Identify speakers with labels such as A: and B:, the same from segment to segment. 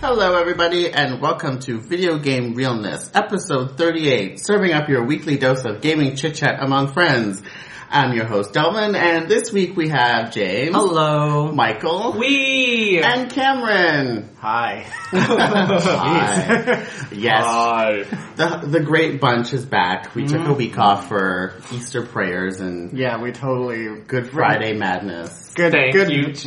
A: Hello everybody and welcome to Video Game Realness, episode 38, serving up your weekly dose of gaming chit chat among friends. I'm your host Delvin and this week we have James,
B: Hello.
A: Michael,
B: We.
A: and Cameron.
C: Hi.
A: Hi. Yes. the, the great bunch is back. We
B: Mm-hmm.
A: took a week off for Easter prayers and
C: yeah, we totally
A: Good Friday madness.
C: good
B: Thank
C: good
B: you, Jesus.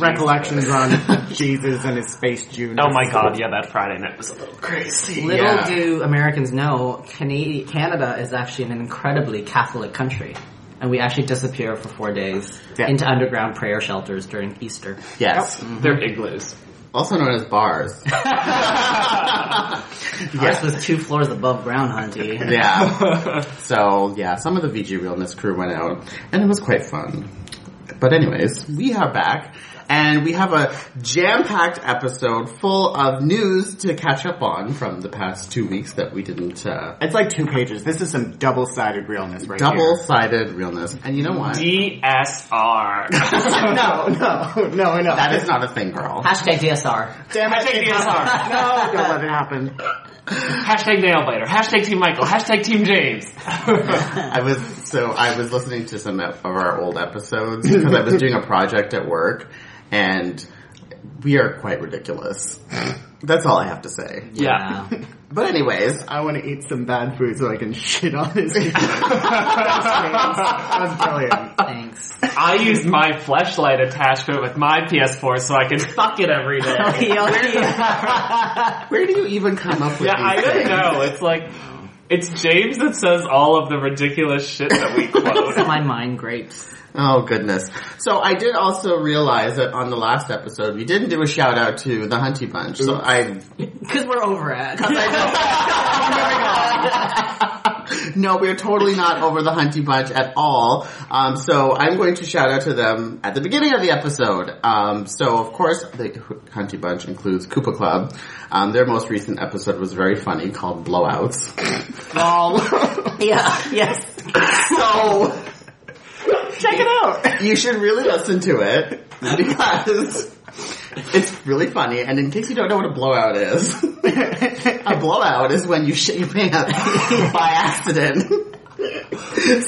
C: recollections on Jesus and his space June.
D: Oh my god, yeah, that Friday night was a little crazy.
B: Little
A: Yeah.
B: do Americans know, Canada, Canada is actually an incredibly Catholic country. And we actually disappear for four days
A: Yeah.
B: into underground prayer shelters during Easter.
A: Yes.
C: Mm-hmm.
D: They're igloos.
A: Also known as bars.
B: Ours was two floors above ground, hunty.
A: Yeah. so yeah, some of the VG Realness crew went out, and it was quite fun. But anyways, we are back, and we have a jam-packed episode full of news to catch up on from the past two weeks that we didn't. Uh,
C: It's like two pages. This is some double sided realness right here.
A: double-sided realness, and you know what?
D: DSR.
C: no, no, no, no.
A: That is not a thing, girl.
B: Hashtag DSR.
C: Damn it.
D: Hashtag DSR.
C: No, don't let it happen.
D: Hashtag Nailbiter. Hashtag Team Michael. Hashtag Team James.
A: I was so I was listening to some of our old episodes because I was doing a project at work, and we are quite ridiculous. That's all I have to say.
D: Yeah.
A: But anyways,
C: I want to eat some bad food so I can shit on this. That's brilliant.
B: Thanks.
D: I used my fleshlight attachment with my PS4 so I could fuck it every day.
A: Where do you even come up with
D: Yeah,
A: these
D: I don't
A: things?
D: know. It's like, it's James that says all of the ridiculous shit that we quote.
B: My mind grapes.
A: Oh goodness. So I did also realize that on the last episode we didn't do a shout out to the Hunty Bunch. So I
B: Because we're over it.
A: no, we're totally not over the Hunty Bunch at all. Um, so I'm going to shout out to them at the beginning of the episode. Um, so of course, the Hunty Bunch includes Koopa Club. Um, their most recent episode was very funny, called Blowouts.
B: yeah, yes.
A: so
C: Check it out.
A: you should really listen to it because it's really funny. And in case you don't know what a blowout is, a blowout is when you shit your pants by accident.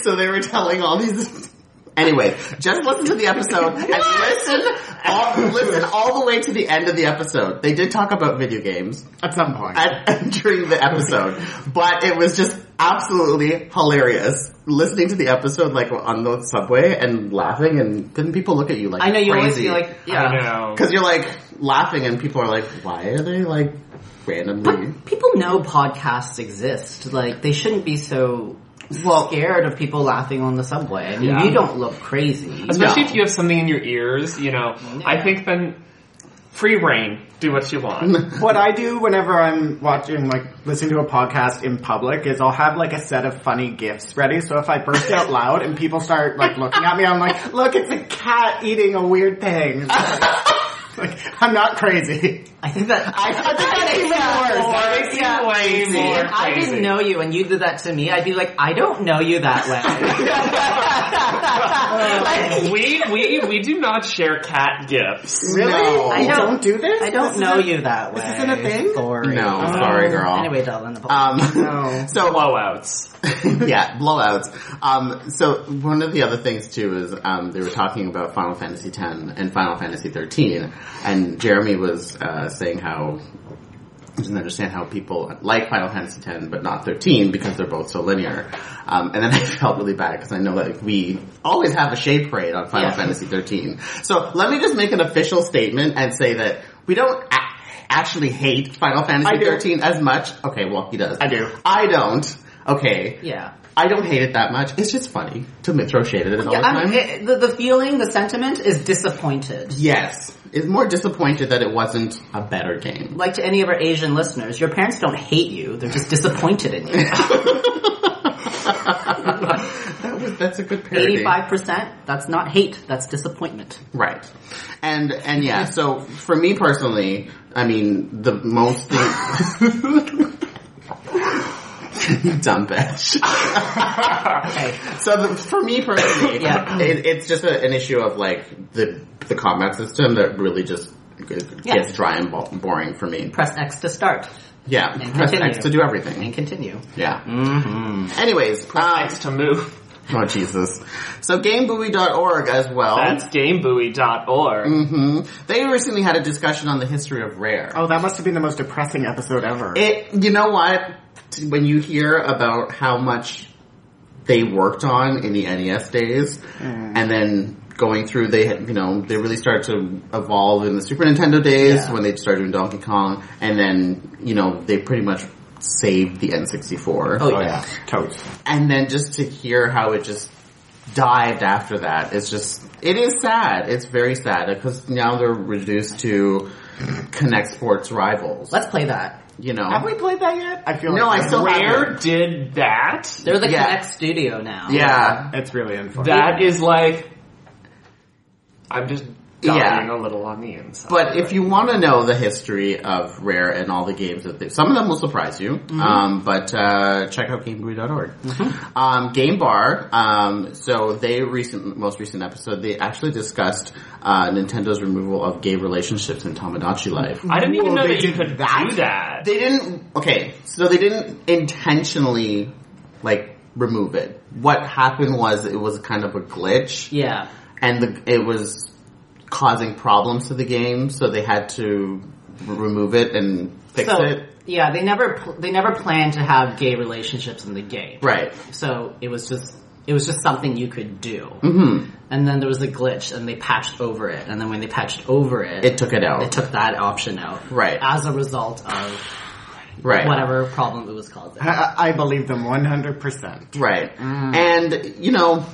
A: so they were telling all these. Anyway, just listen to the episode and listen all, listen all the way to the end of the episode. They did talk about video games
C: At some point.
A: at, during the episode, but it was just absolutely hilarious listening to the episode like on the subway and laughing. And then people look at you like
B: I know you always
A: crazy.
B: feel like,
D: I
B: yeah.
D: know.
A: because you're like laughing and people are like, why are they like randomly? Um,
B: But people know podcasts exist. Like, they shouldn't be so
A: Well,
B: scared of people laughing on the subway. I mean,
D: Yeah.
B: you don't look crazy.
D: Especially
A: No.
D: if you have something in your ears, you know. I think then free reign, do what you want.
C: What I do whenever I'm watching, like, listening to a podcast in public is I'll have, like, a set of funny gifts ready. So if I burst out loud and people start, like, looking at me, I'm like, look, it's a cat eating a weird thing. like, I'm not crazy.
B: I think that I,
C: I think that's even worse.
D: That makes you way more
B: If I
D: crazy.
B: didn't know you and you did that to me, I'd be like, I don't know you that way. Like,
D: we we we do not share cat gifts.
C: Really?
A: No.
B: I
C: You
B: know.
C: don't do this?
B: I don't
C: This
B: know
C: isn't-
B: you that way.
C: this isn't a thing?
B: Sorry. Oh.
A: no, sorry, girl.
B: Anyway, Dylan, the Oh.
A: Um,
C: No.
A: So
D: Blowouts.
A: yeah, blowouts. Um, so one of the other things too is um, they were talking about Final Fantasy X and Final Fantasy thirteen, and Jeremy was uh, saying how he doesn't understand how people like Final Fantasy X but not thirteen because they're both so linear. Um, and then I felt really bad because I know that we always have a shade parade on Final
B: Yeah.
A: Fantasy thirteen. So let me just make an official statement and say that we don't. A- Actually, hate Final
C: I
A: Fantasy
C: do.
A: 13 as much. Okay, well, he does.
C: I do.
A: I don't. Okay.
B: yeah.
A: I don't hate it that much. It's just funny to m- throw shade at it all
B: Yeah,
A: the
B: I'm,
A: time.
B: it, the, the feeling, the sentiment is disappointed.
A: yes. It's more disappointed that it wasn't a better game.
B: Like to any of our Asian listeners, your parents don't hate you; they're just disappointed in you.
A: That was, that's a good parody.
B: Eighty-five percent—that's not hate; that's disappointment.
A: Right. And, and yeah, so for me personally, I mean, the most thing- You dumb bitch.
B: Okay.
A: So the, for me personally,
B: Yeah.
A: it, it's just a, an issue of like the the combat system that really just it
B: Yeah.
A: gets dry and bo- boring for me.
B: Press X to start
A: Yeah,
B: And
A: press
B: continue. Mm-hmm.
A: X to do
B: and
A: everything.
B: continue.
A: Yeah. Anyways, um,
D: Thanks to move.
A: oh Jesus. So GameBuoy.org as well.
D: That's GameBuoy.org.
A: hmm They recently had a discussion on the history of Rare.
C: Oh, that must have been the most depressing episode ever.
A: It, you know what? T- When you hear about how much they worked on in the NES days,
B: Mm.
A: and then going through, they had, you know, they really started to evolve in the Super Nintendo days
B: Yeah.
A: when they started doing Donkey Kong, and then, you know, they pretty much saved the N64.
B: Oh,
C: oh
B: yeah.
C: yeah, toast.
A: And then just to hear how it just dived after that, it's just, it is sad. It's very sad because now they're reduced to Connect Sports rivals.
B: Let's play that.
A: You know,
C: Have we played that yet? I feel
A: No,
C: like
A: I still
D: Where did that?
B: They're the
A: Yeah.
B: Connect Studio now.
A: yeah.
C: It's really informal.
D: That is like, I'm just dying
A: Yeah.
D: a little on the inside.
A: But if you want to know the history of Rare and all the games that they, some of them will surprise you,
C: Mm-hmm.
A: um, but uh, check out GameBuoy.org. Um, Game Bar. Um, so they recent, most recent episode, they actually discussed uh, Nintendo's removal of gay relationships in Tamagotchi Life.
D: I didn't even
C: Whoa,
D: know
C: they
D: that you
C: did
D: could
C: that?
D: do that.
A: They didn't. Okay, so they didn't intentionally like remove it. What happened was it was kind of a glitch.
B: Yeah.
A: and the, it was causing problems to the game, so they had to r- remove it and fix
B: so,
A: it.
B: Yeah, they never pl- they never planned to have gay relationships in the game.
A: Right.
B: So it was just it was just something you could do.
A: hmm
B: And then there was a glitch, and they patched over it. And then when they patched over it,
A: It took it out.
B: they took that option out.
A: Right.
B: As a result of
A: right.
B: whatever problem it was causing.
C: I, I believe them 100%.
A: Right.
B: Mm.
A: And you know,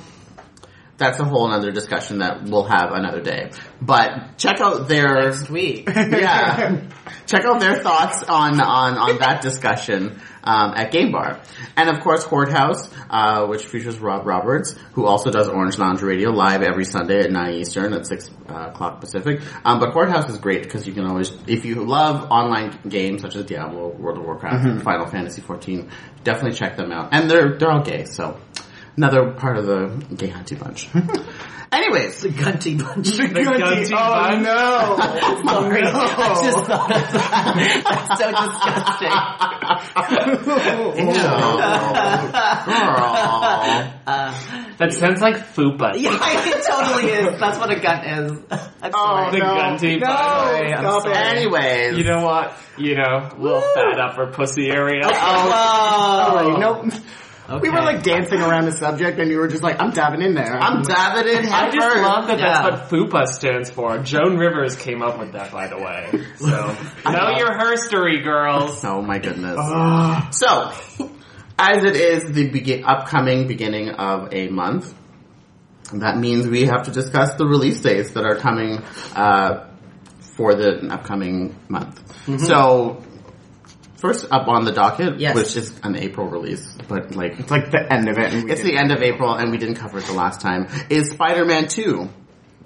A: that's a whole other discussion that we'll have another day. But check out their
B: Next week.
A: yeah. Check out their thoughts on on on that discussion um, at Game Bar, and of course Horde House, uh, which features Rob Roberts, who also does Orange Lounge Radio live every Sunday at nine Eastern at six uh, o'clock Pacific. Um, but Horde House is great because you can always, if you love online games such as Diablo, World of Warcraft, Final Fantasy fourteen, definitely check them out. And they're they're all gay, so another part of the gay hunty bunch. Anyways,
B: The Gunty Bunch.
D: The
C: Gunty-
D: Gunty
C: oh
D: Bunch.
C: no!
B: Sorry. I just thought of that. That's so disgusting.
A: Ew. girl.
D: That sounds like fupa.
B: Yeah, it totally is. That's what a gun is. I'm
C: Oh,
D: The
B: sorry.
C: no.
D: Gunty
C: no,
D: Bunch. I'm
C: stop it.
A: Anyways.
D: You know what? You know, little fat upper pussy area.
B: Oh.
C: Sorry, nope. We were
B: Okay.
C: like dancing around the subject and you were just like, I'm dabbing in there.
A: I'm dabbing in
D: I just
A: headfirst.
D: love that
B: Yeah.
D: that's what FUPA stands for. Joan Rivers came up with that, by the way. So, know your herstory, girls.
A: Oh my goodness.
C: Uh-huh. Ugh.
A: So, as it is the begin- upcoming beginning of a month, that means we have to discuss the release dates that are coming uh, for the upcoming month. So, first up on the docket,
B: Yes.
A: which is an April release, but like
C: It's like the end of it. And we
A: it's the end
C: didn't-
A: of April, and we didn't cover it the last time. Is Spider-Man Two?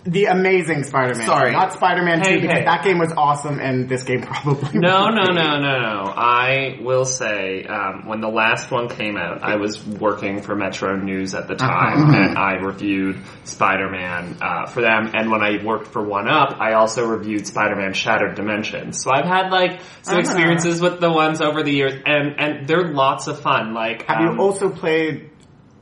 C: the amazing Spider-Man.
A: Sorry.
C: Not Spider-Man
D: Hey,
C: 2 because
D: hey.
C: that game was awesome and this game probably
D: No,
C: won't
D: no,
C: be.
D: no, no, no. I will say, um, when the last one came out, I was working for Metro News at the
C: Uh-huh.
D: time, and I reviewed Spider-Man uh, for them. And when I worked for One Up, I also reviewed Spider-Man Shattered Dimensions. So I've had like some
C: Ah.
D: experiences with the ones over the years, and and they're lots of fun. Like,
C: Have
D: um,
C: you also played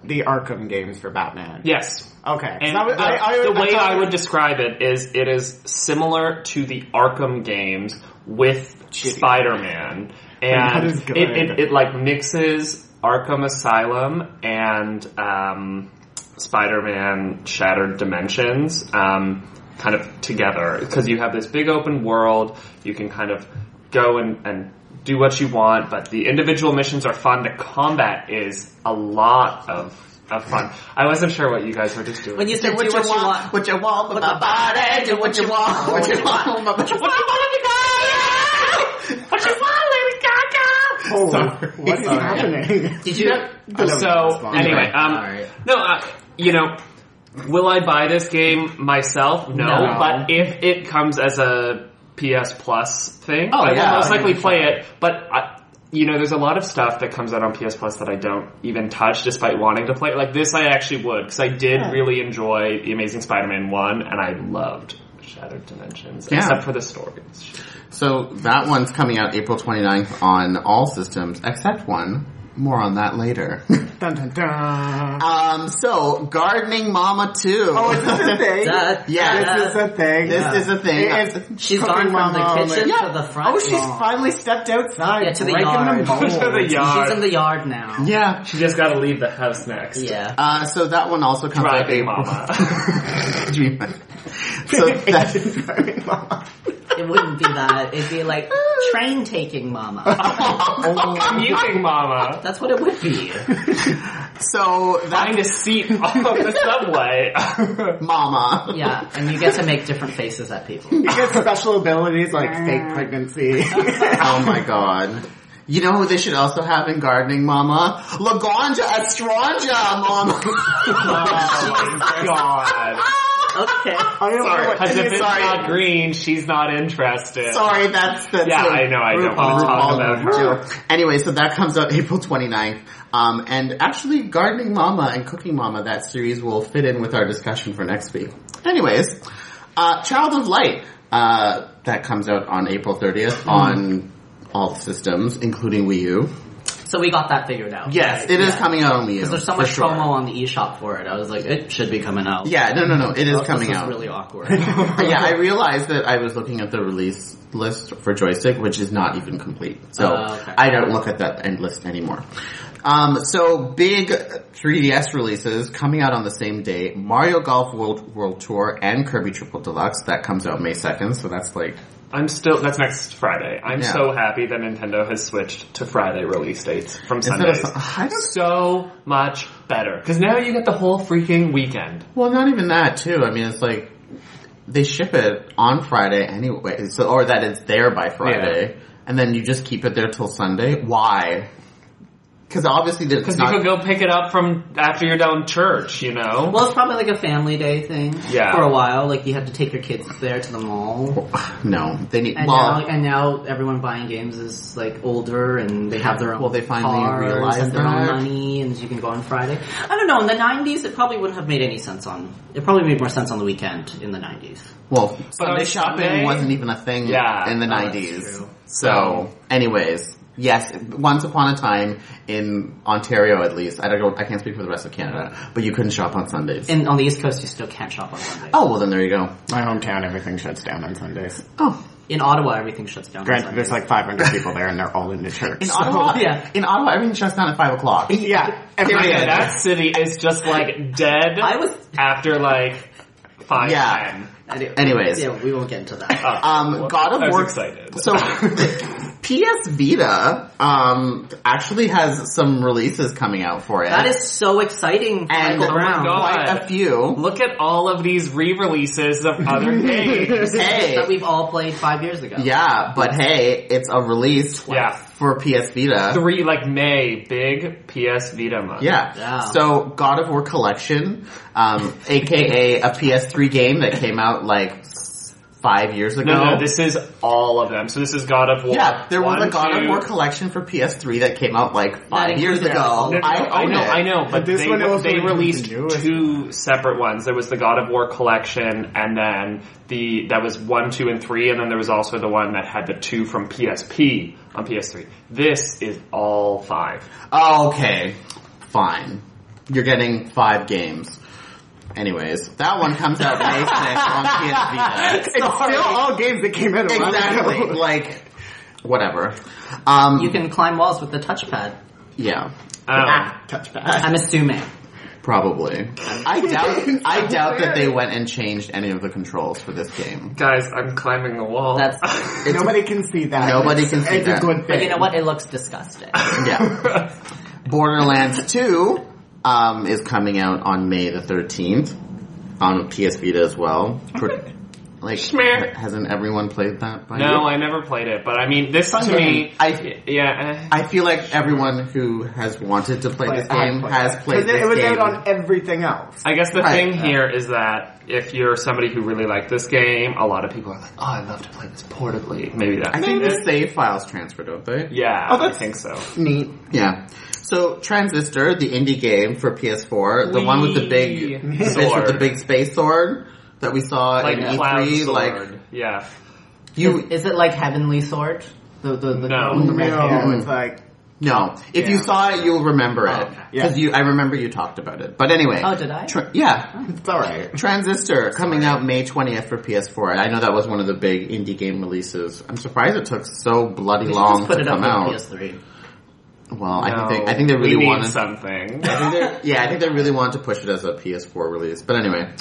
C: the Arkham games for Batman?
D: yes.
C: Okay.
D: And
C: So I would-
D: the,
C: I- I
D: the
C: would-
D: way
C: thought-
D: I would describe it is it is similar to the Arkham games with Spider-Man.
C: That
D: And
C: is
D: it,
C: good.
D: it, it like mixes Arkham Asylum and um, Spider-Man Shattered Dimensions um, kind of together. Because you have this big open world, you can kind of go and, and do what you want, but the individual missions are fun. The combat is a lot of, of fun. I wasn't sure what you guys were just doing.
B: When you say do what you want,
A: what you want with my body, do what you want, what you want with my body.
D: What you want, Lady Gaga?
C: Holy,
A: Sorry.
C: what is
A: Sorry.
C: happening?
B: Did you?
C: I don't know what's
D: So
C: going on.
D: anyway, um,
B: Alright.
D: no, uh, you know, will I buy this game myself? No,
B: No.
D: but if it comes as a PS Plus thing,
B: Oh,
D: I
B: yeah.
D: will most likely play it. But I, you know, there's a lot of stuff that comes out on PS Plus that I don't even touch, despite wanting to play. it. Like this, I actually would because I did really enjoy The Amazing Spider-Man One, and I loved Shattered Dimensions,
A: Yeah.
D: except for the stories.
A: So that one's coming out April 29th on all systems except one. More on that later.
C: Dun, dun, dun.
A: um, so Gardening Mama 2.
C: Oh, is this a thing?
B: Duh.
A: Yeah.
C: This is a thing.
A: this is a thing.
C: It is
B: She's
C: cooking
B: gone from
C: mama
B: the kitchen
A: Yeah.
B: to the front.
C: Oh, she's
B: lawn.
C: finally stepped outside.
B: Yeah, to the
C: breaking
B: yard.
C: The mold.
D: To the
B: She's in
D: yard.
B: the yard now.
A: yeah.
D: She just gotta leave the house next.
B: Yeah.
A: Uh, so that one also comes out
D: Driving
A: April.
D: mama.
A: Dream. So that,
B: It wouldn't be that. It'd be like train taking mama.
D: Commuting mama.
B: That's what it would be.
A: so
D: Find
A: that
D: a seat on the subway.
A: Mama.
B: Yeah, and you get to make different faces at people.
C: You get special abilities like fake pregnancy.
A: Oh my god. You know who they should also have in gardening, Mama? Laganja Estranja, Mama.
D: Oh God.
B: Okay.
C: I don't know what
D: Because if it's
A: Sorry.
D: not green, she's not interested.
A: Sorry, that's the
D: Yeah, I know, I don't wanna talk about her.
A: Anyway, so that comes out April 29th. Um, and actually, Gardening Mama and Cooking Mama, that series will fit in with our discussion for next week. Anyways, uh, Child of Light, uh, that comes out on April 30th
D: Hmm.
A: on all systems, including Wii U.
B: So we got that figured out.
A: Yes, it is coming out on Wii U.
B: Because there's so
A: for
B: much
A: sure.
B: promo on the eShop for it. I was like, it should be coming out.
A: Yeah, no, no, no, it is
B: This
A: coming
B: is
A: out.
B: really awkward.
A: yeah, I realized that I was looking at the release list for joystick, which is not even complete. So
B: Oh, okay.
A: I don't look at that end list anymore. Um, so big 3DS releases coming out on the same day: Mario Golf World World Tour and Kirby Triple Deluxe. That comes out May second, so that's like
D: I'm still. That's next Friday. I'm
A: Yeah.
D: so happy that Nintendo has switched to Friday release dates from
B: Oh,
A: instead of
D: Sundays.
A: some- I don't-
D: So much better because now you get the whole freaking weekend.
A: well, not even that too. I mean, it's like they ship it on Friday anyway, so or that it's there by Friday, and then you just keep it there till Sunday. Why? Because obviously, there's
D: Because you
A: not
D: could go pick it up from after you're done church, you know.
B: Well, it's probably like a family day thing.
D: Yeah.
B: For a while, like you had to take your kids there to the mall.
A: No, they need.
B: And
A: well,
B: now, and now everyone buying games is like older, and they have their own.
A: Well, they finally
B: cars
A: realized
B: and their own
A: that.
B: money, and you can go on Friday. I don't know. In the '90s, it probably wouldn't have made any sense on. It probably made more sense on the weekend in the '90s.
A: well,
D: on
A: Sunday shopping
D: Sunday-
A: wasn't even a thing
D: Yeah,
A: in the
B: oh, that's
A: nineties.
B: true.
A: So, anyways, yes, once upon a time in Ontario, at least I don't, I can't speak for the rest of Canada, but you couldn't shop on Sundays.
B: And on the East Coast, you still can't shop on Sunday.
A: oh well, then there you go.
C: My hometown, everything shuts down on Sundays.
A: Oh,
B: In Ottawa, everything shuts down. on
C: Granted,
B: Sundays.
C: there's like 500 people there, and they're all in the church.
A: in Ottawa,
B: yeah.
A: in Ottawa, everything shuts down at five o'clock.
C: yeah,
D: Yeah,
C: everything.
D: that city is just like dead
B: I was.
D: after like five
A: Yeah.
D: ten.
A: Anyways.
B: yeah, we won't get into that.
D: Oh,
A: Um,
D: well,
A: God of
D: I was
A: War.
D: excited.
A: So, PS Vita um, actually has some releases coming out for it.
B: that is so exciting, for
A: And-
B: Michael
A: Oh my
B: Brown.
D: God.
A: quite a few.
D: Look at all of these re-releases of other games.
A: Hey,
B: That we've all played five years ago.
A: Yeah, but hey, it's a release
D: Yeah.
A: for PS Vita.
D: Three like May, big PS Vita month.
A: Yeah.
B: Yeah.
A: So God of War Collection, um, aka a PS3 game that came out like five years ago.
D: No, no, this is all of them. So this is God of War.
A: yeah, there was
D: One,
A: a God
D: two-
A: of War collection for PS3 that came out like five
B: That
A: years
B: included
A: ago.
B: all
D: No, no,
A: I
D: I
A: own
D: know,
A: it.
D: I know, but
C: But this
D: they,
C: one also
D: they
C: includes
D: released
C: the newest
D: two separate ones. There was the God of War collection, and then the that was one, two, and three, and then there was also the one that had the two from PSP on PS3. This is all five.
A: Oh, okay, fine. You're getting five games. Anyways, that one comes out May 6th on PS Vita.
C: It's still all games that came out. a while
A: Exactly.
C: ago.
A: like, whatever. Um,
B: You can climb walls with the touchpad.
A: yeah, Ah.
D: Um,
C: Touchback.
B: I'm assuming.
A: probably. I doubt. I doubt that they went and changed any of the controls for this game.
D: guys, I'm climbing the wall.
B: That's.
C: Nobody can see that.
A: Nobody can see
C: it's
A: that.
C: It's a good thing.
B: But you know what? It looks disgusting.
A: Yeah. Borderlands Two um, is coming out on May the thirteenth on PS Vita as well. For- like,
D: Schmear.
A: hasn't everyone played that? By
D: no,
A: now?
D: I never played it, but I mean, this to me,
A: I-
D: yeah, eh.
A: I feel like everyone who has wanted to play
C: Play
A: this
C: it. I
A: game
C: played
A: has played
C: Because
A: this
C: it, it was
A: game.
C: out on everything else.
D: I guess the
A: Right.
D: thing here is that if you're somebody who really liked this game, a lot of people are like, "Oh, I'd love to play this portably." Maybe that's
A: I think the save files transfer, don't they?
D: yeah.
C: Oh,
D: I
C: that's-
D: think so.
C: Neat.
A: Yeah. So Transistor, the indie game for PS4, the one with the big the
D: Wee.
A: bitch with the
D: Sword.
A: big space sword. that we saw
D: Like
A: in
D: Cloud
A: E3?
D: Sword.
A: Like
D: yeah.
A: you,
B: is, is it like Heavenly Sword? The the the,
D: No.
B: the red hair.
C: No, it's like
A: no. If you
C: Yeah.
A: saw it, you'll remember
D: Oh,
A: it
C: okay. Yeah.
A: because you. I remember you talked about it. But anyway,
B: Oh, did I?
A: Tra- yeah,
C: it's all right.
A: Transistor coming out May 20th for PS4. I know that was one of the big indie game releases. I'm surprised it took so bloody
B: We should
A: long
B: just put
A: to
B: it up
A: come out.
B: on PS3.
A: Well, I think
D: No,
A: they, I think they
D: we
A: really
D: need
A: wanted.
D: something.
A: I think they- yeah, I think they really wanted to push it as a PS4 release. But anyway,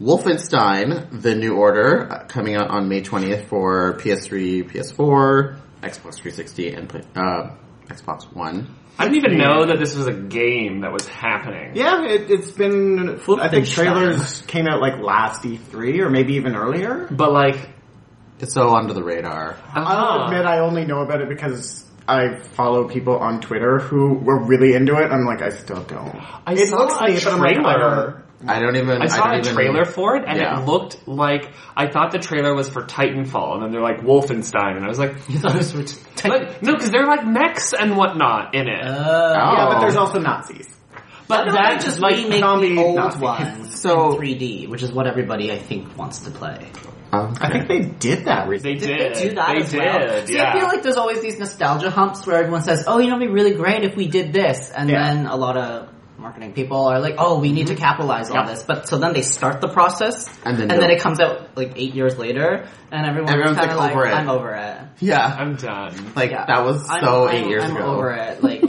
A: Wolfenstein: The New Order uh, coming out on May 20th for PS3, PS4, Xbox 360, and play- uh, Xbox One.
D: I didn't even know that this was a game that was happening.
C: Yeah, it, it's been. I think
B: Wolfenstein.
C: trailers came out like last E3 or maybe even earlier.
D: But like,
A: It's so under the radar.
C: I'll
D: uh-huh.
C: admit I only know about it because I follow people on Twitter who were really into it. I'm like, I still don't.
D: I
C: it
D: saw
C: looks
D: a
C: neat, but I'm like, I
D: trailer.
A: I don't even.
D: I saw
A: don't
D: a
A: even-
D: trailer for it, and
A: Yeah.
D: it looked like I thought the trailer was for Titanfall, and then they're like Wolfenstein, and I was like,
B: You thought it was ret-
D: like no, because they're like mechs and whatnot in it.
B: Uh,
C: Yeah, but
A: Oh.
C: there's also Nazis.
B: but
D: no,
B: that
D: they
B: just
C: like
B: remake
C: zombie
B: the old
C: Nazis.
B: ones
A: So-
B: in 3D, which is what everybody I think wants to play.
A: Oh, Okay.
C: I think they did that recently.
D: They
B: Did
D: did.
B: they do that
D: They
B: as
D: did.
B: well? See,
D: Yeah.
B: I feel like there's always these nostalgia humps where everyone says, "Oh, you know, it'd be really great if we did this," and
C: Yeah.
B: then a lot of marketing people are like, "Oh, we need to capitalize on
C: Yeah.
B: this," but so then they start the process,
A: Mm-hmm. And then
B: and then
A: don't.
B: it comes out like eight years later, and everyone's,
A: Everyone's,
B: kind of
A: like,
B: like,
A: over it.
B: "I'm over it."
A: yeah.
D: I'm done.
A: Like
B: Yeah.
A: that was
B: I'm-
A: so
B: I'm-
A: 8 years
B: I'm
A: ago.
B: over it. Like,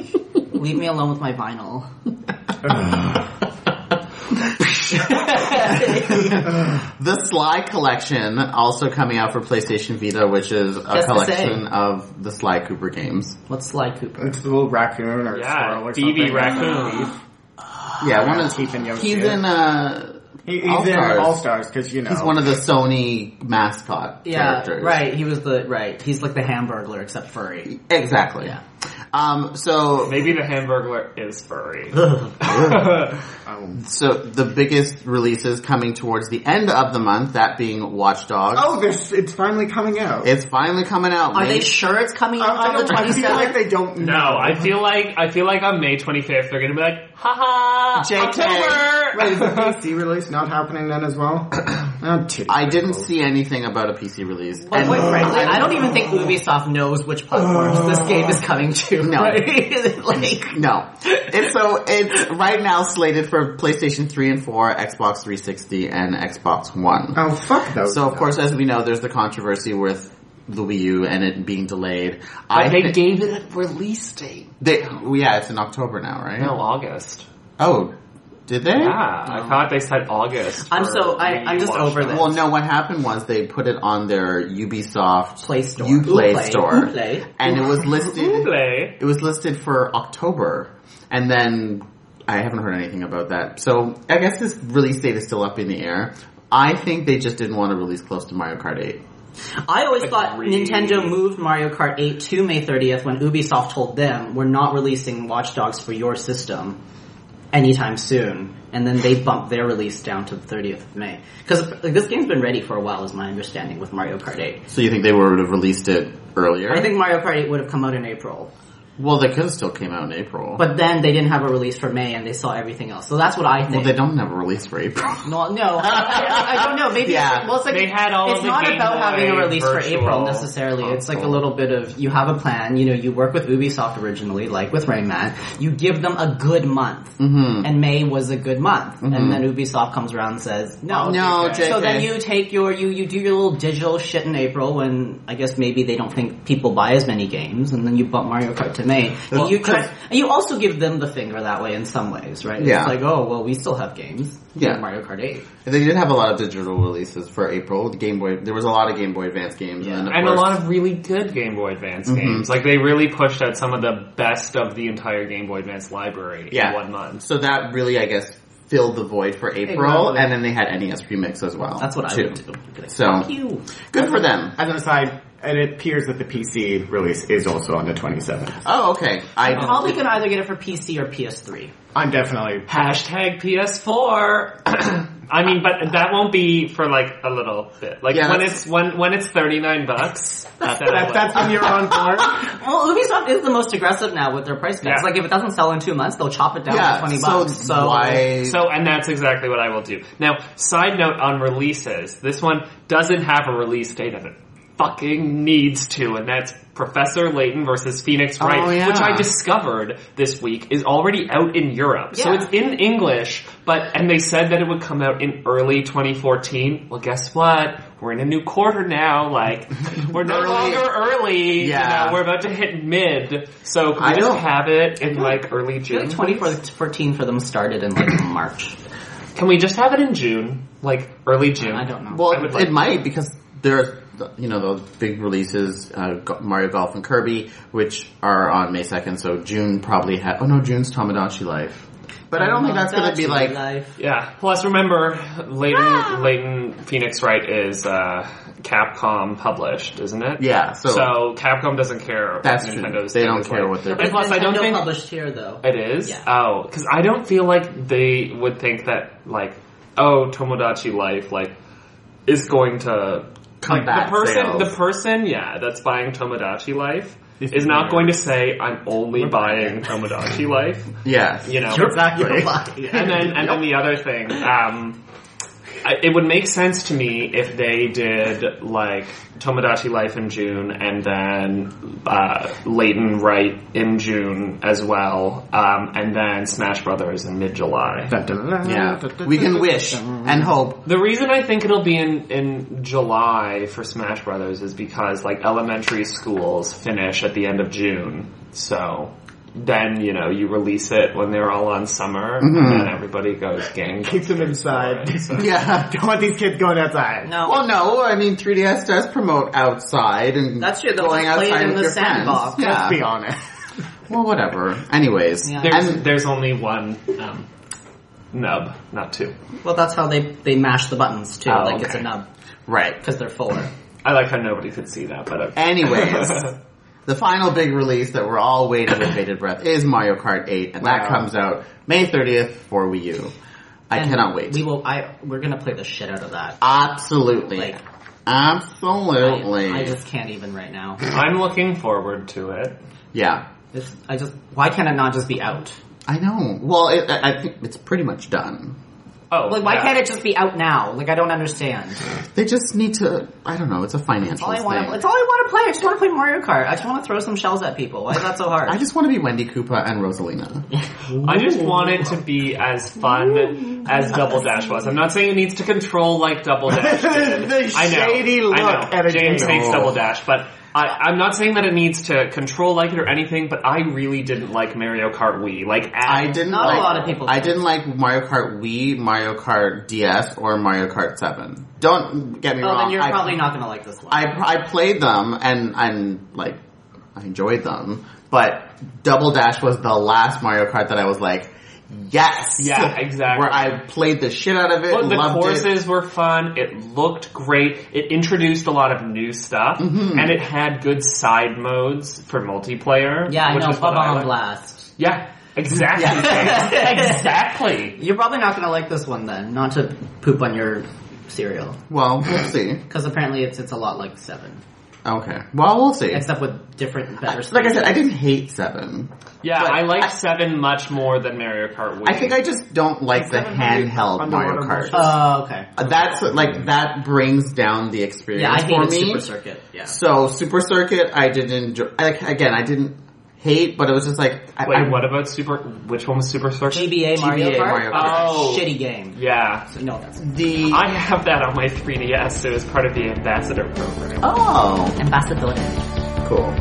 B: leave me alone with my vinyl.
A: The Sly Collection also coming out for PlayStation Vita, which is a
B: Just the
A: collection
B: same.
A: of the Sly Cooper games.
B: What's Sly Cooper?
C: It's a little raccoon or
D: Yeah,
C: squirrel or
D: BB
C: something.
D: Raccoon.
A: Yeah, one of
C: Teeth and Yoshi.
A: he's in uh
C: He, he's
A: All-Stars.
C: in All Stars because you know
A: he's one of the Sony mascot
B: Yeah,
A: characters.
B: right. He was the right. He's like the Hamburglar except furry.
A: Exactly.
B: Yeah.
A: Um so
D: Maybe the Hamburglar is furry.
C: Um,
A: so the biggest releases coming towards the end of the month, that being Watch Dogs.
C: oh, this it's finally coming out.
A: It's finally coming out.
B: Are
A: May-
B: they sure it's coming out
C: I, I
B: on
C: don't.
B: the
C: I
B: 27th?
C: feel like they don't know.
D: no, I feel like I feel like on May 25th they're gonna be like, haha,
A: JK.
D: October.
C: Wait, is the PC release not happening then as well? oh, titty.
A: I didn't see anything about a PC release.
B: But
A: And-
B: quite frankly, I don't even think Ubisoft knows which platforms this game is coming to.
A: No.
B: right? like,
A: No. It's so it's right now slated for PlayStation 3 and 4, Xbox 360, and Xbox One.
C: Oh fuck those.
A: So of course, as we know, there's the controversy with the Wii U and it being delayed.
D: But they
A: thi-
D: gave it a release date.
A: they well, yeah, it's in October now, right?
D: No, August.
A: Oh, did they?
D: Yeah, I thought they said August.
B: Oh. I'm
D: for
B: so- I-
D: Wii
B: I'm
D: U
B: just
D: launch.
B: over this.
A: Well, no. What happened was they put it on their Ubisoft
B: Play Store.
A: Uplay
B: Uplay.
A: store,
B: Uplay.
A: and it was listed.
D: Play.
A: It was listed for October, and then I haven't heard anything about that. So I guess this release date is still up in the air. I think they just didn't want to release close to Mario Kart 8.
B: I always thought
D: Agreed.
B: Nintendo moved Mario Kart 8 to May 30th when Ubisoft told them, we're not releasing Watch Dogs for your system anytime soon. And then they bumped their release down to the 30th of May. Because like, this game's been ready for a while, is my understanding, with Mario Kart 8.
A: So you think they would have released it earlier?
B: I think Mario Kart 8 would have come out in April.
A: Well, they could have still came out in April.
B: But then they didn't have a release for May and they saw everything else. So that's what I
A: well,
B: think.
A: they don't have a release for April.
B: no, no, I, I- I don't know. Maybe
A: Yeah.
B: it's, well, it's like
D: They had all
B: it's
D: of the
B: not
D: Game
B: about
D: Boy
B: having a release for
D: Virtual
B: April necessarily. It's like a little bit of you have a plan. You know, you work with Ubisoft originally, like with Rayman. You give them a good month,
A: Mm-hmm.
B: and May was a good month, and then Ubisoft comes around and says no,
A: Oh, no, JK.
B: So then you take your you you do your little digital shit in April when I guess maybe they don't think people buy as many games, and then you bump Mario Kart to May.
A: Well,
B: and you try,
A: cause-
B: and you also give them the finger that way in some ways, right?
A: Yeah.
B: It's like oh well, we still have games.
A: Yeah.
B: Like Mario Kart Eight.
A: They did have a lot of digital releases for April. The Game Boy, there was a lot of Game Boy Advance games,
B: Yeah.
A: and, then, of
D: And a
A: course-
D: lot of really good Game Boy Advance
A: Mm-hmm.
D: games. Like they really pushed out some of the best of the entire Game Boy Advance library
A: Yeah.
D: in one month.
A: So that really, I guess, filled the void for April,
B: Exactly.
A: and then they had NES Remix as well.
B: That's what
A: too.
B: I would do. Be like,
A: So-
B: fuck you.
A: Good for them.
C: as an aside, and it appears that the PC release is also on the 27th.
A: Oh, okay.
B: I
A: I
B: probably can either get it for PC or PS3.
C: I'm definitely
D: Hashtag PS4. I mean, but that won't be for like a little bit. Like
A: Yeah,
D: when
A: that's-
D: it's when when it's thirty nine bucks. That's
C: That, that's when you're on board.
B: Well, Ubisoft is the most aggressive now with their price cuts.
D: Yeah.
B: Like, if it doesn't sell in two months, they'll chop it down to
A: yeah,
B: 20
A: so,
B: bucks. So,
A: why?
D: So, and that's exactly what I will do. Now, side note on releases, this one doesn't have a release date and it fucking needs to, and that's Professor Layton versus Phoenix Wright,
A: Oh, yeah.
D: which I discovered this week is already out in Europe. So
B: Yeah.
D: it's in English, but, and they said that it would come out in early 2014. Well, guess what? We're in a new quarter now, like, we're no
A: Early.
D: longer early, you
A: Yeah.
D: know, we're about to hit mid, so can we
A: I
D: just
A: don't-
D: have it in like early
B: I feel
D: June.
B: like 2014 for them started in like March.
D: Can we just have it in June? Like early June?
B: I don't know.
A: Well,
D: I would like-
A: it might because there's you know those big releases, uh, Go- Mario Golf and Kirby, which are on May second. So June probably ha Oh no, June's Tomodachi Life. But I don't think that's going to be like.
B: Life.
D: Yeah. Plus, remember,
B: Ah!
D: Leighton, Leighton Phoenix Wright is uh, Capcom published, isn't it?
A: Yeah, so-
D: Capcom doesn't care.
A: That's
D: what
A: true.
D: Nintendo's
A: They don't
D: things
A: care
D: like.
A: what they're
D: And plus, I don't
B: Nintendo
D: think
B: published here though.
D: it is.
B: Yeah.
D: Oh, because I don't feel like they would think that like, oh, Tomodachi Life like is going to
A: Come
D: like,
A: back
D: The person,
A: sales.
D: the person, yeah, that's buying Tomodachi Life.
C: If
D: Is not
C: you're-
D: going to say I'm only buying Tomodachi Life,
A: Yes.
D: you know.
A: Exactly.
D: and then and then the other thing, um, I, it would make sense to me if they did like Tomodachi Life in June and then uh, Leighton Wright in June as well, um, and then Smash Brothers in mid July.
A: Yeah. We can wish and hope.
D: The reason I think it'll be in, in July for Smash Brothers is because like elementary schools finish at the end of June, so then you know you release it when they're all on summer, and then everybody goes gang.
C: Keep them inside.
A: Yeah.
C: Don't want these kids going outside.
B: No,
A: Well, no, I mean, 3DS does promote outside and
B: That's true, they'll
A: going
B: just play it
A: outside
B: in
A: with
B: the
A: your
B: sandbox.
A: friends. Yeah.
C: Let's be honest.
A: Well, whatever. Anyways,
B: Yeah.
D: There's
A: And-
D: there's only one um, nub, not two.
B: well that's how they they mash the buttons too.
D: Oh,
B: like it's
D: okay.
B: a nub
A: right.
B: because they're fuller.
D: I like how nobody could see that, but okay.
A: Anyways, the final big release that we're all waiting with bated breath is Mario Kart 8, and that
D: Wow.
A: comes out May 30th for Wii U. I
B: And
A: cannot wait.
B: We will. I we're gonna play the shit out of that.
A: Absolutely.
B: Like-
A: Absolutely.
B: I, I just can't even right now.
D: I'm looking forward to it.
A: yeah.
B: It's, I just why can't it not just be out?
A: I know. Well, it, I I think it's pretty much done.
D: Oh,
B: Like why
D: yeah.
B: can't it just be out now? Like I don't understand.
A: They just need to, I don't know, it's a financial
B: All I
A: thing.
B: want to. It's all I want to play. I just want to play Mario Kart. I just want to throw some shells at people. Why is that so hard?
A: I just want to be Wendy Koopa and Rosalina.
D: I just want it to be as fun as Double Dash was. I'm not saying it needs to control like Double Dash. did.
C: The
D: I know.
C: shady look
D: I know.
C: at a
D: James
C: game.
D: hates Double Dash, but I, I'm not saying that it needs to control like it or anything. But I really didn't like Mario Kart Wii. Like
A: I didn't
B: Not a
A: like,
B: lot of people
A: I
B: do.
A: didn't like Mario Kart Wii, Mario Kart DS, or Mario Kart 7. Don't get me
B: oh,
A: wrong.
B: then you're
A: I,
B: probably not gonna like this one.
A: I, I played them and I'm like, I enjoyed them, but Double Dash was the last Mario Kart that I was like, yes!
D: Yeah, exactly.
A: Where I played the shit out of it,
D: But the
A: loved it.
D: courses were fun. It looked great. It introduced a lot of new stuff,
A: Mm-hmm.
D: and it had good side modes for multiplayer.
B: yeah, I
D: which
B: know.
D: is what I
B: Bubba on
D: like.
B: blast.
D: Yeah, exactly, exactly.
B: You're probably not gonna like this one then. Not to poop on your cereal
A: Well, we'll see.
B: because apparently it's it's a lot like seven,
A: Okay. Well, we'll see.
B: except with different better.
A: Like I said, I didn't hate 7.
D: Yeah,
A: But
D: I like
A: I-
D: Seven much more than Mario Kart Wii.
A: I think I just don't like the
C: Seven had
A: handheld Mario
C: underwater
A: Kart.
C: motion.
B: Oh, okay.
A: Uh, That's like that brings down the experience
B: Yeah, I
A: for
B: hated
A: me.
B: Super Circuit. Yeah.
A: So Super Circuit, I didn't enjoy. Like, again, I didn't hate, but it was just like I,
D: Wait,
A: I-
D: what about Super? Which one was Super Circuit?
B: GBA Mario
A: GBA
B: Kart.
A: Mario Kart.
D: Oh.
B: Shitty game.
D: Yeah,
B: So, no, that's
A: the
D: I have that on my 3DS. It was part of the ambassador program.
A: oh
B: ambassador.
A: cool.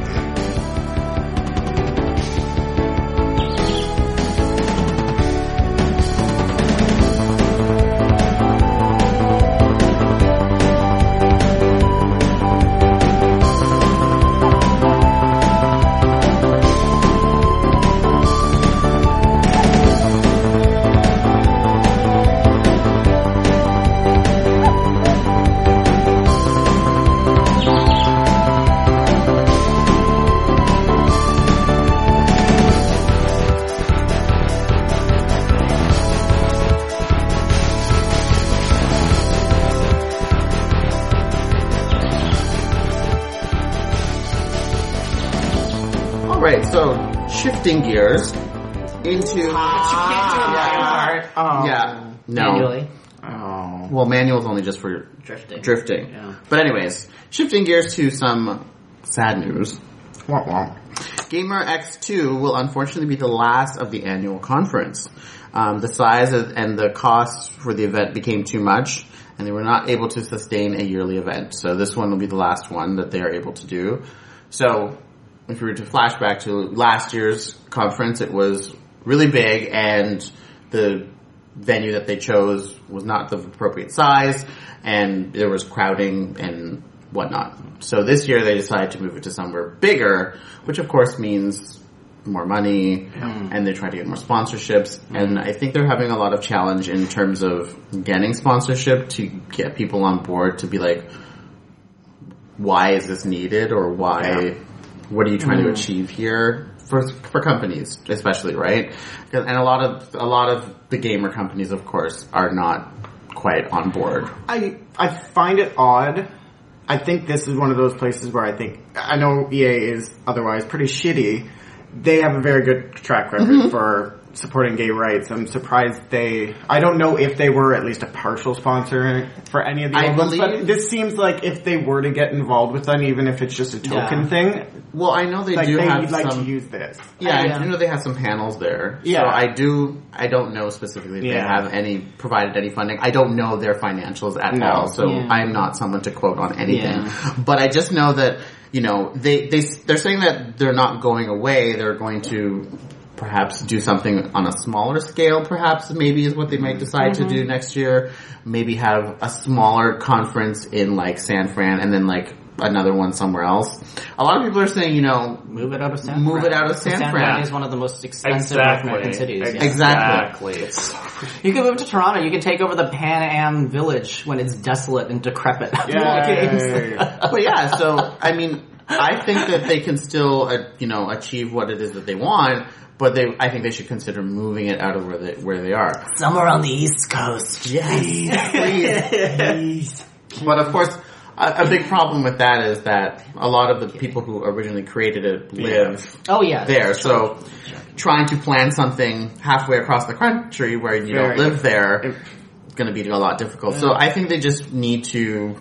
A: Right, so shifting gears into
B: Ah,
A: yeah. yeah. No.
B: Manually.
C: Oh.
A: Well, manual's only just for
B: Drifting.
A: drifting.
B: Yeah.
A: But anyways, shifting gears to some sad news.
C: Wah, wah.
A: Gamer X2 will unfortunately be the last of the annual conference. Um, the size of, and the cost for the event became too much, and they were not able to sustain a yearly event. So this one will be the last one that they are able to do. So if we were to flashback to last year's conference, it was really big, and the venue that they chose was not the appropriate size, and there was crowding and whatnot. So this year they decided to move it to somewhere bigger, which of course means more money, and they're trying to get more sponsorships, and I think they're having a lot of challenge in terms of getting sponsorship to get people on board to be like, why is this needed or why what are you
C: Mm-hmm.
A: trying to achieve here for for companies especially right 'Cause- and a lot of a lot of the gamer companies of course are not quite on board
C: I I find it odd. I think this is one of those places where I think I know EA is otherwise pretty shitty. They have a very good track record
A: Mm-hmm.
C: for supporting gay rights. I'm surprised they. I don't know if they were at least a partial sponsor for any of the
A: I
C: old ones, but
A: believe-
C: this seems like if they were to get involved with them, even if it's just a token
B: Yeah.
C: thing,
A: well i know they
C: like
A: do
C: they
A: have
C: like
A: some
C: to use this.
A: yeah,
B: Yeah.
A: I do know they have some panels there.
C: Yeah.
A: So I do, I don't know specifically if they
C: Yeah.
A: have any, provided any funding. I don't know their financials at
C: No.
A: all, so
B: Yeah.
A: I'm not someone to quote on anything.
B: Yeah.
A: But I just know that, you know, they, they, they're saying that they're not going away, they're going to perhaps do something on a smaller scale, perhaps maybe is what they might decide to do next year. Maybe have a smaller conference in like San Fran and then like another one somewhere else. A lot of people are saying, you know,
B: Move it out of San
A: Move
B: Fran.
A: it out of San
B: San
A: Fran.
B: is one of the most expensive North
D: Exactly.
B: American cities. yeah.
A: Exactly.
D: Exactly.
B: You can move to Toronto. You can take over the Pan Am Village when it's desolate and decrepit. after all the games.
C: Yay.
A: but yeah, so I mean, I think that they can still, uh, you know, achieve what it is that they want. But they, I think they should consider moving it out of where they where they are.
B: Somewhere on the East Coast.
A: Yes, But of course, a, a big problem with that is that a lot of the people who originally created it live
B: Oh yeah.
A: there. So trying to plan something halfway across the country where you
C: Very-
A: don't live there is going to be a lot difficult. So I think they just need to,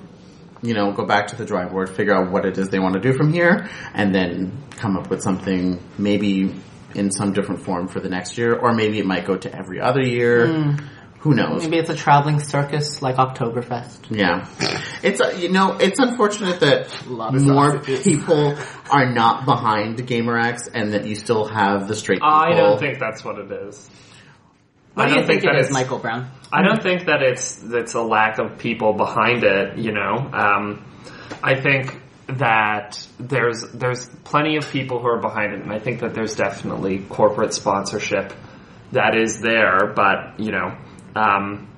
A: you know, go back to the drawing board, figure out what it is they want to do from here, and then come up with something maybe in some different form for the next year, or maybe it might go to every other year. Who knows?
B: Maybe it's a traveling circus like Oktoberfest.
A: Yeah, it's uh, you know it's unfortunate that
C: of
A: more people are not behind GamerX, and that you still have the straight people.
D: I don't think that's what it is. I
B: What do
D: don't
B: you think,
D: that
B: it is,
D: it's-
B: Michael Brown?
D: I don't think that it's that's a lack of people behind it. You know, um, I think that there's there's plenty of people who are behind it, and I think that there's definitely corporate sponsorship that is there. But you know, um,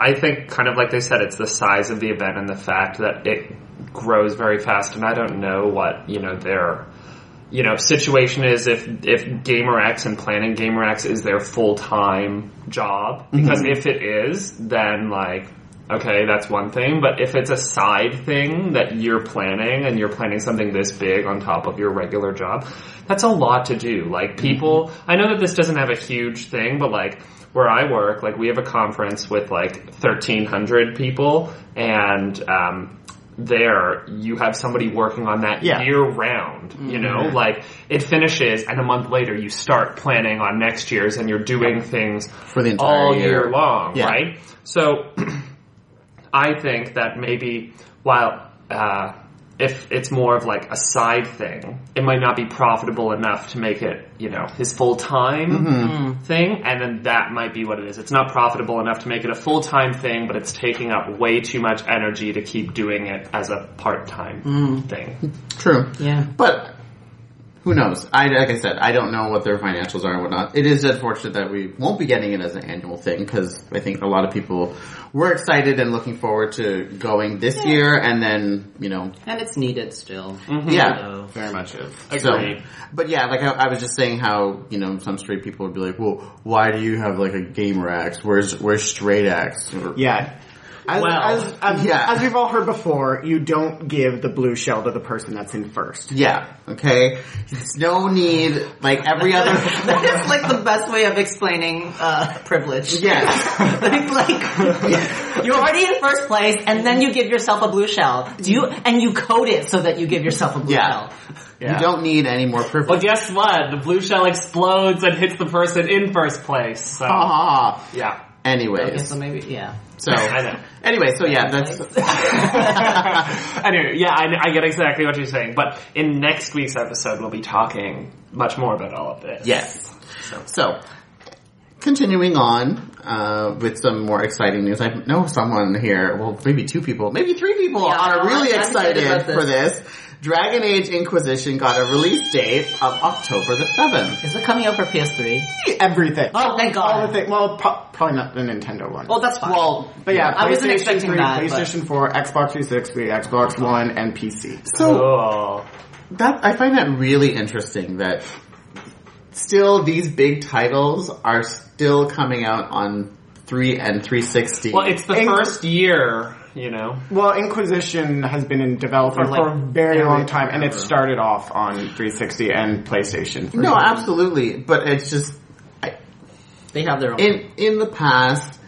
D: I think kind of like they said, it's the size of the event and the fact that it grows very fast. And I don't know what you know their you know situation is if if GamerX and planning GamerX is their full time job because if it is, then like. Okay, that's one thing, but if it's a side thing that you're planning and you're planning something this big on top of your regular job, that's a lot to do. Like people, I know that this doesn't have a huge thing, but like where I work, like we have a conference with like 1300 people and, um, there you have somebody working on that
C: Yeah.
D: year round, you
A: Mm-hmm.
D: know, like it finishes and a month later you start planning on next year's and you're doing things
A: For the entire
D: all
A: year.
D: year long,
A: Yeah.
D: right? So I think that maybe while uh, if it's more of like a side thing, it might not be profitable enough to make it, you know, his full time
A: Mm-hmm.
D: thing, and then that might be what it is. It's not profitable enough to make it a full time thing, but it's taking up way too much energy to keep doing it as a part time
A: Mm.
D: thing.
A: True.
B: Yeah.
A: But who knows? I like I said, I don't know what their financials are and whatnot. It is unfortunate that we won't be getting it as an annual thing because I think a lot of people were excited and looking forward to going this year, and then you know,
B: And it's needed still.
D: Mm-hmm.
A: yeah.
B: So-
C: Very much is.
A: So,
D: Agreed.
A: but yeah, like I, I was just saying how you know some straight people would be like, "Well, why do you have like a gamer axe? Where's where's straight axe?" Or-
C: Yeah. As,
B: Well,
C: as, as,
A: yeah.
C: as we've all heard before, you don't give the blue shell to the person that's in first.
A: Yeah, okay? There's no need, like every other.
B: that is like the best way of explaining uh, privilege.
A: yes.
B: like, like, you're already in first place, and then you give yourself a blue shell. Do you and you code it so that you give yourself a blue
A: Yeah.
B: shell.
C: Yeah.
A: You don't need any more
E: Well,
A: privilege.
E: guess what? The blue shell explodes and hits the person in first place. So,
A: Ah.
E: yeah,
B: Okay,
A: Anyways,
B: so maybe yeah.
A: so
E: I know.
A: anyway, so yeah, that's
E: anyway,
D: Anyway, yeah, I, I get exactly what you're saying. But in next week's episode, we'll be talking much more about all of this.
A: yes. So continuing on uh, with some more exciting news, I know someone here, well, maybe two people, maybe three people
B: Yeah,
A: are
B: I'm
A: really
B: excited
A: excited,
B: about this.
A: for this. Dragon Age Inquisition got a release date of October the seventh.
B: Is it coming out for PS3?
C: Everything.
B: Oh, thank
C: all the
B: God.
C: thing. Well, pro- probably not the Nintendo one.
B: Well, that's fine.
A: Well,
C: but yeah,
B: I wasn't
C: PlayStation
B: expecting
C: 3,
B: that, but-
C: PlayStation 4, Xbox 360, Xbox One, and PC.
A: so
D: Oh.
A: That I find that really interesting that still these big titles are still coming out on 3 and 360.
D: Well, it's the
C: Inc-
D: first year, you know.
C: Well, Inquisition has been in development
B: For,
C: for,
B: like,
C: a very
B: every-
C: long time, and it started off on 360 and PlayStation. for
A: no,
C: sure.
A: absolutely, but it's just
B: they have their own.
A: in in the past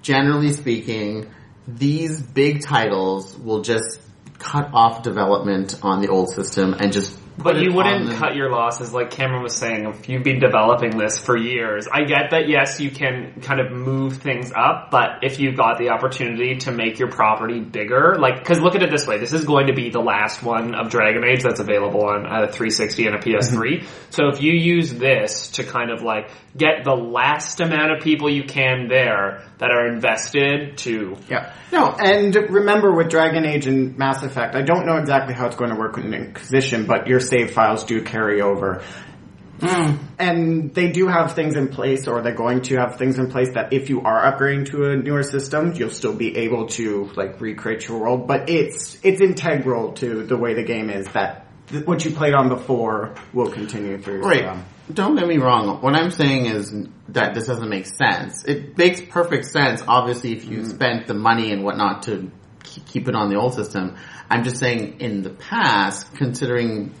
A: generally speaking these big titles will just cut off development on the old system and just put
D: But you
A: it on
D: wouldn't
A: the-
D: cut your losses, like Cameron was saying, if you've been developing this for years. I get that, yes, you can kind of move things up, but if you got the opportunity to make your property bigger, like, because look at it this way this is going to be the last one of Dragon Age that's available on a 360 and a
A: Mm-hmm.
D: PS3. so if you use this to kind of like get the last amount of people you can there that are invested to.
C: Yeah. No, and remember with Dragon Age and Mass Effect, I don't know exactly how it's going to work with Inquisition, but your save files do carry over. And they do have things in place, or they're going to have things in place that if you are upgrading to a newer system, you'll still be able to like recreate your world. But it's it's integral to the way the game is that th- what you played on before will continue through.
A: Right.
C: um,
A: Don't get me wrong. What I'm saying is that this doesn't make sense. It makes perfect sense, obviously, if you spent the money and whatnot to ke- keep it on the old system. I'm just saying in the past, considering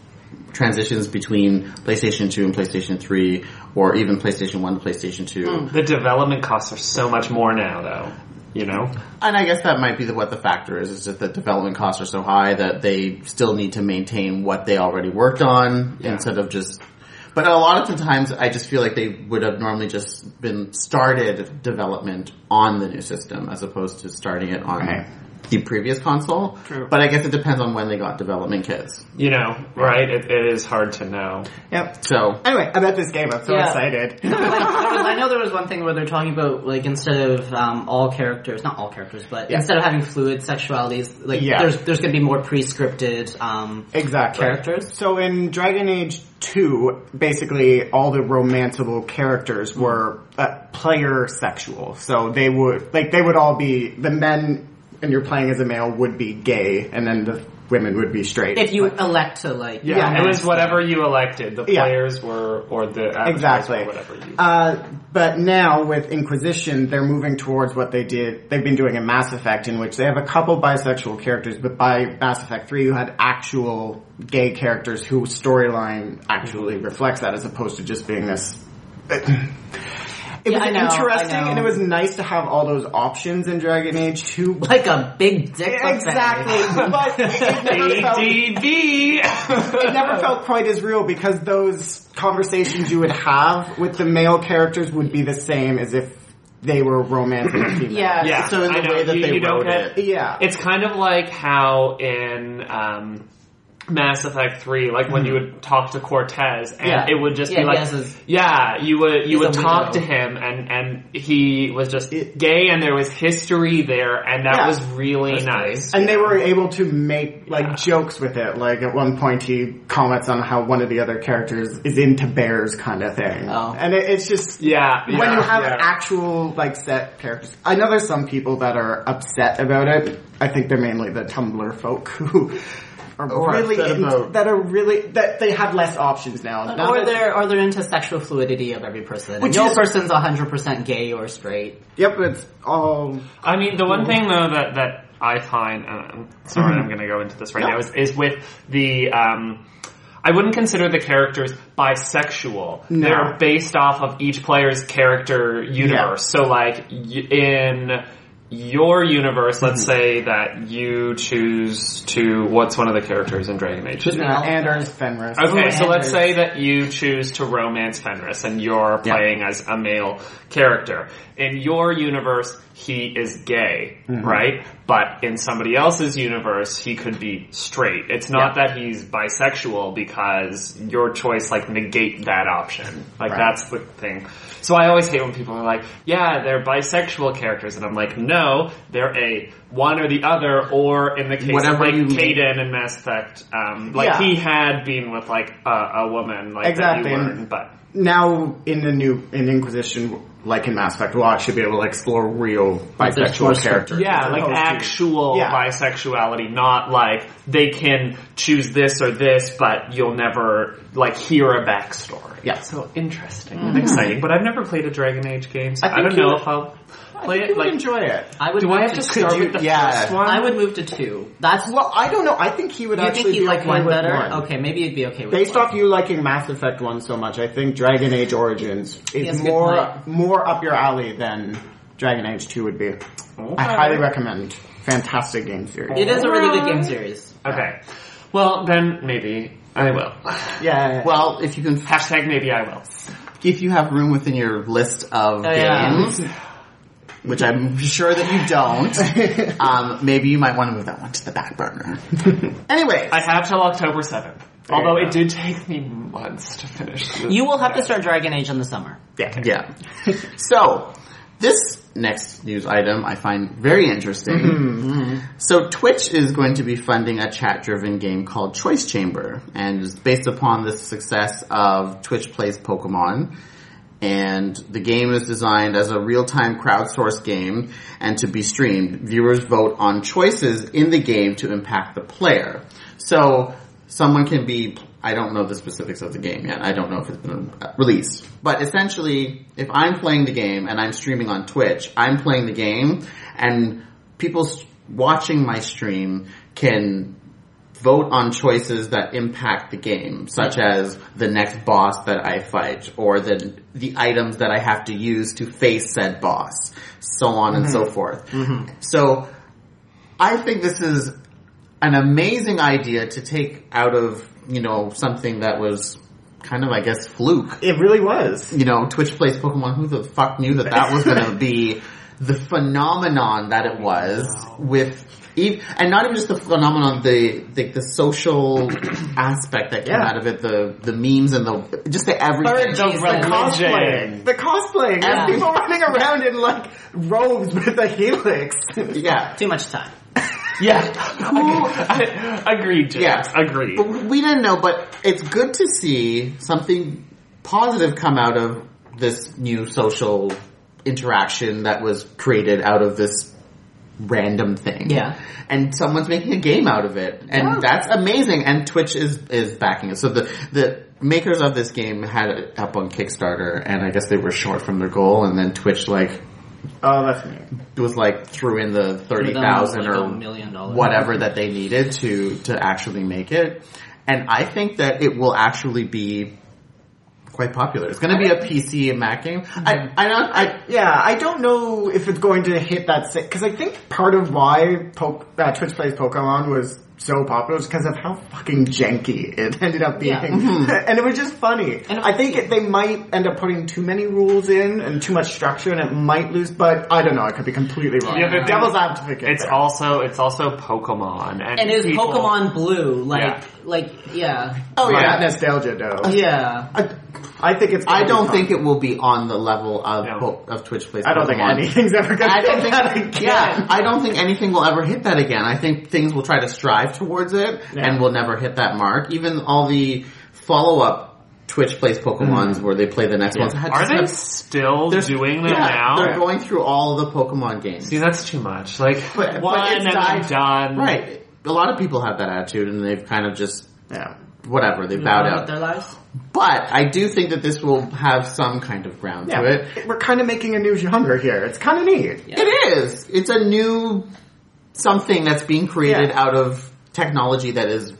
A: transitions between PlayStation 2 and PlayStation 3, or even PlayStation 1 to PlayStation 2,
D: The development costs are so much more now, though, you know?
A: and I guess that might be the, what the factor is, is that the development costs are so high that they still need to maintain what they already worked on
D: Yeah.
A: instead of just. But a lot of the times, I just feel like they would have normally just been started development on the new system as opposed to starting it on
C: Right.
A: the previous console. True. But I guess it depends on when they got development kits.
D: You know, right? It, it is hard to know.
C: Yep.
A: So
C: Anyway, about this game, I'm so
B: Yeah.
C: excited.
B: Like, there was- I know there was one thing where they're talking about like instead of um, all characters, not all characters, but
C: Yeah.
B: instead of having fluid sexualities, like
C: Yeah.
B: there's there's gonna be more pre-scripted um,
C: exactly.
B: characters.
C: So in Dragon Age 2, basically all the romanceable characters were uh, player sexual. So they would, like, they would all be, the men and you're playing as a male would be gay, and then the women would be straight.
B: If you elect to like,
D: Yeah,
C: Yeah,
D: it was whatever you elected. The
C: Yeah.
D: players were, or the avatars
C: Exactly.
D: were whatever you.
C: Uh, but now with Inquisition, they're moving towards what they did, they've been doing in Mass Effect, in which they have a couple bisexual characters, but by Mass Effect 3, you had actual gay characters whose storyline actually reflects that as opposed to just being this. It
B: Yeah,
C: was
B: I know, I
C: interesting,
B: know.
C: and it was nice to have all those options in Dragon Age 2. but-
B: like a big dick. buffet.
C: Exactly, but it never felt
D: ADB!
C: it never felt quite as real because those conversations you would have with the male characters would be the same as if they were romancing a female.
B: Yeah.
D: yeah,
A: so in the
D: I know.
A: way that
D: You-
A: they
D: you don't
A: wrote
D: get-
A: it.
C: Yeah.
D: It's kind of like how in um, Mass Effect Three, like when you
C: Mm-hmm.
D: would talk to Cortez, and
B: Yeah.
D: it would just
B: Yeah,
D: be
B: he
D: like,
B: has his-
D: yeah, you would you
B: He's
D: would
B: a
D: talk to
B: widow.
D: him, and and he was just
C: It-
D: gay, and there was history there, and that
C: Yeah.
D: was really nice.
C: and they were able to make like jokes with it. Like at one point, he comments on how one of the other characters is into bears, kind of thing.
B: Oh.
C: And it, it's just
D: yeah,
C: when you
D: yeah,
C: have
D: yeah.
C: actual like set characters. I know there's some people that are upset about it. I think they're mainly the Tumblr folk who are
A: Or
C: really
A: instead
C: in-
A: of a-
C: that are really that they have less options now. Now
B: or
C: that-
B: they're or they're into sexual fluidity of every person.
C: Which
B: and no
C: is-
B: person's hundred percent gay or straight.
C: Yep, it's all.
D: I mean, the one thing though that that I find, and I'm sorry, I'm going to go into this right
C: No.
D: now, is, is with the. Um, I wouldn't consider the characters bisexual.
C: No.
D: They're based off of each player's character universe. So, like y- in your universe, let's say that you choose to what's one of the characters in Dragon Age?
B: Uh,
C: No, Anders Fenris.
D: Okay, so let's
B: Anders.
D: say that you choose to romance Fenris and you're
A: Yeah.
D: playing as a male character. In your universe, he is gay,
A: Mm-hmm.
D: right? But in somebody else's universe, he could be straight. It's not that he's bisexual because your choice like negate that option. Like
C: Right.
D: that's the thing. So I always hate when people are like, "Yeah, they're bisexual characters," and I'm like, "No, they're a one or the other, or in the case
A: Whatever
D: of
A: you
D: like
A: mean.
D: Caden and Mass Effect, um, like
C: Yeah.
D: he had been with like a, a woman, like
C: Exactly.
D: that you weren't, but
C: now in the new in Inquisition, like in Mass Effect, we'll actually be able to explore real bisexual
B: choice.
C: characters. Oh,
D: yeah,
C: as
D: like
C: opposed to-
D: actual
C: Yeah.
D: bisexuality, not like they can choose this or this, but you'll never like hear a backstory.
C: Yeah.
D: so interesting and exciting. But I've never played a Dragon Age game, so
C: I
D: I,
C: think
D: don't
C: you
D: know
C: would-
D: if I'll play
C: I
D: it.
C: would
D: Like,
C: enjoy it.
B: I would.
D: do
B: move
D: I have
B: to
D: to
B: two.
D: start with the
A: yeah.
D: first one?
B: I would move to two. That's
C: Well, I don't know. I think he would
B: you
C: actually
B: think he
C: be
B: liked
C: okay
B: one
C: with
B: better?
C: one.
B: Okay, maybe it'd be okay with
C: Based
B: one.
C: off you liking Mass Effect one so much, I think Dragon Age Origins
B: Yes,
C: is
B: good
C: more
B: point.
C: more up your alley than Dragon Age two would be.
D: Okay.
C: I highly recommend. Fantastic game series.
B: It is a really good game series.
D: Okay, well then maybe I will.
C: Yeah. Well,
A: Well, if you can,
D: Hashtag maybe I will.
A: if you have room within your list of
B: Oh, yeah.
A: games, which I'm sure that you don't, um, maybe you might want to move that one to the back burner. anyway,
D: I have till October seventh.
C: There you
D: Although
C: go.
D: it did take me months to finish. This.
B: You will have to start Dragon Age in the summer.
A: Yeah. Yeah. so, this next news item I find very interesting. So, Twitch is going to be funding a chat driven game called Choice Chamber, and is based upon the success of Twitch Plays Pokemon. And the game is designed as a real-time crowdsourced game and to be streamed. Viewers vote on choices in the game to impact the player. So someone can be I don't know the specifics of the game yet. I don't know if it's been released. But essentially, if I'm playing the game and I'm streaming on Twitch, I'm playing the game and people s- watching my stream can vote on choices that impact the game, such as the next boss that I fight or the the items that I have to use to face said boss, so on and so forth. So I think this is an amazing idea to take out of, you know, something that was kind of, I guess, fluke.
C: it really was.
A: You know, Twitch plays Pokemon. Who the fuck knew that that was going to be the phenomenon that it was with, ev- and not even just the phenomenon, the the, the social aspect that came
C: Yeah.
A: out of it, the the memes and the just the everything.
B: Origins,
C: The
B: like,
C: cosplaying. The cosplaying.
A: Yeah.
C: There's people running around in like robes with a helix.
A: Yeah,
B: Too much time.
D: Yeah. I, agreed, James.
A: Yeah.
D: Agreed.
A: But we didn't know, but it's good to see something positive come out of this new social interaction that was created out of this random thing.
B: Yeah.
A: And someone's making a game out of it. And
B: Yeah.
A: that's amazing. And Twitch is, is backing it. So the, the makers of this game had it up on Kickstarter and I guess they were short from their goal and then Twitch like
C: Oh, that's me.
A: was like threw in the thirty thousand
B: Like a
A: or
B: million dollars.
A: whatever that they needed to to actually make it. And I think that it will actually be quite popular. It's going to be a PC and Mac game. I I don't I
C: Yeah, I don't know if it's going to hit that sick because I think part of why Poke, uh, Twitch Plays Pokemon was so popular is because of how fucking janky it ended up being,
B: Yeah.
A: Mm-hmm.
C: and it was just funny.
B: And it-
C: I think it, they might end up putting too many rules in and too much structure, and it might lose. But I don't know. I could be completely wrong.
D: The other thing-
C: Devil's advocate. Oh,
D: It's
C: there.
D: also it's also Pokemon and,
B: And is
D: people-
B: Pokemon Blue like
D: Yeah.
B: like yeah
A: oh
C: My
A: yeah.
C: nostalgia though.
B: yeah?
A: I,
C: I think it's. gonna
A: I
C: Mm-hmm. be
A: don't
C: fun.
A: think it will be on the level of
D: No.
A: po- of Twitch plays.
C: I don't think
A: Pokemon.
C: anything's ever going to
A: I don't
C: hit
A: think
C: that again.
A: yeah, I don't think anything will ever hit that again. I think things will try to strive towards it
C: Yeah.
A: and will never hit that mark. Even all the follow up Twitch plays
C: Mm.
A: Pokemon's where they play the next ones. had-
D: Are they
A: had-
D: still
A: they're-
D: doing them
A: yeah,
D: now?
A: They're going through all the Pokemon games.
D: See, that's too much. Like
A: But- but
D: one
A: it's
D: and I'm
A: died-
D: done.
A: Right. a lot of people have that attitude, and they've kind of just
C: Yeah.
A: whatever they bowed
B: About
A: out.
B: their lives.
A: But I do think that this will have some kind of ground
C: Yeah.
A: to it.
C: We're kind of making a new genre here. It's kind of neat.
B: Yeah.
A: It is. It's a new something that's being created
C: Yeah.
A: out of technology that is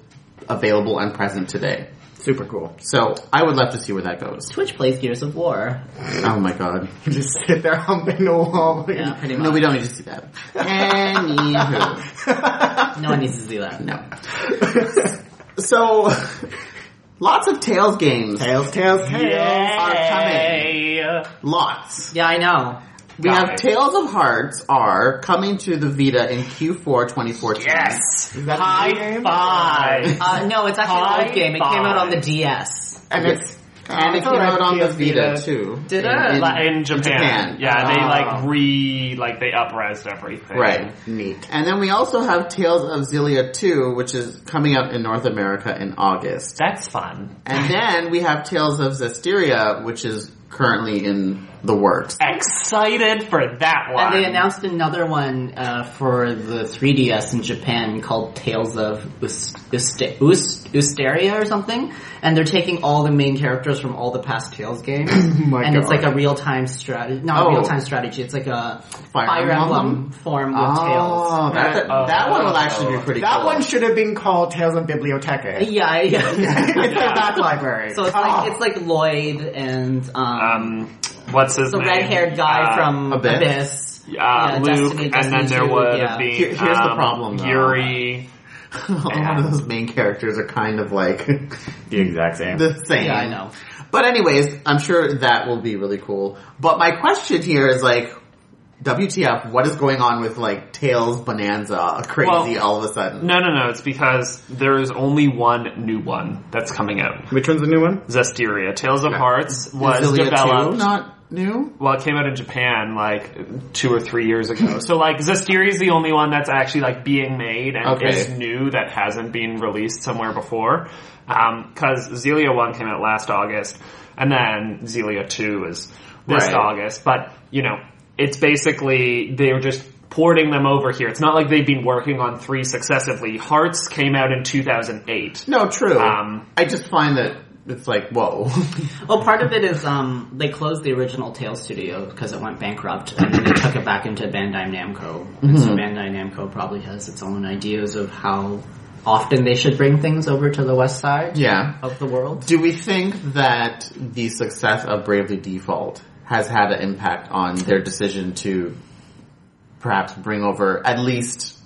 A: available and present today.
C: Super cool.
A: So I would love to see where that goes.
B: Twitch plays Gears of War.
A: Oh my god.
C: Just sit there humping the wall.
B: Yeah, pretty much.
A: No, we don't need to see that. Anywho.
B: No one needs to see that.
A: No. so, lots of Tails games
C: Tails, tails, tails.
A: are coming.
E: Hey.
A: Lots.
B: Yeah, I know.
A: We
D: Got
A: have
D: it.
A: Tales of Hearts are coming to the Vita in Q4 2014.
E: Yes.
C: Is that a new
E: High
C: game?
E: five.
B: Uh, no, it's actually an old
E: High
B: game. It came out on the
E: five.
B: DS.
C: And it's
A: And it
C: it's
A: came
C: alright,
A: out on the
C: PS
A: Vita, too.
B: Did
A: In-
B: it?
A: in-
D: Like, in Japan.
A: Japan.
D: Yeah, they
C: Oh.
D: like re like they upresed everything.
A: Right.
C: neat.
A: And then we also have Tales of Zillia 2, which is coming out in North America in August.
E: That's fun.
A: And then we have Tales of Zestiria, which is currently in the works.
E: Excited for that one.
B: And they announced another one uh, for the 3DS in Japan called Tales of Us- Uste- Us- Usteria or something. And they're taking all the main characters from all the past Tales games.
C: my
B: and it's
C: God.
B: like a real time strategy. Not
A: Oh.
B: real time strategy. It's like a
A: Fire
B: Fire,
A: Emblem?
B: Emblem, form with
A: Oh, that, that,
D: Oh.
A: that one will actually be pretty
C: That
A: cool.
C: one should have been called Tales of Bibliotheca.
B: Tails. Yeah, yeah.
C: it's their back library.
B: so it's
C: Oh.
B: like it's like Lloyd and um,
D: Um, what's his
B: the
D: name?
B: red haired guy
D: Uh,
B: from
A: Abyss?
B: Abyss.
D: uh,
B: yeah,
D: Luke,
B: Destiny-
D: and
B: Destiny
D: then there
B: two,
D: would
B: yeah.
D: have been
A: Here- here's the
D: um,
A: problem, though.
D: Yuri.
A: A lot of those main characters are kind of like
C: the exact same.
A: the same.
B: Yeah, I know.
A: But anyways, I'm sure that will be really cool. But my question here is like, WTF, what is going on with like Tails Bonanza crazy
D: Well,
A: all of a sudden?
D: No, no, no. It's because there is only one new one that's coming out.
C: Which one's the new one?
D: Zestiria, Tales of Hearts, was
A: Zillia 2
D: developed.
A: not new?
D: well, it came out in Japan like two or three years ago. so like Zestiria is the only one that's actually like being made and
A: Okay.
D: is new that hasn't been released somewhere before. Because Zelia one came out last August, and then Zelia two is this
A: Right.
D: August. But you know, it's basically they're just porting them over here. It's not like they've been working on three successively. Hearts came out in two thousand eight.
A: No, true.
D: Um,
A: I just find that it's like, whoa.
B: Well, part of it is um, they closed the original Tails studio because it went bankrupt, and then they took it back into Bandai Namco.
D: Mm-hmm.
B: And so Bandai Namco probably has its own ideas of how often they should bring things over to the west side
A: yeah.
B: of the world.
A: Do we think that the success of Bravely Default has had an impact on their decision to perhaps bring over at least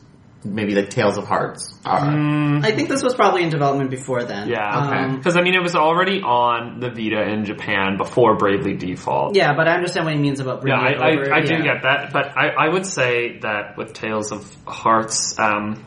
A: maybe the Tales of Hearts? Are?
D: Mm,
B: I think this was probably in development before then.
D: Mm-hmm. Yeah,
B: Um,
D: Because I mean, it was already on the Vita in Japan before Bravely Default.
B: yeah, but I understand what he means about
D: Yeah,
B: bringing
D: I,
B: it over.
D: I, I do
B: yeah.
D: get that, but I, I would say that with Tales of Hearts, um,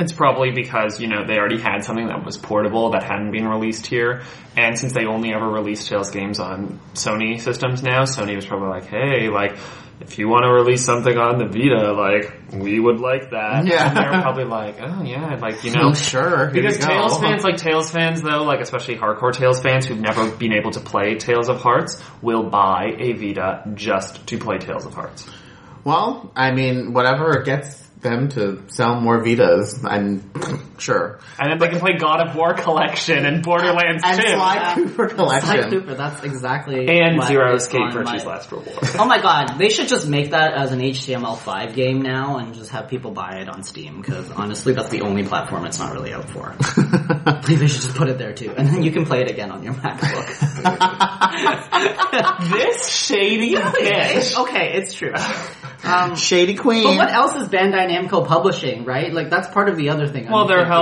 D: it's probably because, you know, they already had something that was portable that hadn't been released here, and since they only ever release Tales games on Sony systems now, Sony was probably like, hey, like, if you want to release something on the Vita, like, we would like that.
A: Yeah.
D: And they're probably like, oh yeah, like, you
A: Oh,
D: know,
A: sure. here
D: because
A: you go.
D: Tails fans, like Tails fans though, like especially hardcore Tails fans who've never been able to play Tales of Hearts, will buy a Vita just to play Tales of Hearts.
A: Well, I mean, whatever gets them to sell more Vitas, I'm sure.
D: And then they can play God of War Collection and Borderlands
A: And
D: 2.
A: Sly Cooper
B: Like,
A: Collection.
B: Super, that's exactly
D: and
B: what
D: Zero
B: is
D: Escape
B: on my-
D: Virtue's Last Reward.
B: Oh my god, they should just make that as an HTML5 game now and just have people buy it on Steam because honestly, that's the only platform it's not really out for. they should just put it there too, and then you can play it again on your MacBook.
E: this shady bitch.
B: okay, it's true. Um,
A: Shady Queen.
B: But what else is Bandai Namco publishing, right? Like that's part of the other thing. I'm
D: well, they're
B: thinking.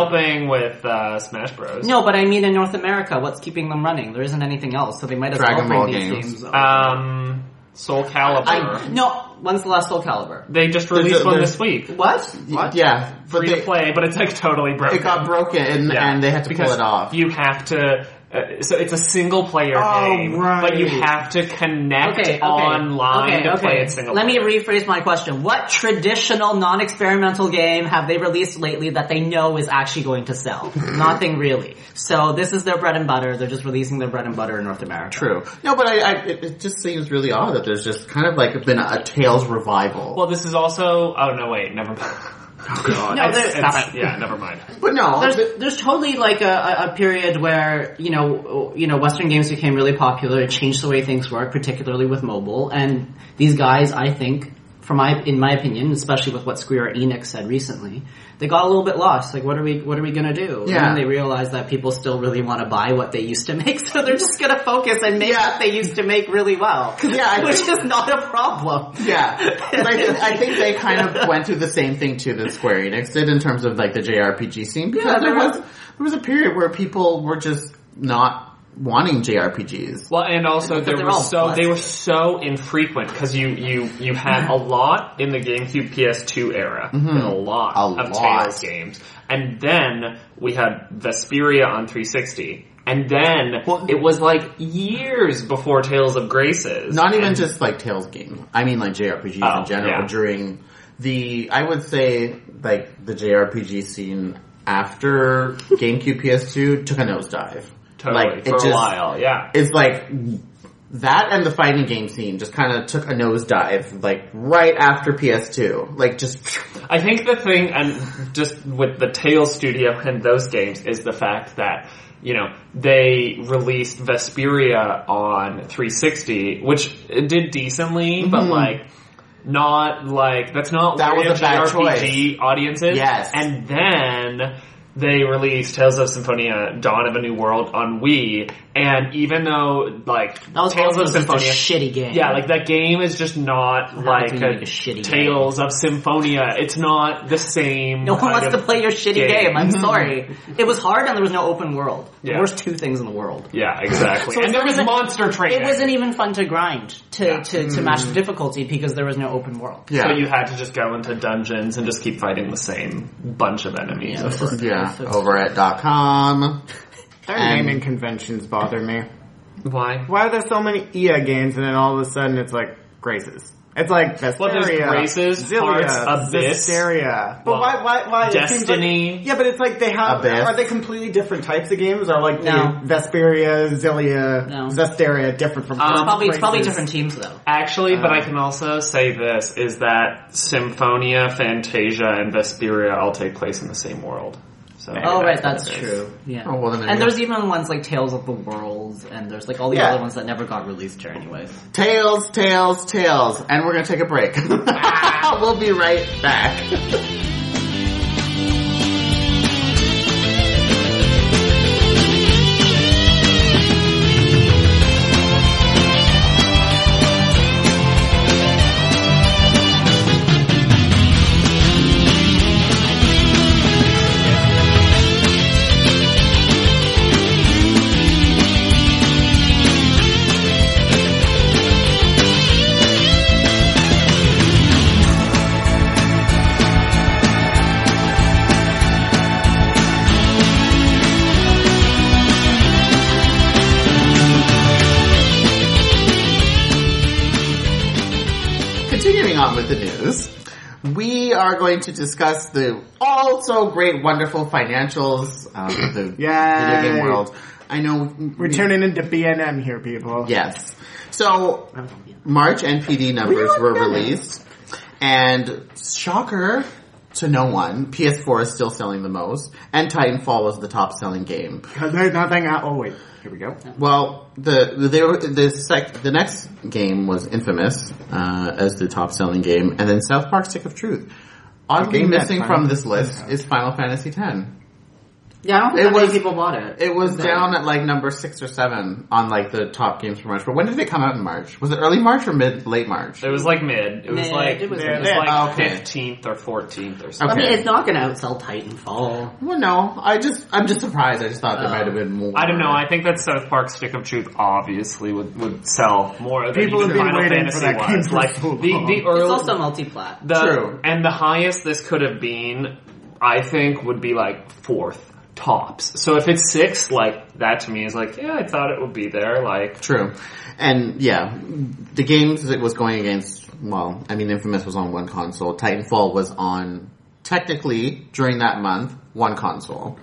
D: helping with uh, Smash Bros.
B: No, but I mean in North America, what's keeping them running? There isn't anything else, so they might as
A: Dragon
B: well
A: Ball
B: bring these
A: games.
B: games. over.
D: Um, Soul Calibur.
B: I, no, when's the last Soul Calibur?
D: they just
A: There's a-
D: released one
A: there's-
D: this week.
B: What?
A: Yeah, but
D: Free to
A: they,
D: play, but it's like totally broken.
A: it got broken and,
D: Yeah.
A: and they had to
D: because
A: pull it off.
D: You have to. Uh, so it's a single player
C: Oh,
D: game,
C: right.
D: but you have to connect
B: okay, okay,
D: online
B: okay,
D: to
B: okay.
D: play it single.
B: Let me
D: player.
B: rephrase my question. What traditional non-experimental game have they released lately that they know is actually going to sell? Nothing really. So this is their bread and butter. They're just releasing their bread and butter in North America.
A: True. No, but I, I it, it just seems really odd that there's just kind of like been a, Tails revival.
D: Well, this is also. Oh no, wait, never mind. Oh god.
B: No,
D: It's-
B: there-
D: it's-
B: stop
D: Yeah, never mind.
A: But no,
B: There's, there's totally like a, a- a period where you know you know Western games became really popular. It changed the way things work, particularly with mobile. And these guys, I think, from my in my opinion, especially with what Square Enix said recently, they got a little bit lost. Like, what are we what are we gonna do?
A: Yeah.
B: And then they realized that people still really want to buy what they used to make, so they're just gonna focus and make
A: Yeah.
B: what they used to make really well.
A: Yeah, I
B: which is not a problem.
A: Yeah, but I think, I think they kind of went through the same thing too that Square Enix did in terms of like the JRPG scene because
B: Yeah,
A: there
B: there
A: was there was a period where people were just not wanting JRPGs.
D: Well, and also
B: But
D: there
B: they're
D: were
B: all
D: so
B: plastic.
D: they were so infrequent because you you you had a lot in the GameCube PS2 era, and a lot
A: Mm-hmm. A
D: of
A: lot.
D: Tails games, and then we had Vesperia on 360, and then
A: Well-
D: it was like years before Tales of Graces.
A: Not even
D: And-
A: just like Tales game. I mean like JRPGs
D: Oh,
A: in general
D: yeah.
A: during the I would say like the JRPG scene after GameCube PS2 took a nosedive.
D: totally
A: like,
D: for
A: it just-
D: a while. Yeah,
A: It's like that and the fighting game scene just kind of took a nosedive like right after PS2. Like just
D: I think the thing, and just with the Tails Studio and those games, is the fact that you know they released Vesperia on 360, which it did decently, but like not like that's not
A: That
D: where
A: was a bad
D: JRPG audiences.
A: Yes.
D: and then. They released Tales of Symphonia: Dawn of a New World on Wii, and even though like
B: That was
D: Tales
B: also
D: of
B: just a
D: Symphonia,
B: shitty game.
D: yeah, like that game is just not like
B: can
D: a,
B: make a shitty
D: Tales of Symphonia. It's not the same.
B: No one
D: kind
B: wants
D: of-
B: to play your shitty
D: game.
B: game. I'm sorry. It was hard and there was no open world.
D: Yeah.
B: The worst two things in the world.
D: Yeah, exactly. and there was
B: wasn't-
D: monster training.
B: It wasn't even fun to grind to,
D: Yeah.
B: to, to match the
A: Mm.
B: difficulty because there was no open world.
A: yeah.
D: So you had to just go into dungeons and just keep fighting the same bunch of enemies.
B: Yeah.
D: over.
A: Yeah, over at dot .com.
C: Their
A: And-
C: naming conventions bother me.
D: Why?
C: Why are there so many EA games and then all of a sudden it's like Graces? It's like Vesperia,
D: Well, there's Graces,
C: Zillia,
D: Hearts, Abyss.
C: Zisteria. But
D: Well,
C: why, why, why? it seems like-
D: Destiny.
C: yeah, but it's like they have,
A: Abyss.
C: are they completely different types of games? Are like
B: No.
C: the Vesperia, Zillia,
B: No.
C: Zesteria different from
B: It's
D: Um,
B: probably, it's probably
C: Graces?
B: different teams though.
D: Actually, but
B: Uh.
D: I can also say this is that Symphonia, Fantasia, and Vesperia all take place in the same world. So
B: Oh right,
D: what
B: that's
D: it is.
B: true. Yeah.
A: Oh, well, then there you
B: and
A: go.
B: there's even ones like Tales of the World and there's like all the
A: Yeah.
B: other ones that never got released here anyways.
A: Tails, tails, tails. And we're gonna take a break. we'll be right back. Continuing on with the news, we are going to discuss the also great, wonderful financials of the
C: Yay.
A: video game world. I know
C: We're tuning into BNM here, people.
A: Yes. So March NPD numbers were released, and shocker to no one, PS4 is still selling the most, and Titanfall was the top selling game.
C: Because there's nothing. out- oh wait, here we go.
A: Well, the they were, the sec, the next game was Infamous uh, as the top selling game, and then South Park: Stick of Truth. Oddly
C: game that
A: missing
C: Final
A: from this list is Final Fantasy X.
B: Yeah, I don't
A: It
B: think that many
A: was-
B: people bought it.
A: It was down at like number six or seven on like the top games for March. But when did it come out in March? Was it early March or mid late March?
D: It was like mid. It was
B: Mid,
D: like
B: it was
D: it was
C: mid.
D: like
A: Oh, Okay.
D: fifteenth or fourteenth or
B: I
D: something.
B: mean
A: okay.
B: it's not gonna outsell Titanfall.
A: Well, no, I just I'm just surprised. I just thought there
B: Oh.
A: might have been more.
D: Uh, I don't know. I think that South Park Stick of Truth obviously would, would sell more than
C: People
D: even
C: have been
D: Final
C: waiting
D: Fantasy
C: for that game
D: was.
C: for
D: Like
C: so
D: the
C: long.
D: the
B: It's
D: early
B: also multi-plat.
D: the
A: True.
D: and the highest this could have been, I think, would be like fourth tops. So if it's sixth, like that to me is like yeah, I thought it would be there. Like
A: True, and yeah, the games that was going against. Well, I mean, Infamous was on one console. Titanfall was on technically during that month one console.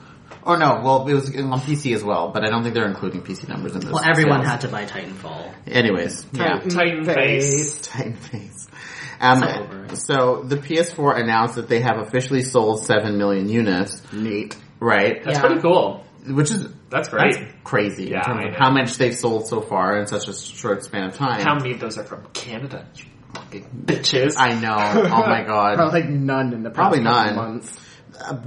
A: Or no, well, it was on PC as well, but I don't think they're including PC numbers in this.
B: Well everyone
A: sales.
B: had to buy Titanfall.
C: Mm-hmm.
A: Anyways, yeah,
D: Titan Face.
A: Titan face. Um, so the PS4 announced that they have officially sold 7 million units. Neat. Right?
D: That's
B: Yeah.
D: pretty cool.
A: Which is
D: That's great.
A: that's crazy
D: Yeah,
A: in terms
D: I
A: of
D: know.
A: how much they've sold so far in such a short span of time.
D: How many of those are from Canada? You fucking bitches.
A: I know. Oh my
C: Probably
A: god.
C: like none in the past
A: Probably
C: couple
A: none.
C: months.
A: Uh,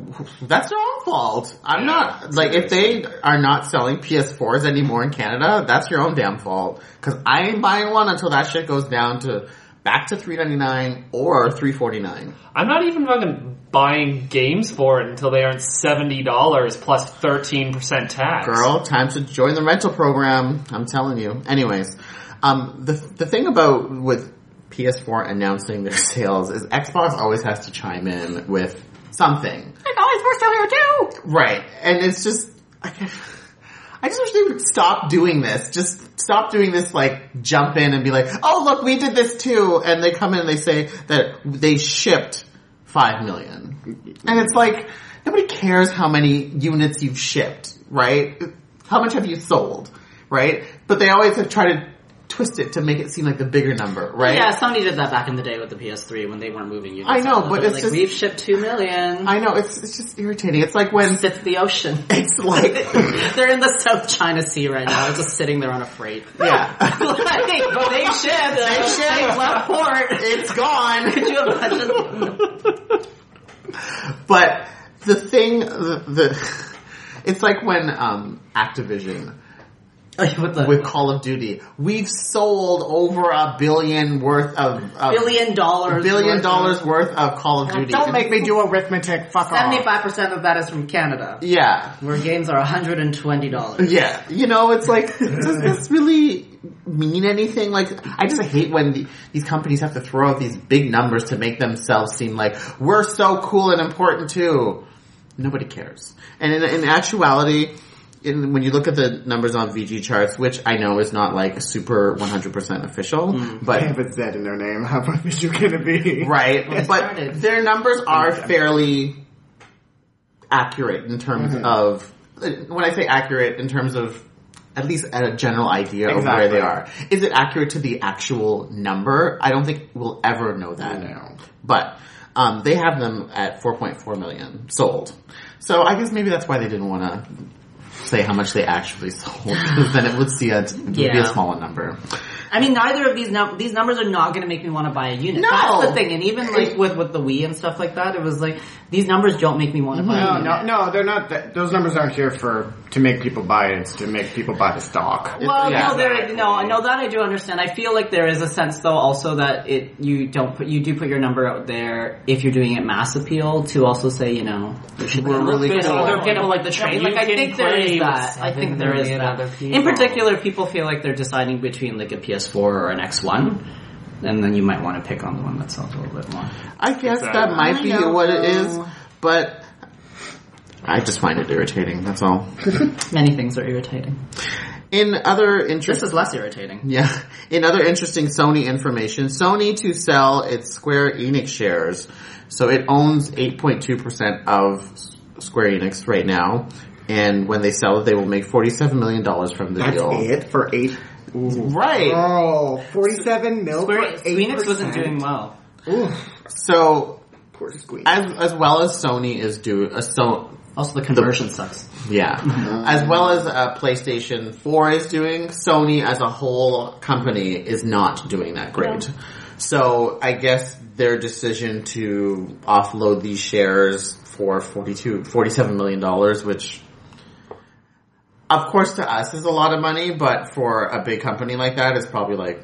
A: That's their own fault. I'm
D: Yeah,
A: not, like, if they are not selling PS4s anymore in Canada, that's your own damn fault. Cause I ain't buying one until that shit goes down to back to 399 or 349
D: I'm not even fucking buying games for it until they aren't seventy dollars plus thirteen percent tax.
A: Girl, time to join the rental program. I'm telling you. Anyways, um, the the thing about with PS4 announcing their sales is Xbox always has to chime in with something.
B: It's always worse down here too.
A: Right. And it's just, I, can't- I just wish they would stop doing this. Just stop doing this, like, jump in and be like, oh, look, we did this too. And they come in and they say that they shipped 5 million. And it's like, nobody cares how many units you've shipped, right? How much have you sold, right? But they always have tried to twist it to make it seem like the bigger number, right?
B: Yeah, Sony did that back in the day with the PS3 when they weren't moving units.
A: I know,
B: out. They
A: but
B: were
A: it's
B: like,
A: just-
B: we've shipped two million.
A: I know, it's, it's just irritating. It's like when,
B: Sit the ocean.
A: it's like,
B: They're in the South China Sea right now, just sitting there on a freight.
A: yeah.
B: like, they shipped. They
A: shipped.
B: left port.
A: It's gone.
B: Could you imagine?
A: But the thing, the, the it's like when um, Activision
B: Like, with the
A: with Call of Duty, we've sold over a billion worth of, of
B: billion dollars.
A: billion
B: worth
A: dollars worth of Call of Duty.
C: Don't make me do arithmetic. Fuck off.
B: Seventy-five percent of that is from Canada,
A: yeah,
B: where games are hundred and twenty dollars.
A: yeah. You know, it's like does this really mean anything? Like, I just hate when the, these companies have to throw out these big numbers to make themselves seem like we're so cool and important too. nobody cares. And in, in actuality, in, when you look at the numbers on VG charts, which I know is not like super 100% official,
C: They
A: but
C: have a Z in their name. How much is you gonna be?
A: right,
B: Well, it
A: but
B: started.
A: their numbers are fairly accurate in terms
B: Mm-hmm.
A: of when I say accurate in terms of at least a general idea of where
C: Exactly.
A: they are. Is it accurate to the actual number? I don't think we'll ever know that.
C: No.
A: But um, they have them at 4.4 million sold. So I guess maybe that's why they didn't want to say how much they actually sold, because then it would see a it would be
B: Yeah.
A: a smaller number.
B: I mean, neither of these num- these numbers are not going to make me want to buy a unit.
A: No.
B: That's the thing. And even like with with the Wii and stuff like that, it was like these numbers don't make me want to buy. a
C: No,
B: unit.
C: no, no. They're not. That, those numbers aren't here for to make people buy it. It's to make people buy the stock.
B: Well,
A: Yeah.
B: no, there, no, no, that I do understand. I feel like there is a sense, though, also that it you don't put you do put your number out there if you're doing it mass appeal to also say you know
A: We're really
B: there's
A: cool.
B: other people like the train.
E: You
B: Like I
E: can
B: think there
E: play
B: is
E: with
B: that. I
E: seven
B: think there is
E: million
B: that.
E: other people.
B: In particular, people feel like they're deciding between like a PS4 or an X1, and then you might want to pick on the one that sells a little bit more.
A: I guess that
D: Exactly.
A: might
B: I
A: be
B: don't
A: what it is,
B: know.
A: but I just find it irritating. That's all.
B: Many things are irritating.
A: In other
B: This
A: interest,
B: is less irritating.
A: yeah, in other interesting Sony information, Sony to sell its Square Enix shares, so it owns 8.2 percent of S- Square Enix right now. And when they sell it, they will make forty-seven million dollars from the deal.
C: for eight.
A: Right.
B: Uh.
C: Oh, 47 mil
B: Square-
C: for
B: Phoenix
C: 8%.
B: wasn't doing well.
C: Oof,
A: So
C: poor squeak.
A: as as well as Sony is do uh, so
B: Also, the conversion sucks.
A: Yeah. As well as uh, PlayStation 4 is doing, Sony as a whole company is not doing that great. So I guess their decision to offload these shares for 42, 47 million dollars, which of course to us is a lot of money, but for a big company like that is probably like,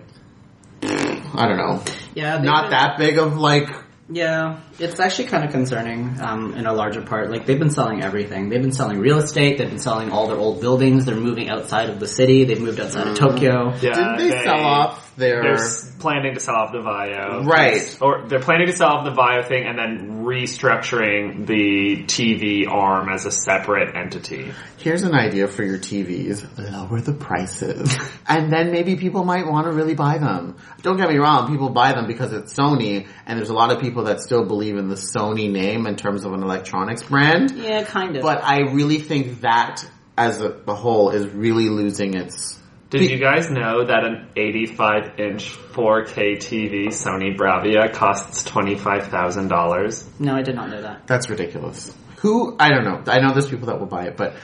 A: I don't know,
B: Yeah, they've
A: not
B: been-
A: that big of like,
B: Yeah, it's actually kind of concerning um, in a larger part. Like they've been selling everything. They've been selling real estate. They've been selling all their old buildings. They're moving outside of the city. They've moved outside of Tokyo.
D: Yeah,
A: didn't they, sell off
D: They're
A: their,
D: s- planning to sell off the Vio,
A: Right.
D: Or they're planning to sell off the Vio thing and then restructuring the TV arm as a separate entity.
A: Here's an idea for your TVs. Lower the prices. and then maybe people might want to really buy them. Don't get me wrong, people buy them because it's Sony, and there's a lot of people that still believe in the Sony name in terms of an electronics brand.
B: Yeah, kind of.
A: But I really think that as a, a whole is really losing its
D: Did you guys know that an 85 inch 4K TV Sony Bravia costs $25,000?
B: No, I did not know that.
A: That's ridiculous. Who? I don't know. I know there's people that will buy it, but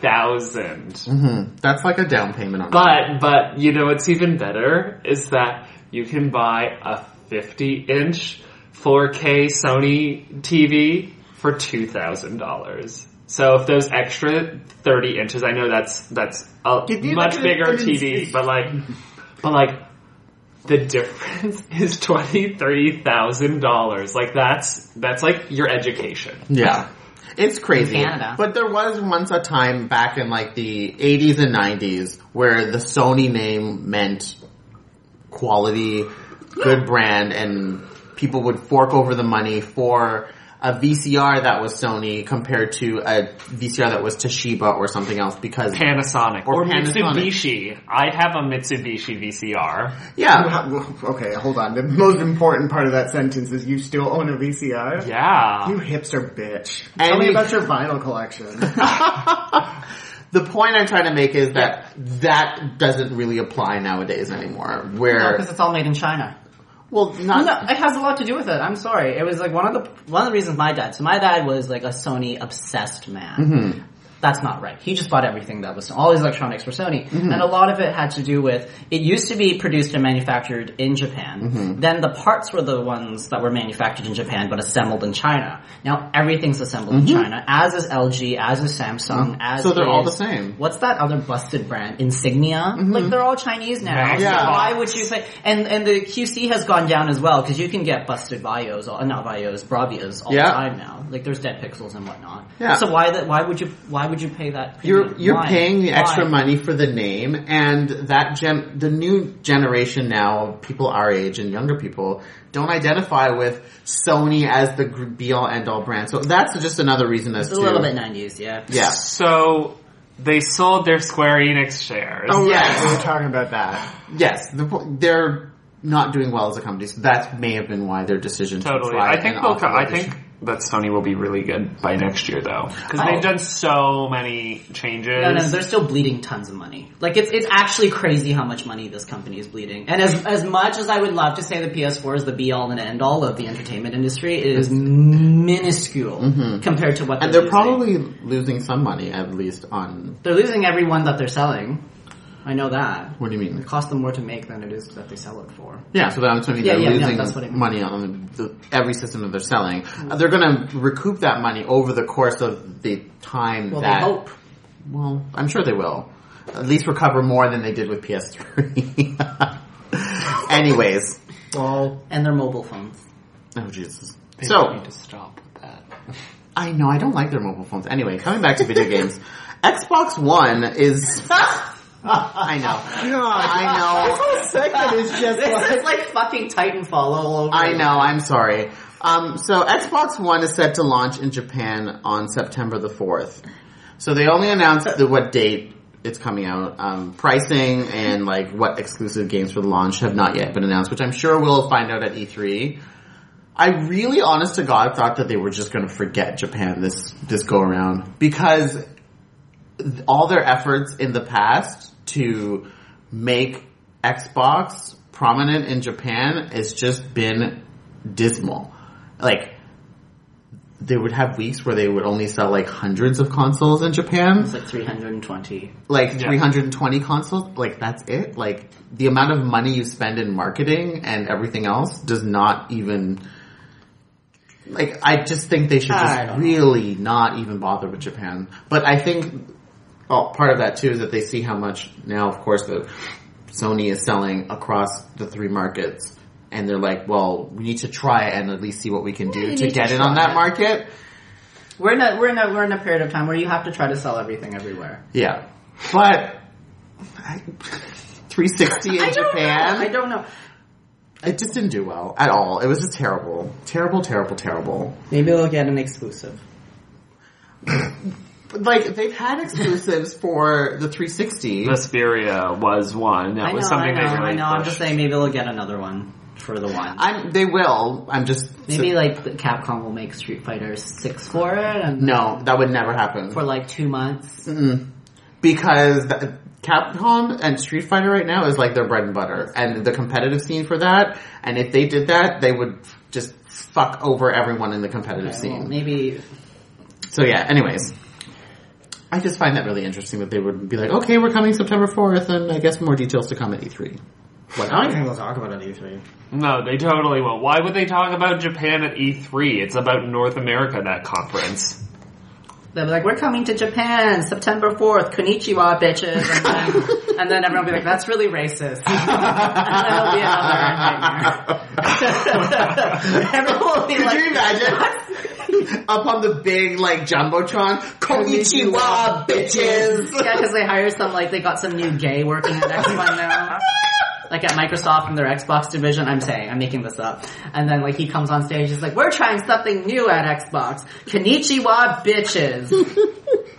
D: 25,000!
A: mhm, that's like a down payment on.
D: But, but, you know what's even better is that you can buy a 50 inch 4K Sony TV for $2,000. So if those extra 30 inches, I know that's, that's a
A: Give me
D: much
A: like a-
D: bigger
A: an
D: TV,
A: inch.
D: but like, but like, the difference is $23,000. Like that's, that's like your education.
A: Yeah. It's crazy.
B: In Canada.
A: But there was once a time back in like the 80s and 90s where the Sony name meant quality, good brand, and people would fork over the money for a VCR that was Sony compared to a VCR that was Toshiba or something else because,
D: Panasonic or,
A: Or Panasonic.
D: Mitsubishi. I have a Mitsubishi VCR.
A: yeah,
C: Okay, hold on. The most important part of that sentence is you still own a VCR?
D: Yeah.
C: You hipster bitch.
A: And
C: Tell me
A: you-
C: about your vinyl collection. Oh,
A: the point I'm trying to make is that that doesn't really apply nowadays anymore. Where,
B: because it's all made in China.
A: well, not,
B: No, it has a lot to do with it. I'm sorry. It was like one of the one of the reasons my dad. So my dad was like a Sony obsessed man.
A: Mm-hmm.
B: That's not right. He just bought everything that was all his electronics were Sony,
A: Mm-hmm.
B: and a lot of it had to do with it used to be produced and manufactured in Japan.
A: Mm-hmm.
B: Then the parts were the ones that were manufactured in Japan but assembled in China. Now everything's assembled in China, as is LG, as is Samsung, as
A: Mm-hmm. So they're all
B: is-
A: the same. Mm-hmm.
B: What's that other busted brand? Insignia. Like they're all Chinese now.
D: Yeah.
B: So why would you say? And and the QC has gone down as well because you can get busted bios, all, not bios, bravias all
A: Yeah.
B: the time now. Like there's dead pixels and whatnot.
A: Yeah.
B: So why that? Why would you? Why would you pay that? Premium?
A: You're you're
B: Why?
A: paying the
B: Why?
A: extra money for the name, and that gen the new generation now, people our age and younger people, don't identify with Sony as the be all end all brand. So that's just another reason as
B: It's a
A: to
B: little bit nineties, yeah.
A: Yeah.
E: So they sold their Square Enix shares.
D: Oh,
A: yes.
C: We were talking about that.
A: Yes. The, po- they're not doing well as a company, so that may have been why their decision to
D: Totally.
A: try
D: I think
A: an
D: they'll.
A: awful
D: I
A: edition.
D: think that Sony will be really good by next year, though, because
A: I-
E: Oh.
D: they've done so many changes.
B: No, no, they're still bleeding tons of money. Like it's it's actually crazy how much money this company is bleeding. And as as much as I would love to say the PS4 is the be all and end all of the entertainment industry, it is minuscule compared to what
A: Mm-hmm.
B: they're
A: and they're
B: losing.
A: probably losing some money at least on.
B: they're losing everyone that they're selling. I know that.
A: What do you mean?
B: It costs them more to make than it is that they sell it for.
A: Yeah, so that's what I mean.
B: Yeah,
A: they're
B: yeah, no,
A: losing
B: that's what I mean.
A: money on the, every system that they're selling. Uh, They're going to recoup that money over the course of the time
B: Well,
A: that.
B: they hope.
A: Well, I'm sure they will. At least recover more than they did with PS3. Anyways,
B: Well, and their mobile phones.
A: oh Jesus.
D: I
A: So
D: need to stop with that.
A: I know I don't like their mobile phones. Anyway, coming back to video games, Xbox One is. I know. I know.
C: Second is just
B: This is like fucking Titanfall all over.
A: I know, I'm sorry. Um, so Xbox One is set to launch in Japan on September the 4th. So they only announced the, what date it's coming out. Um, pricing and like what exclusive games for the launch have not yet been announced, which I'm sure we'll find out at E E3. I really, honest to God, thought that they were just going to forget Japan this this go around because th- all their efforts in the past to make Xbox prominent in Japan has just been dismal. Like they would have weeks where they would only sell like hundreds of consoles in Japan,
B: It's like 320.
A: like 320 consoles. Like that's it. Like the amount of money you spend in marketing and everything else does not even. Like I just think they should
B: I
A: just
B: don't know.
A: really not even bother with Japan. But I think oh, part of that too is that they see how much now, of course, that Sony is selling across the three markets, and they're like, well, we need to try and at least see what we can do
B: you
A: to
B: need
A: get
B: to
A: in on
B: try
A: that
B: it.
A: market.
B: We're in a we're in a we're in a period of time where you have to try to sell everything everywhere.
A: Yeah, but. I- 360 in
B: I don't
A: Japan.
B: know. I don't know.
A: It just didn't do well at all. It was just terrible. Terrible, terrible, terrible.
B: Maybe they'll get an exclusive.
A: But, Like, they've had exclusives for the 360.
D: Vesperia was one. That
B: I know,
D: was something
B: I know,
D: they really
B: I know. I'm
D: pushed.
B: just saying maybe they'll get another one for the one.
A: I'm, they will. I'm just.
B: maybe like Capcom will make Street Fighter 6 for it and
A: No, that would never happen.
B: for like 2 months.
A: Because th- Capcom and Street Fighter right now is like their bread and butter, and the competitive scene for that. And if they did that, they would just fuck over everyone in the competitive
B: Well,
A: scene.
B: maybe
A: So yeah. Anyways, I just find that really interesting that they would be like, okay, we're coming September fourth, and I guess more details to come at E three.
C: I don't even think we'll talk about it E3.
D: No, they totally will. Why would they talk about Japan at E3? It's about North America, that conference.
B: they'll be like, "We're coming to Japan, September fourth, Konnichiwa, bitches," and then, and then everyone will be like, "That's really racist." and that'll be another nightmare. everyone will be
A: Could
B: like,
A: you imagine? Up on the big, like, Jumbotron, Konnichiwa, bitches!
B: Yeah, because they hired some like they got some new gay working at X One now. Like at Microsoft in their Xbox division, I'm saying, I'm making this up. And then like he comes on stage, he's like, we're trying something new at Xbox. Konnichiwa bitches.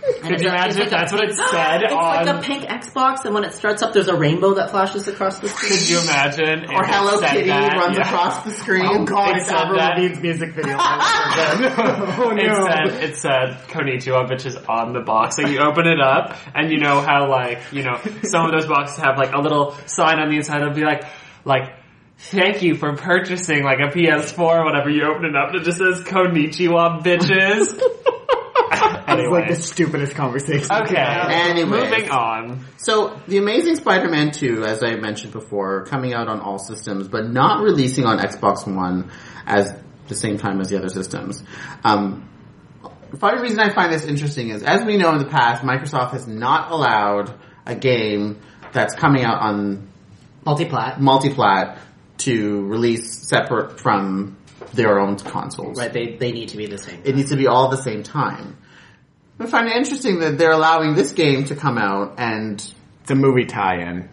B: And
E: Could
B: it's
E: you
B: like-
E: imagine if
B: it's like
E: that's
B: a,
E: what it said
B: It's
E: on?
B: like a pink Xbox and when it starts up there's a rainbow that flashes across the screen.
E: could you imagine? if
A: Or
E: it
A: Hello
E: said
A: Kitty
E: that?
A: runs
E: Yeah.
A: across the screen.
C: Oh god, it's
E: said
C: Avril
E: that-
C: Lavigne's music video. oh
E: It said, it said, Konnichiwa, bitch, is on the box. Like, you open it up, and you know how, like, you know, some of those boxes have, like, a little sign on the inside. It'll be like, like, thank you for purchasing, like, a PS4 or whatever. You open it up, and it just says, Konnichiwa, bitches.
C: It's like
E: anyway.
C: the stupidest conversation.
E: okay.
A: Anyways.
E: Moving on.
A: So, The Amazing Spider-Man 2, as I mentioned before, coming out on all systems, but not releasing on Xbox One as the same time as the other systems. Um, part of the reason I find this interesting is, as we know in the past, Microsoft has not allowed a game that's coming out on
B: Multiplat.
A: multiplat to release separate from their own consoles.
B: Right, they, they need to be the same.
A: It needs to be all at the same time. I find it interesting that they're allowing this game to come out and
C: It's a movie tie-in.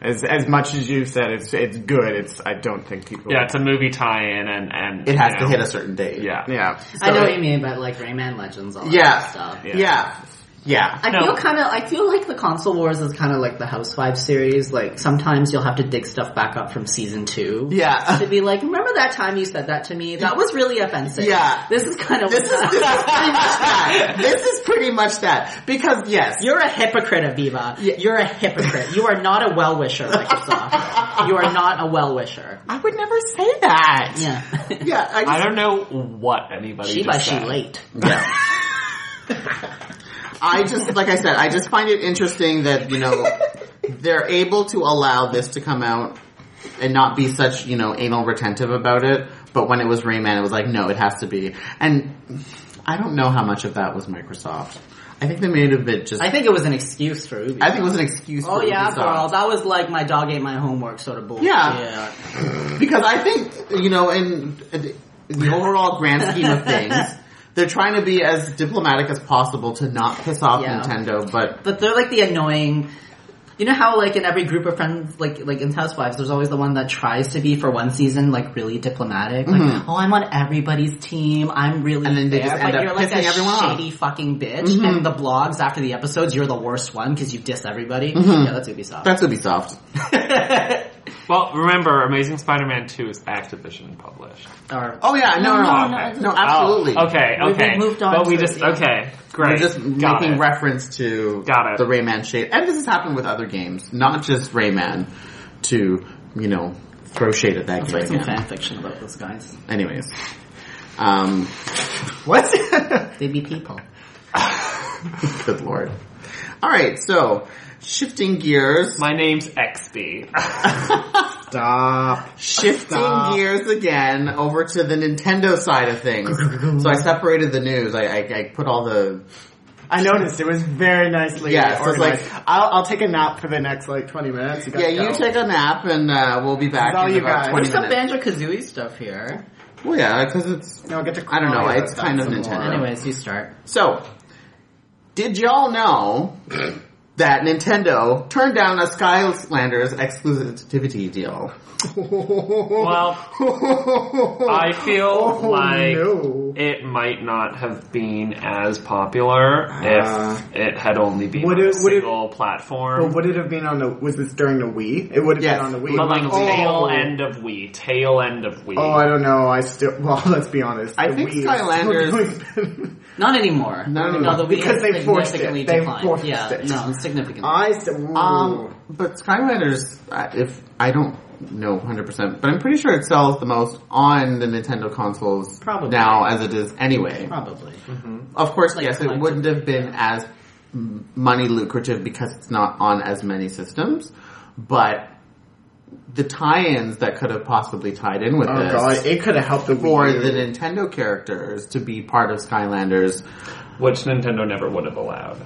C: As, as much as you said, it's it's good. It's I don't think people.
D: Yeah, it's a movie tie-in, and and
A: it has
D: you
A: to
D: know,
A: hit a certain date.
D: Yeah.
C: yeah.
B: I know
A: So-
B: what you mean about like Rayman Legends, all
A: Yeah.
B: that stuff.
A: Yeah. Yeah.
B: I
D: No.
B: feel kind of. I feel like the console wars is kind of like the Housewives series. Like sometimes you'll have to dig stuff back up from season two.
A: Yeah.
B: To be like, remember that time you said that to me? That was really offensive.
A: Yeah.
B: This is kind of.
A: This is, this is pretty much that. This is pretty much that. Because yes,
B: You're a hypocrite, Aviva. You're a hypocrite. You are not a well wisher, Microsoft. you are not a well wisher.
A: I would never say that.
B: Yeah.
A: Yeah. I just,
D: I don't know what anybody
B: she by
D: just
B: she
D: said.
B: late.
A: Yeah. I just, like I said, I just find it interesting that, you know, they're able to allow this to come out and not be such, you know, anal retentive about it. But when it was Rayman, it was like, no, it has to be. And I don't know how much of that was Microsoft. I think they made a bit just,
B: I
A: I,
B: think it was an excuse for Ubi.
A: think it was an excuse
B: Oh
A: for
B: yeah,
A: Ubisoft.
B: girl. That was like my dog ate my homework sort of bullshit.
A: Yeah. Because I think, you know, in the overall grand scheme of things, they're trying to be as diplomatic as possible to not piss off
B: Yeah.
A: Nintendo, but
B: But they're like the annoying. You know how like in every group of friends, like like in Housewives, there's always the one that tries to be for one season like really diplomatic, like oh I'm on everybody's team, I'm
A: Mm-hmm.
B: really
A: And then they
B: there,
A: just
B: but
A: end up
B: you're like a
A: pissing everyone off. Mm-hmm.
B: shady fucking bitch. And the blogs after the episodes, you're the worst one because you diss everybody. Yeah, that's Ubisoft.
A: Mm-hmm. That's Ubisoft.
D: Well, remember, Amazing Spider-Man 2 is Activision published.
B: or
A: Oh yeah, no, no, no, no, no, absolutely.
D: Oh, okay,
B: We've
D: okay.
B: moved on
D: but we
B: to
D: just,
B: the-
D: okay, great.
A: We're just
D: Got
A: making
D: it.
A: reference to
D: Got it.
A: the Rayman shade, and this has happened with other games, not just Rayman. To you know, throw shade at that
B: Let's
A: game.
B: write some
A: again.
B: fan fiction about those guys.
A: Anyways, um,
C: What?
B: They be people.
A: good lord. All right, so shifting gears,
D: My name's XB.
C: Stop.
A: shifting
C: Stop.
A: gears again over to the Nintendo side of things. so I separated the news. I, I, I put all the
C: I noticed it was very nicely
A: Yeah, so it's
C: organized. I'll I'll take a nap for the next like twenty minutes. You guys
A: yeah. You
C: go.
A: take a nap, and uh, we'll be back
C: All
A: in
C: you
A: about
C: guys.
A: twenty
B: There's some
A: minutes.
B: Banjo Kazooie stuff here.
A: Well, yeah, because it's
C: No, get to.
A: I don't know,
C: cry
A: it's
C: about
A: kind
C: that
A: of
C: some more.
A: Nintendo.
B: Anyways, you start.
A: So, did y'all know that Nintendo turned down a Skylanders exclusivity deal?
D: Well, I feel
C: Oh,
D: like
C: no.
D: it might not have been as popular
C: Uh,
D: if it had only been
C: would
D: on a
C: it- would it-
D: single platform.
C: But would it have been on the? Was this during the Wii? It would have
A: Yes.
C: been on the Wii.
D: but like
C: oh,
D: tail end of Wii, tail end of Wii.
C: Oh, I don't know. I still. Well, let's be honest.
A: I
C: the
A: think
C: Wii is
A: Skylanders-
C: still doing-
B: Not anymore.
A: No, no, no.
B: Although we
C: Because
B: have
C: they forced it.
B: significantly
C: They
B: declined.
C: forced
B: yeah,
C: it.
B: no, significantly.
C: I s- ooh.
A: Um, but Skylanders, I- if I don't know 100%, but I'm pretty sure it sells the most on the Nintendo consoles
B: Probably.
A: now as it is anyway.
B: Probably.
A: Of course,
B: Like
A: yes, it
B: collective,
A: wouldn't have been as m- money lucrative because it's not on as many systems, but the tie-ins that could have possibly tied in with
C: oh
A: this
C: god, it could have helped the
A: for
C: Wii U.
A: the Nintendo characters to be part of Skylanders,
D: which Nintendo never would have allowed.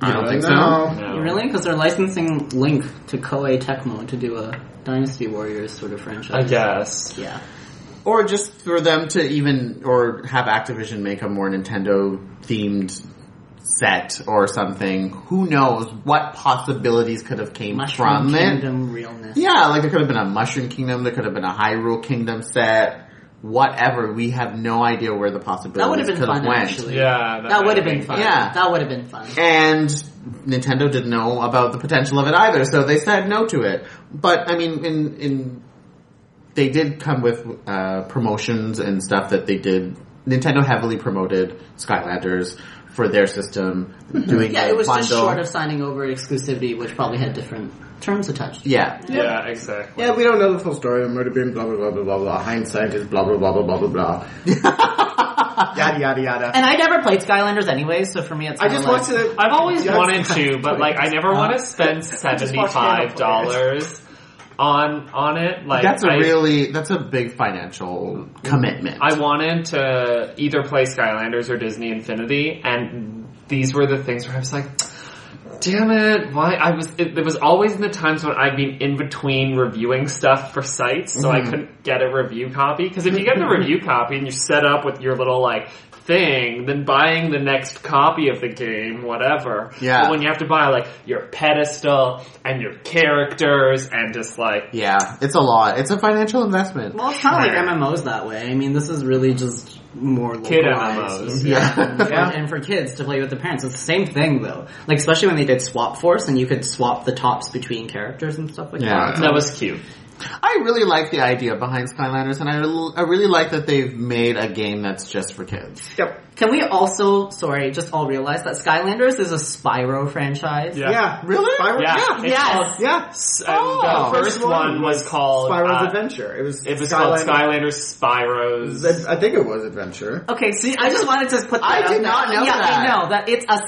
A: you
C: Uh,
A: don't think so?
C: know.
D: No.
B: Really? Because they're licensing Link to Koei Tecmo to do a Dynasty Warriors sort of
D: I
B: franchise.
D: guess.
B: Yeah.
A: Or just for them to even, or have Activision make a more Nintendo themed set or something. Who knows what possibilities could have came
B: Mushroom
A: from it?
B: Kingdom realness.
A: Yeah, like there could have been a Mushroom Kingdom, there could have been a Hyrule Kingdom set, whatever. We have no idea where the
B: That would
A: possibilities
B: have been
A: could have
B: fun,
A: went.
B: actually.
D: Yeah,
B: That, would have been fun.
A: Yeah.
B: That would have been fun.
A: And Nintendo didn't know about the potential of it either, so they said no to it. But I mean, in in they did come with uh, promotions and stuff that they did. Nintendo heavily promoted Skylanders for their system, doing
B: Mm-hmm. Yeah,
A: a
B: it was
A: bundle.
B: just short of signing over exclusivity, which probably had different terms attached.
A: yeah,
D: Yeah, exactly.
C: Yeah, we don't know the full story. It would have been blah blah blah blah blah blah. Hindsight is blah blah blah blah blah blah blah. yada yada yada.
B: And I never played Skylanders anyway, so for me it's
C: I just
B: like,
C: want to.
D: I've always
C: Yes,
D: wanted
C: yes,
D: to, but like I never
B: Uh,
D: want to spend
C: just
D: seventy
C: watched
D: five
C: Hannah play
D: dollars on on it. Like
A: that's a
D: I-
A: really that's a big financial commitment.
D: I wanted to either play Skylanders or Disney Infinity, and these were the things where I was like, "Damn it! Why?" I was it, it was always in the times when I'd been in between reviewing stuff for sites, so I couldn't get a review copy. Because if you get the review copy and you set up with your little like thing, then buying the next copy of the game, whatever.
A: Yeah.
D: But when you have to buy like your pedestal and your characters and just like
A: yeah, it's a lot. It's a financial investment.
B: Well, it's kind of like MMOs that way. I mean, this is really just more
D: kid MMOs.
B: localized.
A: yeah.
B: And for- And for kids to play with the parents, it's the same thing though. Like especially when they did Swap Force, and you could swap the tops between characters and stuff like
A: Yeah.
B: that.
D: That was cute.
A: I really like the idea behind Skylanders, and I, I really like that they've made a game that's just for kids.
C: Yep.
B: Can we also, sorry, just all realize that Skylanders is a Spyro franchise?
D: Yeah.
C: Yeah.
A: Really?
C: Spyro-
D: Yeah.
C: Yeah.
D: It's
B: Yes.
D: called-
C: Yeah.
D: And
A: Oh.
D: the first one was called
C: Spyro's
D: uh,
C: Adventure. It was.
D: It was
C: Skylanders-
D: called Skylanders Spyros.
C: I think it was Adventure.
B: Okay, see, I just wanted to put that
A: I
B: out
A: did
B: there.
A: not know
B: yeah,
A: that.
B: I know, that it's a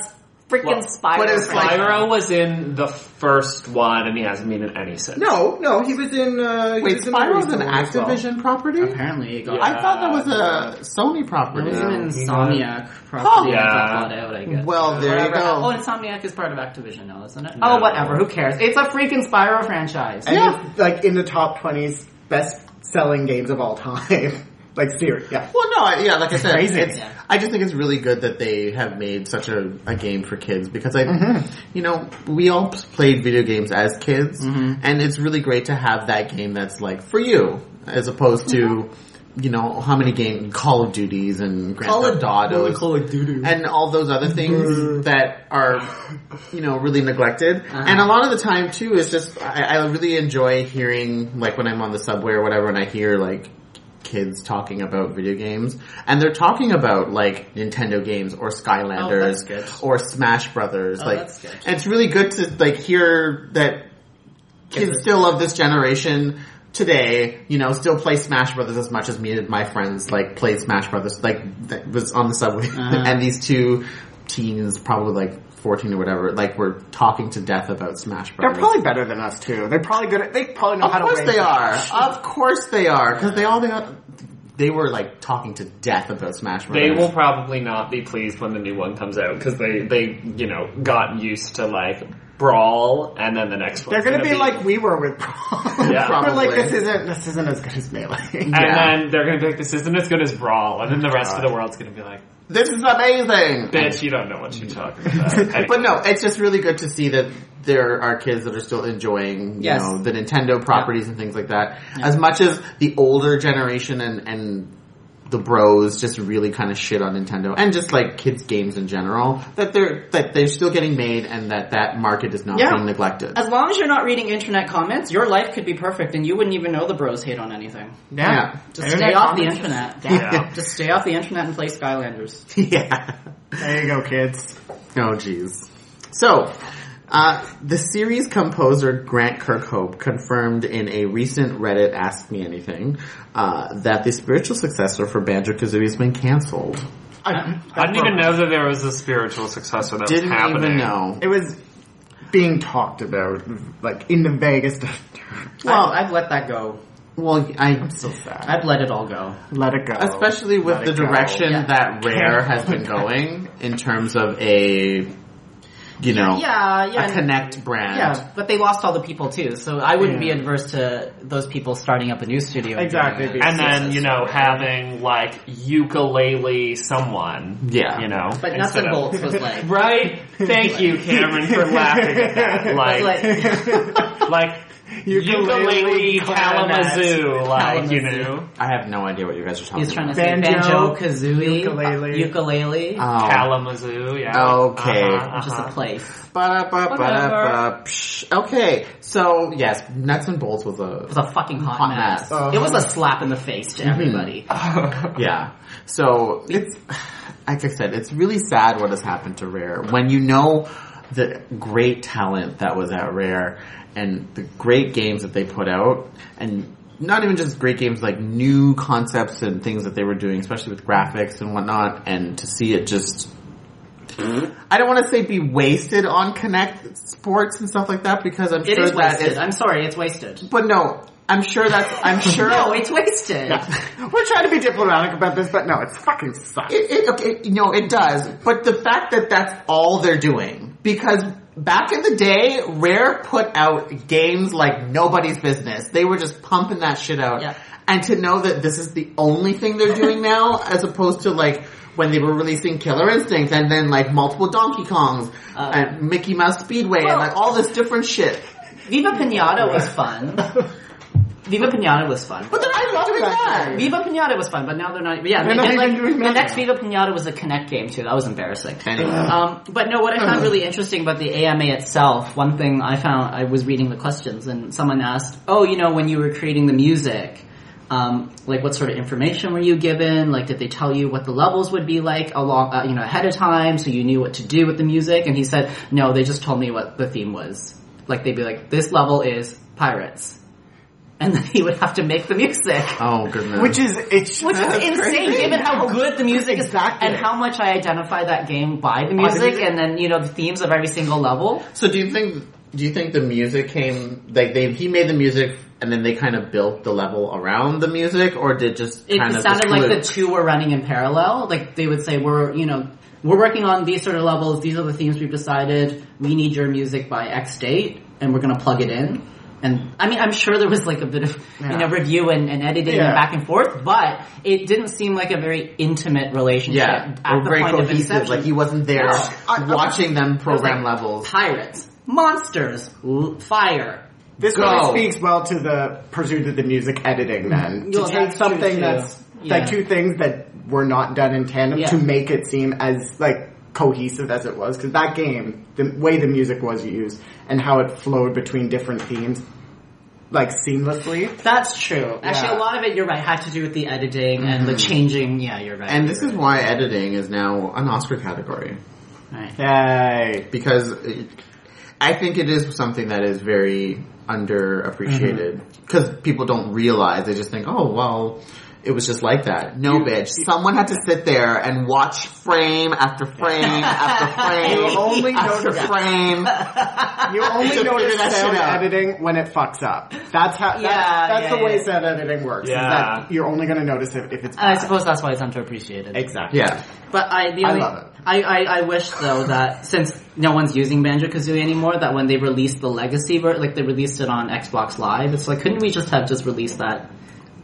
B: freaking
D: Well,
B: Spyro
A: but it's like-
B: franchise.
D: Spyro was in the first one, and he hasn't been in any since.
C: No, no, he was in. Uh, he
A: Wait,
C: was in
A: Spyro's
C: the
A: an
C: original as well.
A: Activision property?
B: Apparently it got...
A: I thought that was a Sony property.
B: It was an
D: Yeah.
B: Insomniac property
D: Yeah.
B: that got bought out, I guess.
A: Well, there you
B: Whatever. Oh,
A: go.
B: Insomniac is part of Activision now, isn't it?
D: No.
B: Oh, whatever. Who cares? It's a freaking Spyro franchise.
C: And
A: Yeah.
C: it's, like in the top twenties best selling games of all time. like serious. Yeah.
A: Well, no, I, yeah, like I said,
C: Crazy.
A: it's,
B: Yeah.
A: I just think it's really good that they have made such a, a game for kids because I, you know, we all played video games as kids, and it's really great to have that game that's like for you as opposed to. You know how many game Call of Duties and Grand Theft Autos
C: of Duty.
B: Mm-hmm.
A: and all those other things that are, you know, really neglected.
B: Uh-huh.
A: And a lot of the time too is just I, I really enjoy hearing like when I'm on the subway or whatever, and I hear like kids talking about video games, and they're talking about like Nintendo games or
B: Oh, that's
A: Skylanders
B: good. Oh,
A: or Smash Brothers. like,
B: that's good.
A: and it's really good to like hear that kids still of this generation today, you know, still play Smash Brothers as much as me and my friends like played Smash Brothers. Like that was on the subway,
C: Uh-huh.
A: and these two teens, probably like fourteen or whatever, like were talking to death about Smash
C: They're
A: Brothers.
C: probably better than us too. They're probably good. At, they probably know
A: of
C: how to.
A: course
C: raise
A: they
C: it.
A: are. Of course they are because they all they, got- they were like talking to death about Smash Brothers.
D: They will probably not be pleased when the new one comes out because they, they, you know, got used to like Brawl, and then the next one.
C: They're gonna, be, like we were with Brawl.
D: Yeah.
C: we're like
A: Probably.
C: this isn't this isn't as good as melee.
D: and
A: yeah.
D: then they're gonna be like, "This isn't as good as Brawl," and then the rest of the world's gonna be like,
A: This is amazing.
D: "Bitch, you don't know what you're talking about." Anyway.
A: But no, it's just really good to see that there are kids that are still enjoying, you
B: Yes.
A: know, the Nintendo properties and things like that. As much as the older generation and, and the bros just really kind of shit on Nintendo and just like kids games in general that they're that they're still getting made and that that market is not
B: Yeah.
A: being neglected.
B: As long as you're not reading internet comments, your life could be perfect and you wouldn't even know the bros hate on anything.
A: Yeah.
B: Just
C: Internet
B: stay off
C: comments.
B: the internet.
A: Yeah.
B: Just stay off the internet and play Skylanders.
A: yeah.
C: There you go, kids.
A: Oh, jeez. So, uh, the series composer Grant Kirkhope confirmed in a recent Reddit Ask Me Anything uh, that the spiritual successor for Banjo Kazooie has been canceled.
C: I,
E: I didn't even know that there was a spiritual successor that
A: Didn't
E: was happening.
A: even know.
C: It was being talked about, like in the vaguest.
B: Well, I've, let that go.
A: Well, I
C: so sad.
B: I've let it all go.
C: Let it go.
A: especially with
C: Let
A: the
C: it go.
A: direction
B: Yeah.
A: that Rare has been going in terms of a, you know,
B: Yeah,
A: a Connect brand.
B: Yeah, but they lost all the people too, so I wouldn't be adverse to those people starting up a new studio. and doing
C: Exactly,
B: that.
E: And
C: because-
E: then, you know, having like ukulele someone.
A: Yeah.
E: You know.
B: But nuts
E: instead
B: and
E: of-
B: bolts was like,
E: Right? Thank you, Cameron, for laughing at that. Like, like,
B: like
E: ukulele,
C: Ukulele, clarinet,
E: Kalamazoo, like, you
B: Kalamazoo.
E: know,
A: I have no idea what you guys are talking
B: he's trying to
A: about.
B: say banjo,
C: Banjo,
B: kazooie,
C: ukulele.
B: uh, ukulele,
A: Oh.
E: Kalamazoo, yeah.
A: Okay.
E: Uh-huh,
B: just
E: uh-huh.
B: a place.
A: Ba-da-ba-ba-da-ba. Psh. Okay, so yes, nuts and bolts was a
B: It was a fucking hot,
A: Hot
B: mess.
A: mess. Mm-hmm.
C: Uh-huh.
B: It was a slap in the face to everybody.
A: yeah. So it's like I said, it's really sad what has happened to Rare when you know the great talent that was at Rare and the great games that they put out and not even just great games like new concepts and things that they were doing, especially with graphics and whatnot, and to see it just I don't want to say be wasted on Connect sports and stuff like that because I'm
B: It
A: sure
B: is
A: that
B: wasted.
A: it's-
B: I'm sorry, it's wasted.
A: but no, I'm sure that's I'm sure
B: No, it's wasted.
C: We're trying to be diplomatic about this, but no, it's fucking sucks.
A: It, it, okay, no, it does. But the fact that that's all they're doing, because back in the day, Rare put out games like nobody's business. They were just pumping that shit out.
B: Yeah.
A: And to know that this is the only thing they're doing now, as opposed to like when they were releasing Killer Instinct and then like multiple Donkey Kongs
B: Uh,
A: and Mickey Mouse Speedway and like all this different shit.
B: Viva Pinata was fun. Viva Pinata was fun.
A: But they're not even doing that.
B: Viva Pinata was fun, but now they're not. Yeah,
C: They're
B: and,
C: not
B: and,
C: even
B: like,
C: doing
B: the
C: that
B: next
C: now.
B: Viva Pinata was a Connect game too. That was embarrassing.
A: Anyway.
B: Um, but no, what I found really interesting about the AMA itself, one thing I found, I was reading the questions and someone asked, oh, you know, when you were creating the music, um, like what sort of information were you given? Like did they tell you what the levels would be like along, uh, you know, ahead of time so you knew what to do with the music? And he said, no, they just told me what the theme was. Like they'd be like, this level is pirates. And then he would have to make the music.
A: Oh goodness.
C: Which is it's
B: Which is
C: just
B: insane,
C: crazy.
B: given how good the music is,
C: Exactly.
B: and how much I identify that game by the music, and then you know the themes of every single level.
A: So do you think do you think the music came like they he made the music and then they kind of built the level around the music or did just
B: It
A: kind of
B: sounded
A: just
B: like the
A: glue?
B: two were running in parallel. Like they would say, "We're you know we're working on these sort of levels. These are the themes we've decided. We need your music by X date, and we're going to plug it in." And I mean, I'm sure there was like a bit of you know
C: Yeah.
B: review and, and editing
C: Yeah.
B: and back and forth, but it didn't seem like a very intimate relationship
A: yeah,
B: at
A: or
B: the
A: very
B: point of
A: cohesive.
B: inception.
A: Like he wasn't there
B: Yeah. I- I-
A: watching them program
B: like-
A: levels.
B: pirates, monsters, l- fire.
C: This
A: Go.
C: really speaks well to the pursuit of the music editing then.
B: Well,
C: to take
B: that's true,
C: something
B: too.
C: that's
B: Yeah.
C: like two things that were not done in tandem
B: Yeah.
C: to make it seem as like cohesive as it was because that game, the way the music was used and how it flowed between different themes, like seamlessly.
B: That's true. Actually,
C: Yeah.
B: a lot of it, you're right, had to do with the editing and the changing. Yeah, you're right.
A: Mm-hmm. And this is why editing is now an Oscar category
B: Right.
C: Yay!
A: because it, I think it is something that is very underappreciated
C: Mm-hmm.
A: because people don't realize they just think, oh well. It was just like that. No, bitch. Someone had to sit there and watch frame after frame after frame.
C: You only
A: after
C: notice
A: frame.
C: you only
A: Just
C: notice
A: figure that
C: sound
A: shit out.
C: editing when it fucks up. That's how.
B: Yeah,
C: that's, that's
B: yeah,
C: the way
B: yeah. Uh,
C: sound editing works. is
E: Yeah.
C: that you're only going to notice it if it's.
B: I
C: bad.
B: suppose that's why it's underappreciated.
C: exactly.
A: Yeah.
B: But I, the
C: I
B: only,
C: love it.
B: I, I, I wish though that since no one's using Banjo Kazooie anymore, that when they released the legacy, ver- like they released it on Xbox Live, it's like couldn't we just have just released that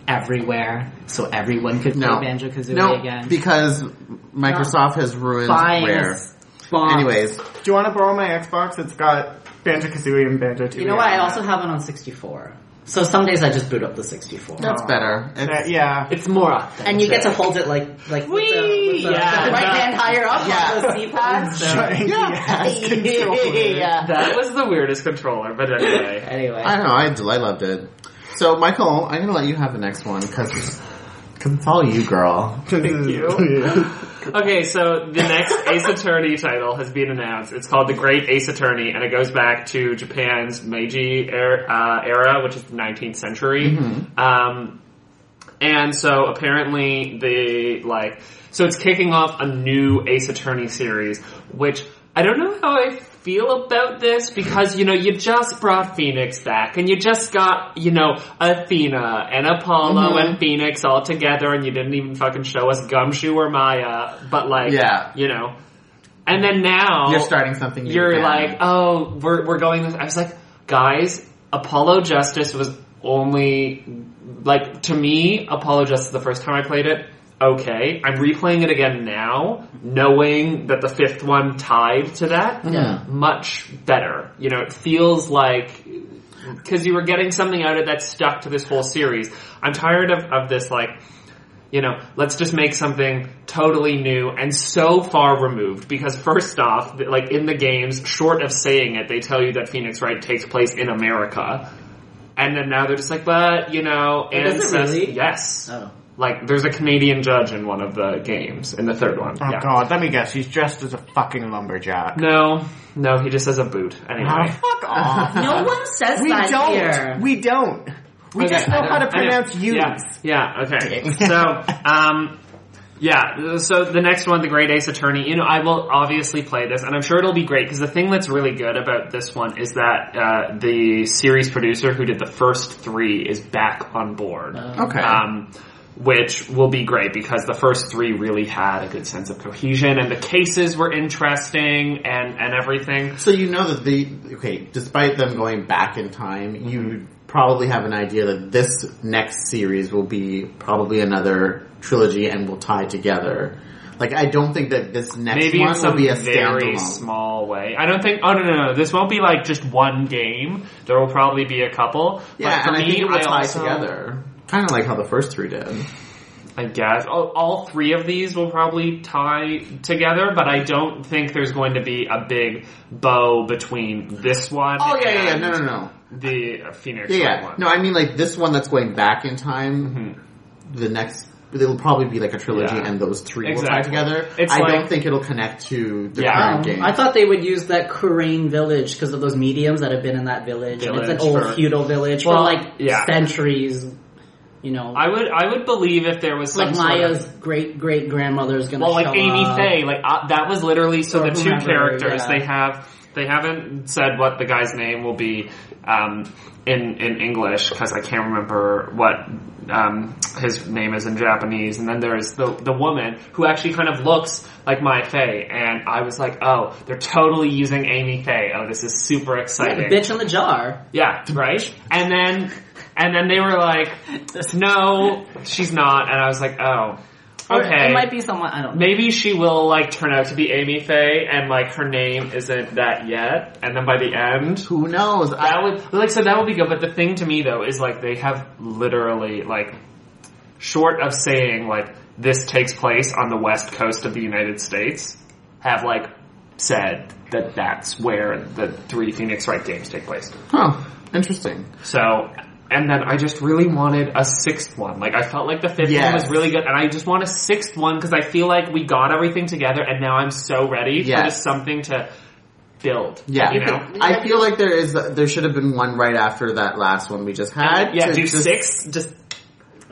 B: everywhere so everyone could
A: No.
B: play Banjo Kazooie
A: no,
B: again?
A: because Microsoft has ruined
B: Buying
A: Rare.
B: Bombs.
A: Anyways,
C: Do you want to borrow my Xbox? It's got Banjo Kazooie and Banjo Tooie.
B: You know what? I also have it on 64. So some days I just boot up the 64.
C: Oh.
A: That's better. It's,
C: yeah.
D: It's more authentic.
B: And you get to hold it like like with the, with the,
D: Yeah.
B: with the right hand higher up
A: Yeah.
B: on the C pad. So.
C: yeah.
B: yeah.
D: That was the weirdest controller, but anyway.
B: Anyway,
A: I don't know. I, I loved it. So, Michael, I'm gonna let you have the next one because it's all you, girl.
C: Thank you.
D: Okay, so the next Ace Attorney title has been announced. It's called The Great Ace Attorney, and it goes back to Japan's Meiji era, uh, era which is the 19th century. Um, and so apparently the like so it's kicking off a new Ace Attorney series, which I don't know how I feel about this because you know you just brought Phoenix back and you just got you know Athena and Apollo
A: Mm-hmm.
D: and Phoenix all together and you didn't even fucking show us Gumshoe or Maya, but like
A: Yeah.
D: you know, and then now
A: You're starting something new.
D: Oh, you're
A: again.
D: like, oh, we're we're going with. I was like, guys, Apollo Justice was only like to me Apollo Justice the first time I played it. Okay, I'm replaying it again now, knowing that the fifth one tied to that.
A: Yeah.
D: Much better. You know, it feels like because you were getting something out of that stuck to this whole series. I'm tired of, of this like you know, let's just make something totally new and so far removed. Because first off, th- like in the games, short of saying it, they tell you that Phoenix Wright takes place in America, and then now they're just like, but you know,
B: Oh, does it
D: ancest-
B: really?
D: yes,
B: oh,
D: like there's a Canadian judge in one of the games in the third one.
C: Oh
D: yeah.
C: god, let me guess. He's dressed as a fucking lumberjack.
D: No, no, he just has a boot
C: Oh,
D: anyway.
C: fuck off.
B: no one says
C: we
B: that
C: don't.
B: here.
C: We don't. We
D: Okay,
C: just know
D: I
C: how to
D: know, I know.
C: pronounce U's.
D: Yeah, yeah, okay. so, um, yeah, so the next one, The Great Ace Attorney, you know, I will obviously play this, and I'm sure it'll be great, because the thing that's really good about this one is that uh, the series producer who did the first three is back on board.
A: okay.
D: Um, which will be great because the first three really had a good sense of cohesion and the cases were interesting and, and everything.
A: so you know that the okay, despite them going back in time, you probably have an idea that this next series will be probably another trilogy and will tie together. Like I don't think that this next
D: Maybe
A: one
D: in some
A: will be a
D: very
A: standalone.
D: small way. I don't think. Oh no, no, no. This won't be like just one game. There will probably be a couple.
A: yeah,
D: but for
A: and I
D: me,
A: think it will tie
D: also-
A: together. Kind of like how the first three did.
D: I guess all, all three of these will probably tie together, but I don't think there's going to be a big bow between this one.
A: Oh yeah, yeah, yeah.
D: and
A: No, no, no.
D: The uh, Phoenix
A: Yeah,
D: Wright
A: yeah.
D: one.
A: No, I mean like this one that's going back in time. The next, it'll probably be like a trilogy,
D: Yeah.
A: and those three will tie
D: Exactly.
A: together.
D: It's
A: I don't
D: like-
A: think it'll connect to the
D: Yeah.
A: current game.
B: I thought they would use that Kurain village because of those mediums that have been in that village. and it's an
D: Village
B: old
D: for-
B: feudal village for
D: Well,
B: like
D: yeah.
B: centuries. You know,
D: I would, I would believe if there was some
B: like
D: sort of-
B: Maya's great great grandmother's gonna.
D: Well, like
B: show
D: Amy
B: up.
D: Fay, like uh, that was literally so
B: Or
D: the two
B: whomever,
D: characters
B: yeah.
D: they have they haven't said what the guy's name will be um, in in English because I can't remember what um, his name is in Japanese. And then there's the the woman who actually kind of looks like Maya Fay, and I was like, oh, they're totally using Amy Fay. Oh, this is super
B: Yeah, the
D: exciting.
B: bitch in the jar.
D: Yeah, right. And then, and then they were like, "No, she's not." And I was like, "Oh,
B: Or
D: okay."
B: it might be someone I don't know.
D: Maybe she will like turn out to be Amy Faye, and like her name isn't that yet. And then by the end,
A: Who knows? I,
D: that would like so that would be good. But the thing to me though is like they have literally like short of saying like this takes place on the west coast of the United States, have like said that that's where the three Phoenix Wright games take place.
A: huh. Interesting.
D: So, and then I just really wanted a sixth one. Like I felt like the fifth one
A: Yes.
D: was really good, and I just want a sixth one because I feel like we got everything together, and now I'm so ready
A: Yes.
D: for just something to build.
A: Yeah.
D: you know.
A: I feel like there is there should have been one right after that last one we just had.
D: Yeah,
A: to
D: do
A: just-
D: six. Just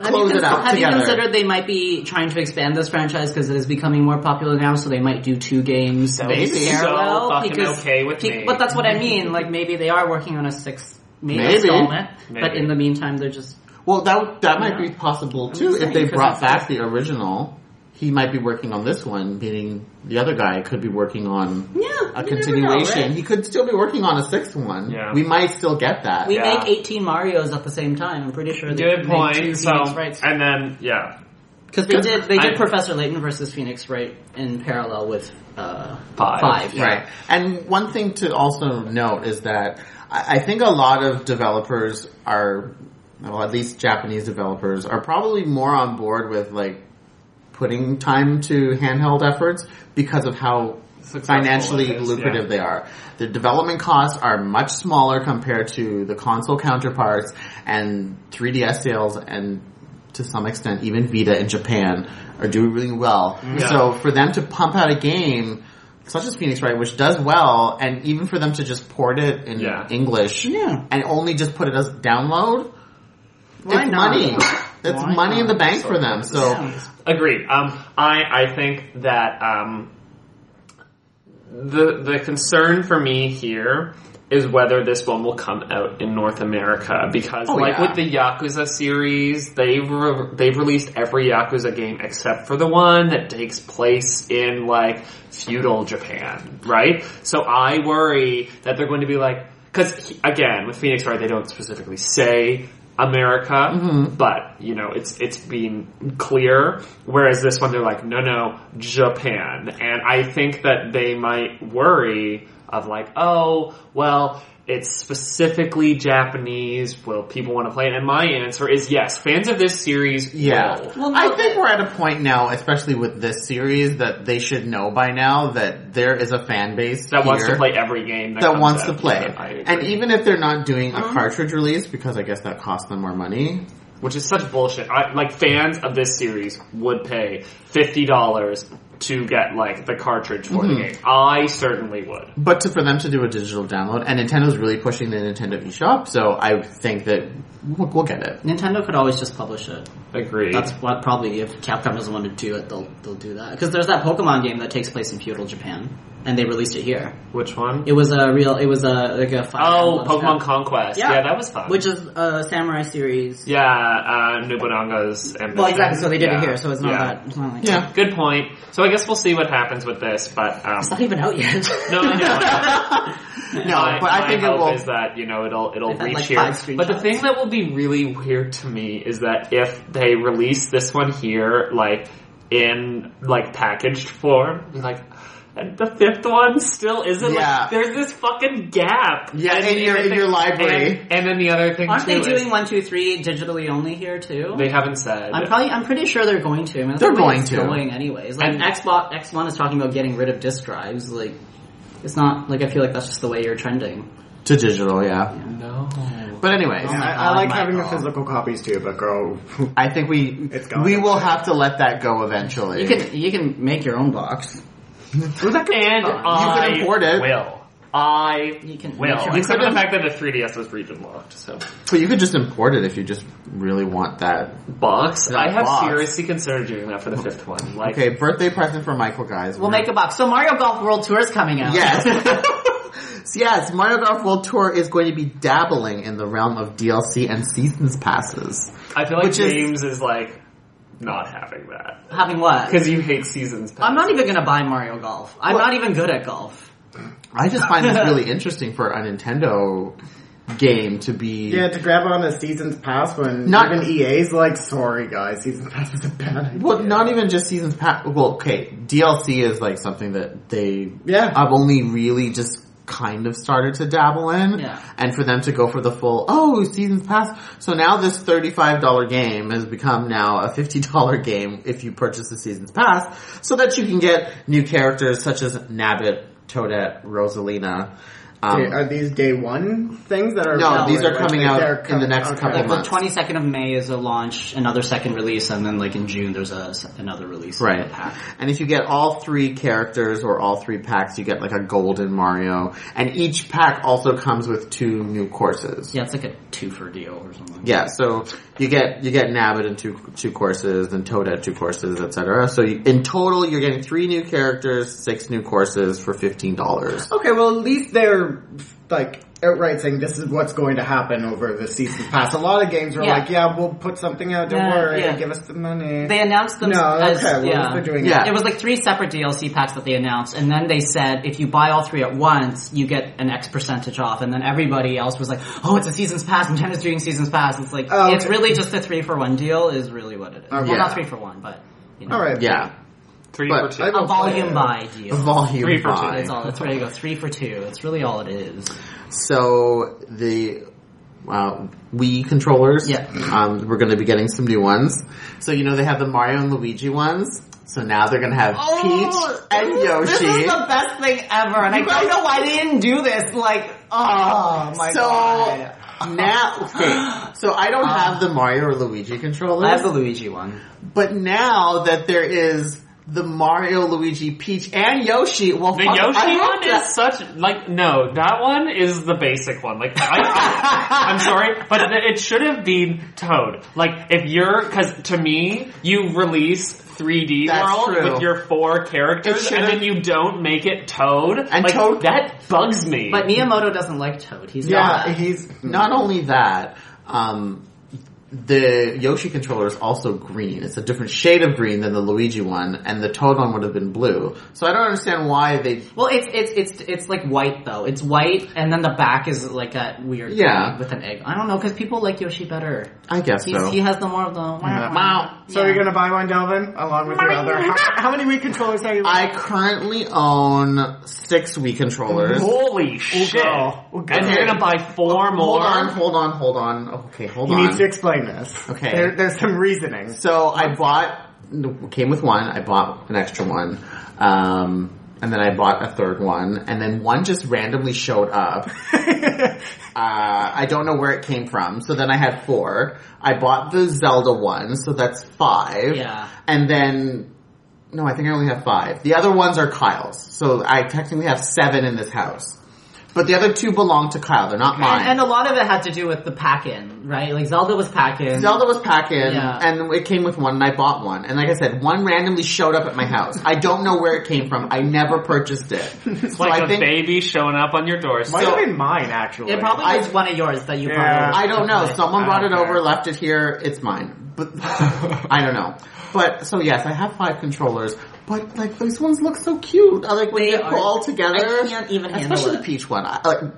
B: Have you
A: Close it
B: cons-
A: out
B: Have you
A: together.
B: considered they might be trying to expand this franchise because it is becoming more popular now? So they might do two games
D: would be so
B: parallel.
D: fucking
B: because
D: okay with
B: pe-
D: me.
B: But that's what I mean. Like maybe they are working on a sixth maybe,
A: Maybe.
B: installment, but
D: Maybe.
B: in the meantime they're just
A: Well, that that might be possible too
B: just
A: if they
B: saying, 'cause
A: brought
B: that's-
A: back the original. He might be working on this one, meaning the other guy could be working on
B: yeah
A: a continuation. He could still be working on a sixth one.
D: Yeah.
A: We might still get that.
B: We
D: Yeah.
B: make eighteen Mario's at the same time. I'm pretty sure. They
D: good
B: could make two
D: point. So,
B: Phoenix Wrights.
D: and then yeah,
B: Because they did they did
D: I-
B: Professor Layton versus Phoenix right in parallel with uh,
D: Five.
B: yeah.
A: Right. And one thing to also note is that I, I think a lot of developers are, well, at least Japanese developers are probably more on board with like putting time to handheld efforts because of how
D: Successful
A: financially
D: it is,
A: lucrative they are. Their development costs are much smaller compared to the console counterparts and 3DS sales and to some extent even Vita in Japan are doing really well.
D: Mm-hmm.
A: So for them to pump out a game such as Phoenix Wright, which does well, and even for them to just port it in
D: Yeah.
A: English
B: Yeah.
A: and only just put it as download,
B: Why
A: it's
B: not?
A: money. It's
B: Why
A: money in the
B: not?
A: bank for them. So
D: Agreed. Um, I I think that um, the the concern for me here is whether this one will come out in North America because,
A: Oh,
D: like
A: yeah.
D: with the Yakuza series, they've re- they've released every Yakuza game except for the one that takes place in like feudal Japan, right? So I worry that they're going to be like, because again, with Phoenix Wright, they don't specifically say America, but you know, it's it's been clear. Whereas this one, they're like, no, no, Japan, and I think that they might worry of like, oh, well, it's specifically Japanese. Will people want to play it? And my answer is yes. Fans of this series,
A: Yeah.
D: will.
B: Well,
A: I
B: no,
A: think
B: it-
A: we're at a point now, especially with this series, that they should know by now that there is a fan base
D: that wants
A: here
D: to play every game that,
A: that
D: comes
A: wants
D: out.
A: to play.
D: Yeah, I agree.
A: and
B: e-
A: even if they're not doing a cartridge release, because I guess that costs them more money.
D: which is such bullshit. I, like fans of this series would pay fifty dollars to get like the cartridge for the
B: Mm-hmm.
D: game. I certainly would.
A: But to, for them to do a digital download, and Nintendo's really pushing the Nintendo eShop, so I think that we'll, we'll get it.
B: Nintendo could always just publish it.
D: Agree.
B: That's what probably if Capcom doesn't want to do it, they'll they'll do that. Because there's that Pokemon game that takes place in feudal Japan, and they released it here.
D: Which one?
B: It was a real. It was a like a. five-
D: Oh,
B: one-
D: Pokemon Conquest. Yeah.
B: Yeah.
D: that was fun.
B: Which is a samurai series.
D: yeah, uh, Nubunaga's. Ambition.
B: Well, exactly. So they did
D: Yeah.
B: it here, so it's not
D: Yeah.
B: that. It's not like
A: Yeah.
D: Good point. So I guess we'll see what happens with this, but um,
B: It's not even out yet.
D: no, I know.
A: No,
D: my,
A: but I
D: my
A: think it
D: hope
A: will.
D: is that you know it'll it'll
B: They've had,
D: reach
B: like,
D: here.
B: five
D: But the
B: screenshots.
D: thing that will be really weird to me is that if they release this one here, like in like packaged form, be like. And the fifth one still isn't.
A: Yeah.
D: Like, there's this fucking gap.
A: Yeah,
D: And-
A: in your-
D: and
A: in
D: the-
A: your library.
D: And, and then the other thing
B: Aren't
D: too
B: they
D: is
B: doing one, two, three digitally only here too?
D: they haven't said.
B: I'm probably. I'm pretty sure they're going to. I mean, that's
A: They're
B: the way
A: going
B: it's
A: to.
B: Going anyways. Like
D: And-
B: Xbox X One is talking about getting rid of disk drives. Like it's not like I feel like that's just the way you're trending.
A: To digital, yeah.
D: no.
A: But anyways,
C: I, I
B: God,
C: like having the
B: Michael.
C: physical copies too, but girl,
A: I think we
C: It's gone.
A: we will have to let that go eventually.
B: You can you can make your own box.
D: And I
A: can afford it.
D: will. I
B: You can
D: will.
B: make your-
D: Except for the fact that the 3DS was region locked, so.
A: but you could just import it if you just really want that.
D: box.
A: Yeah,
D: I have
A: box.
D: seriously considered doing that for the fifth one. Like,
A: Okay, birthday present for Michael, guys.
B: We'll make a box. So Mario Golf World Tour is coming out.
A: Yes. So yes, Mario Golf World Tour is going to be dabbling in the realm of DLC and seasons passes.
D: I feel like
A: Which is-
D: James is, like not having that
B: Having what?
D: because you hate seasons. Pass.
B: I'm not even gonna buy Mario Golf. I'm
A: Well-
B: not even good at golf.
A: I just find this really interesting for a Nintendo game to be.
C: yeah, to grab on a season's pass when
A: Not-
C: even EA's like, sorry guys, season pass is a bad idea.
A: Well, not even just seasons pass. Well, okay, DLC is like something that they
C: Yeah.
A: I've only really just kind of started to dabble in.
B: Yeah.
A: And for them to go for the full, oh, seasons pass. So now this $35 game has become now a $50 game if you purchase the seasons pass so that you can get new characters such as Nabbit, Toadette, Rosalina. Um,
C: Okay, are these day one things that are
A: no, these are
C: like,
A: coming out
C: they're
A: in
C: com-
A: the next
C: okay.
A: couple
B: Like the
A: months.
B: 22nd of May is a launch, another second release, and then like in June there's a s- another release. in
A: Right.
B: the pack.
A: And if you get all three characters or all three packs, you get like a golden Mario. And each pack also comes with two new courses.
B: Yeah, it's like a two for deal or something.
A: Yeah, so you get you get Nabbit in two two courses, and Toad at two courses, etc. So you, in total, you're getting three new characters, six new courses for fifteen dollars.
C: Okay, well at least they're like outright saying this is what's going to happen over the season pass. A lot of games were
B: Yeah.
C: like, yeah, we'll put something out. Don't
B: Yeah,
C: worry,
B: yeah.
C: give us the money.
B: They announced them
C: no,
B: as
C: okay, well,
B: yeah.
C: they're doing
A: Yeah.
C: it.
B: It was like three separate DLC packs that they announced, and then they said if you buy all three at once, you get an X percentage off, and then everybody else was like, "Oh, it's a season's pass, Nintendo's doing seasons pass." It's like
C: Oh,
B: it's
C: okay.
B: really just a three for one deal, is really what it is. Well,
A: Yeah.
B: not three for one, but you know,
C: All right,
A: Yeah.
D: Three
A: But
D: for two.
C: I
B: a
C: will
B: volume
C: play it.
B: buy deal.
A: Volume
D: Three for two,
A: five.
B: That's all. That's where you go. Three for two. That's really all it is.
A: So the uh, Wii controllers,
B: Yeah.
A: um, we're going to be getting some new ones. So you know they have the Mario and Luigi ones. So now they're going to have Peach and Yoshi.
B: Oh, This is the best thing ever, and I don't know why they didn't do this. Like, oh my
A: so
B: god.
A: now, okay, so I don't have the Mario or Luigi controllers,
B: I have the Luigi one.
A: but now that there is the Mario, Luigi, Peach, and Yoshi, well,
E: The
A: fuck, I
E: Yoshi
A: have
E: one
A: that.
E: is such like no, that one is the basic one. Like I, I, am sorry, but th- it should have been Toad. Like if you're because to me, you release 3D
A: That's
E: World
A: true.
E: with your four
A: It
E: characters,
A: should
E: and
A: have-
E: then you don't make it Toad.
A: And
E: like,
A: Toad-
E: that bugs me.
B: But Miyamoto doesn't like Toad. He's
A: Yeah,
B: not.
A: he's not only that. Um, the Yoshi controller is also green. It's a different shade of green than the Luigi one, and the Toad one would have been blue. So I don't understand why they.
B: Well, it's it's it's it's like white though. It's white, and then the back is like a weird
A: Yeah.
B: thing with an egg. I don't know because people like Yoshi better.
A: I guess
B: He's,
A: so.
B: He has the more of the wow.
C: So you're gonna buy one, Delvin, along with your other. How, how many Wii controllers are you?
A: I currently own six Wii controllers.
E: holy shit!
C: girl. Oh, girl.
E: And you're gonna buy four more.
A: Hold on, hold on, hold on. Okay, hold
C: you
A: on.
C: need to explain this.
A: Okay.
C: There, there's some reasoning.
A: So I bought came with one. I bought an extra one, um, and then I bought a third one, and then one just randomly showed up. uh, I don't know where it came from. So then I had four. I bought the Zelda one, so that's five.
B: Yeah.
A: and then. No, I think I only have five. The other ones are Kyle's. So I technically have seven in this house. But the other two belong to Kyle. They're not mine.
B: And, and a lot of it had to do with the pack in, right? Like Zelda was pack in.
A: Zelda was packing,
B: Yeah.
A: and it came with one, and I bought one. And like I said, one randomly showed up at my house. I don't know where it came from. I never purchased it.
E: It's
A: so
E: like
A: I
E: a
A: think
E: baby showing up on your doorstep.
C: Might
A: so-
C: have been mine actually.
B: it probably
A: I-
B: was one of yours that you
C: Yeah.
B: probably.
A: I don't know. Someone
C: I
A: brought it
C: don't
A: over,
C: care.
A: left it here. It's mine. But I don't know. But so yes, I have five controllers. But like these ones look so cute. I like when
B: They
A: they
B: are-
A: are all together.
B: I can't even handle
A: especially
B: it.
A: the peach one. I, like,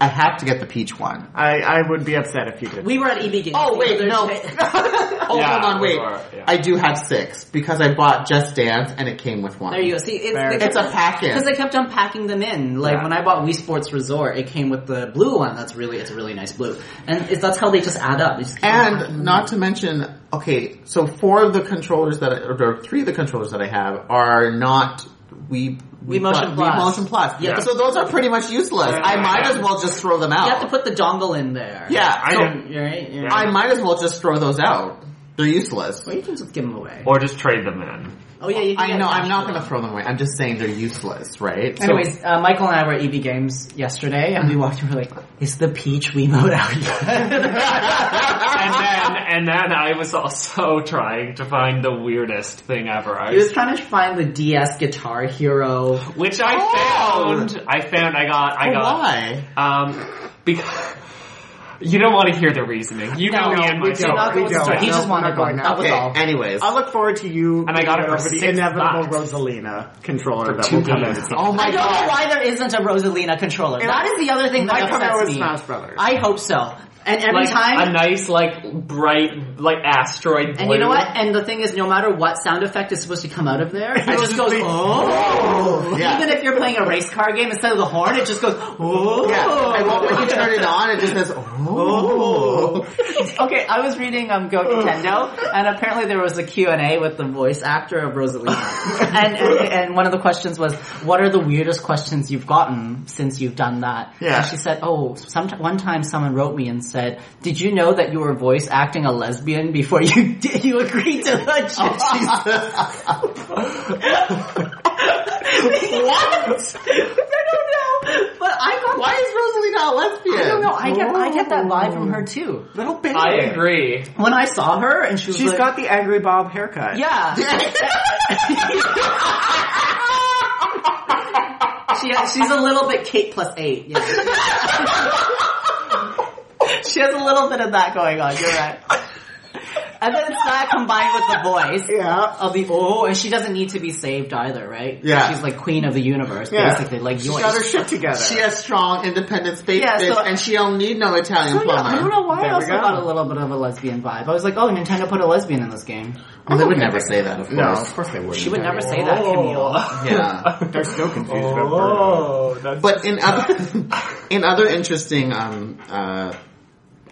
A: I have to get the peach one.
C: I, I would be upset if you did.
B: We were at EB Games.
A: Oh wait,
B: There's-
A: no. oh
E: Yeah,
A: hold on,
E: we
A: wait.
E: are, yeah.
A: I do have six because I bought Just Dance and it came with one.
B: There you go. See, it's,
C: Fair.
B: they
A: It's
B: kept-
A: a packet.
B: Because they kept on packing them in. Like
E: Yeah.
B: when I bought Wii Sports Resort, it came with the blue one. That's really it's a really nice blue, and it's, that's how they just add up. They just keep on packing
A: And
B: them
A: not to mention, okay, so four of the controllers that I, or three of the controllers that I have are not Wii.
B: Wii Motion
A: Plu-
B: Plus.
A: Wii Motion Plus.
B: Yeah.
A: So those are pretty much useless. I might as well just throw them out.
B: in. you have to put the dongle in there.
A: Oh. yeah.
E: I
A: so
E: didn't-
B: You're right. You're
A: I
B: right.
A: might as well just throw those out. They're useless.
B: Well, you can just give them away.
E: Or just trade them in.
B: Oh yeah, you can
A: I
B: get
A: know.
B: cash
A: I'm not
B: for
A: going to
B: them.
A: throw them away. I'm just saying they're useless, right? So-
B: Anyways, uh, Michael and I were at EB Games yesterday, and we walked and we were like, "Is the peach Wiimote out yet?"
E: And then, and then I was also trying to find the weirdest thing ever. I
B: he was trying to find the DS Guitar Hero. Oh,
E: which I
A: Oh.
E: found. I found. I got. I
A: But
E: got.
A: why?
E: Um, because you don't want to hear the reasoning. You know
B: No,
E: me and my
C: we don't.
E: story.
C: We don't.
B: He just
C: No,
B: wanted
C: we're not
B: one. That was
A: okay.
B: all.
A: Anyways.
C: I look forward to you
E: And I got it
C: being
E: for
C: over the
E: six
C: inevitable
E: bucks.
C: Rosalina controller that
E: two
C: will come out.
E: games.
A: oh my
B: I don't know
A: god.
B: why there isn't a Rosalina controller. that is the other thing that
C: might come out
B: upsets
C: with
B: me.
C: Smash Brothers.
B: I hope so. And every
E: Like
B: time,
E: a nice, like bright, like asteroid.
B: and you know
E: blue.
B: what? And the thing is, no matter what sound effect is supposed to come out of there, it just
C: just
B: goes
C: be-
B: oh.
A: Yeah.
B: Even if you're playing a race car game, instead of the horn, it just goes oh.
A: Yeah. And when you turn it on, it just says, oh.
B: okay, I was reading um, Go Nintendo, and apparently there was a Q&A with the voice actor of Rosalina. and, and, and one of the questions was, what are the weirdest questions you've gotten since you've done that?
A: Yeah.
B: And she said, oh, some, one time someone wrote me and said, did you know that you were voice acting a lesbian before you, did, you agreed to the job? what? I don't know. But I got
A: Why is Rosalie not a lesbian?
B: I don't know. I get I get that vibe from her too.
A: Little baby.
E: I agree.
B: When I saw her and she was
C: She's
B: like,
C: got the Angry Bob haircut.
B: yeah. She, she's a little bit Kate plus eight. Yeah. she has a little bit of that going on. You're right. And then it's that combined with the voice
C: Yeah.
B: of the oh, and she doesn't need to be saved either, right?
A: Yeah.
B: She's like queen of the universe,
C: Yeah.
B: basically. Like
C: She
B: yours.
C: got her shit together.
A: She has strong, independent space
B: Yeah,
A: bitch,
B: so-
A: and she don't need no Italian
B: I don't know- I don't
A: plumber.
B: know why
C: There
B: I
C: we
B: also
C: go.
B: got a little bit of a lesbian vibe. I was like, oh, Nintendo put a lesbian in this game.
A: Well, they would never say that, of
C: no,
A: course.
C: of course they wouldn't.
B: She would never say that,
C: Oh.
B: Camille.
A: Yeah.
C: They're so confused about Birdo.
E: Oh, that's
A: But in other in other interesting um, uh,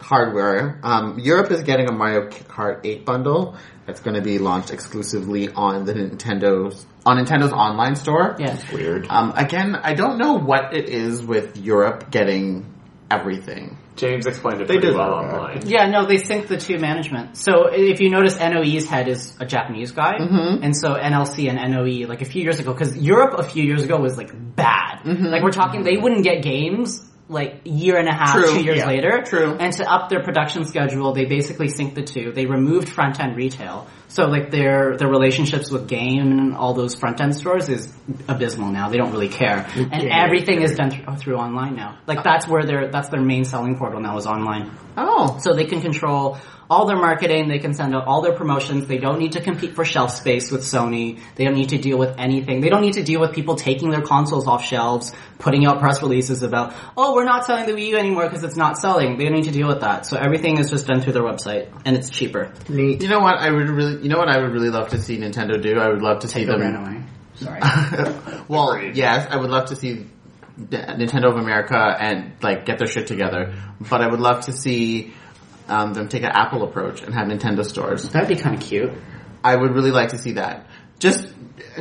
A: hardware, um, Europe is getting a Mario Kart 8 bundle that's going to be launched exclusively on the Nintendo's on Nintendo's online store.
B: Yeah.
C: Weird.
A: Um, again, I don't know what it is with Europe getting everything.
D: James explained it
C: They
D: pretty
C: did
D: well
C: that.
D: online.
B: Yeah, no, they sync the two management. So if you notice, NOE's head is a Japanese guy,
A: Mm-hmm.
B: and so NLC and NOE, like a few years ago, because Europe a few years ago was like bad.
A: Mm-hmm.
B: Like we're talking, they wouldn't get games like year and a half,
A: True,
B: two years
A: yeah,
B: later.
A: true.
B: And to up their production schedule, they basically synced the two. They removed front end retail, so like their their relationships with Game and all those front end stores is abysmal now. They don't really care, and everything is done through, through online now. Like that's where their that's their main selling portal now is online.
A: Oh,
B: So they can control all their marketing, they can send out all their promotions, they don't need to compete for shelf space with Sony, they don't need to deal with anything, they don't need to deal with people taking their consoles off shelves, putting out press releases about, oh, we're not selling the Wii U anymore because it's not selling, they don't need to deal with that. So everything is just done through their website, and it's cheaper.
A: you know what? I would really, you know what? I would really love to see Nintendo do. I would love to see
B: They
A: them
B: ran away. Sorry.
A: well, yes, I would love to see the- Nintendo of America and like get their shit together, but I would love to see um, them take an Apple approach and have Nintendo stores.
B: That'd be kind of cute.
A: I would really like to see that. Just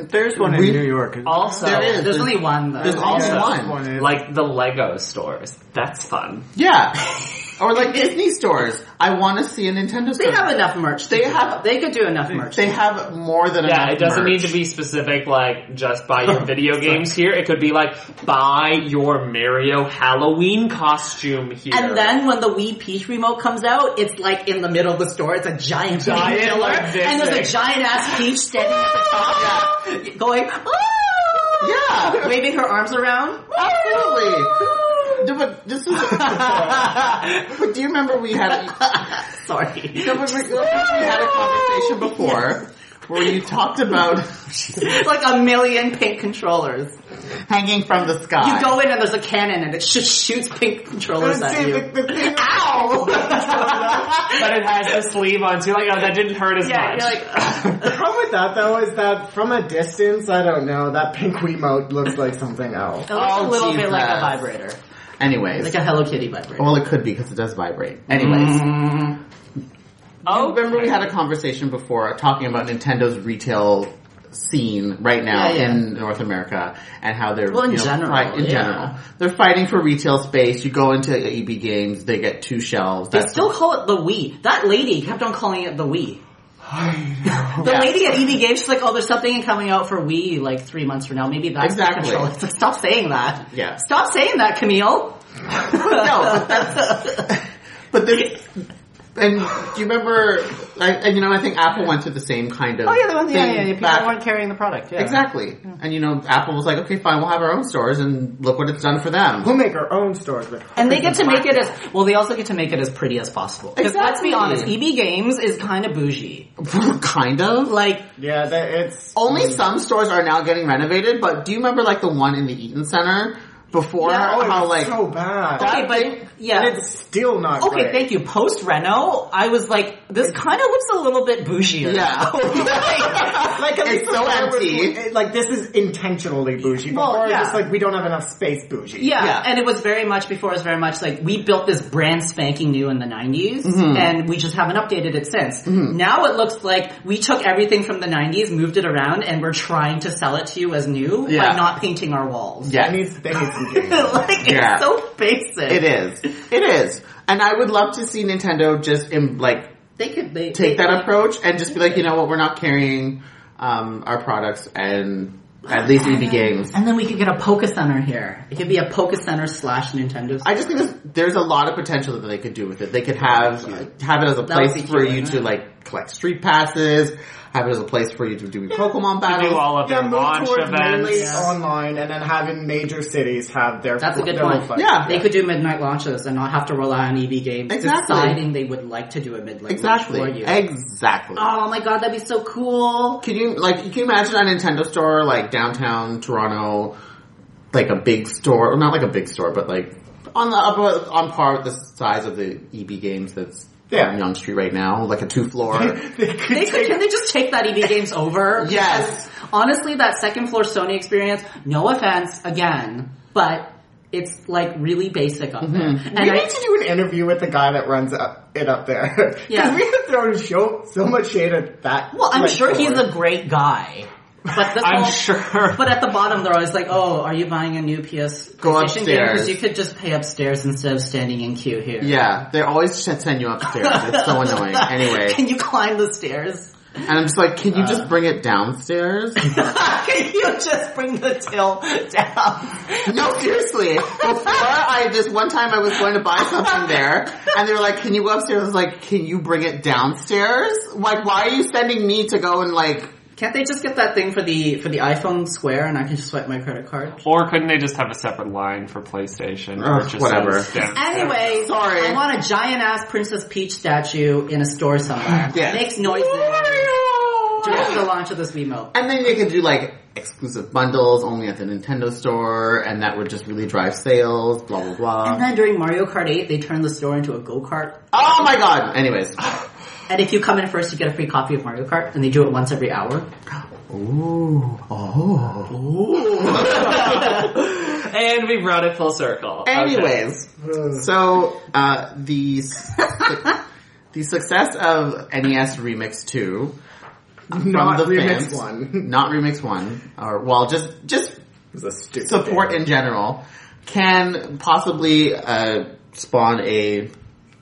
C: There's one
A: we-
C: in New York. isn't
D: Also,
A: There is.
B: There's only one though.
A: there's only
C: there?
A: one,
C: One is-
D: like the Lego stores. That's fun.
A: yeah, or like Disney stores. I want to see a Nintendo store.
B: They have enough merch. They have. They could do enough merch.
A: They have more than
D: Yeah,
A: enough
D: it doesn't
A: merch.
D: need to be specific, like just buy your video games here. It could be like buy your Mario Halloween costume here.
B: And then when the Wii Peach remote comes out, it's like in the middle of the store. It's a giant,
D: Giant,
B: pink pillar,
D: like this
B: and there's
D: big.
B: a giant ass Peach standing at the top, going, "Ah!"
A: Yeah,
B: waving her arms around.
A: absolutely. No, But this is. but do you remember we had?
B: Sorry,
A: No, but we, we had a conversation before where you talked about
B: like a million pink controllers.
A: hanging from the sky.
B: You go in and there's a cannon, and it just shoots pink controllers
C: Let's
B: at
C: see,
B: you.
C: the- the thing-
D: but it has the sleeve on, so you're like, oh, that didn't hurt as
B: yeah,
D: much.
B: you're like,
C: The problem with that though is that from a distance, I don't know, that pink Wiimote looks like something else.
B: it looks a little bit like a
A: Jesus.
B: vibrator,
A: Anyways.
B: like a Hello Kitty vibrator.
A: well, it could be because it does vibrate. Anyways. Oh, remember we had a conversation before talking about Nintendo's retail scene right now
B: Yeah, yeah.
A: in North America and how they're
B: Well, in
A: you know,
B: general,
A: fight- in
B: yeah.
A: general they're fighting for retail space. You go into EB Games, they get two shelves.
B: They
A: That's
B: still call it the Wii. That lady kept on calling it the Wii. the
A: Yes.
B: lady at ED Games, she's like, oh, there's something coming out for Wii like three months from now. Maybe that's the
A: Exactly.
B: control. It's like, stop saying that.
A: Yeah.
B: Stop saying that, Camille.
A: no, that's, but there's, and do you remember, I, and you know, I think Apple went through the same kind of
B: Oh, yeah, the ones, yeah,
A: thing
B: yeah, yeah. People
A: back-
B: weren't carrying the product. Yeah.
A: Exactly. And you know, Apple was like, okay, fine, we'll have our own stores and look what it's done for them.
C: We'll make our own stores with
B: And they get to make it as, well, they also get to make it as pretty as possible. Because let's
A: Exactly.
B: be honest, EB Games is kind of bougie.
A: kind of.
B: Like,
C: Yeah, that, it's
A: Only some stores are now getting renovated, but do you remember like the one in the Eaton Center before?
C: yeah, oh,
A: how
C: it's
A: like,
C: so bad.
B: okay,
A: thing-
B: but, yeah.
C: and it's still not
B: Okay,
C: great.
B: thank you. Post Reno, I was like, this kind of looks a little bit bougier.
A: Yeah.
B: Like,
C: Like at
A: It's
C: least
A: so
C: the store was-
A: empty.
C: it- eh, like this is intentionally bougie.
B: Well,
C: Before it was
B: yeah.
C: just like we don't have enough space bougie.
B: yeah,
A: Yeah.
B: and it was very much before. It was very much like we built this brand spanking new in the '90s,
A: Mm-hmm.
B: and we just haven't updated it since. Now it looks like we took everything from the '90s, moved it around, and we're trying to sell it to you as new
A: Yeah.
B: by not painting our walls.
A: yeah,
C: They need, they need some games.
B: like
A: Yeah.
B: it's so basic.
A: it is. It is. And I would love to see Nintendo just in, like
B: They could they,
A: take
B: they-
A: that approach and just be like, you know what, we're not carrying um, our products and at least EB Games.
B: and then we could get a Poke Center here. It could be a Poke Center slash Nintendo.
A: I just think there's, there's a lot of potential that they could do with it. They could have have it as a
B: That would
A: place
B: be
A: for
B: cute,
A: you
B: wouldn't
A: to
B: it?
A: like collect street passes, have it as a place for you to do Pokemon
D: do
A: battles.
D: all of
C: Yeah,
D: their
C: move
D: launch
C: towards mainly
D: events.
C: online and then having major cities have their
B: That's a good
C: their
B: point.
C: own flag.
A: Yeah.
B: They could do midnight launches and not have to rely on EV Games
A: Exactly.
B: deciding they would like to do a midnight launch for
A: exactly.
B: you.
A: Exactly.
B: oh my god, that'd be so cool.
A: Uh, Can you like can you imagine a Nintendo store like downtown Toronto, like a big store, well, not like a big store, but like on the upper, on par with the size of the EB Games that's
C: Yeah.
A: on Young Street right now, like a two floor.
C: They could
B: They could,
C: take
B: can they just take that EV Games over?
A: Yes.
B: Because honestly, that second floor Sony experience, no offense again, but it's like really basic up there.
A: Mm-hmm.
B: And
C: we
B: I-
C: need to do an interview with the guy that runs up, it up there. 'Cause
B: Yeah.
C: we have thrown show, so much shade at that.
B: well, I'm
C: like,
B: sure he's
C: store.
B: a great guy. But the
D: I'm
B: whole-
D: sure.
B: But at the bottom, they're always like, "Oh, are you buying a new PS?
A: Go
B: PlayStation game? 'Cause
A: upstairs.
B: You could just pay upstairs instead of standing in queue here.
A: yeah, they always sh- send you upstairs. It's so annoying. Anyway,
B: can you climb the stairs?
A: and I'm just like, can you just bring it downstairs?
B: can you just bring the till down?
A: No, seriously. Before I, this one time I was going to buy something there, and they were like, "Can you go upstairs?" I was like, "Can you bring it downstairs? Like, why are you sending me to go and like?"
B: Can't they just get that thing for the for the iPhone Square and I can just swipe my credit card?
D: Or couldn't they just have a separate line for PlayStation?
A: Ugh,
D: Purchases
A: whatever.
D: down-
B: Anyway,
A: Sorry.
B: I want a giant ass Princess Peach statue in a store somewhere.
A: Yes.
B: Makes noises. During the launch of this Wiimote.
A: And then they could do like exclusive bundles only at the Nintendo store, and that would just really drive sales. Blah blah blah.
B: And then during Mario Kart 8, they turned the store into a go-kart
A: oh my god. Anyways,
B: And if you come in first, you get a free copy of Mario Kart, and they do it once every hour.
A: ooh, oh.
D: And we brought it full circle. Okay.
A: Anyways,
C: Mm.
A: so uh, the s- the success of NES Remix Two.
C: not
A: the
C: remix
A: fans.
C: one.
A: not remix one, or well, just just
C: It was a stupid
A: support in general can possibly uh, spawn a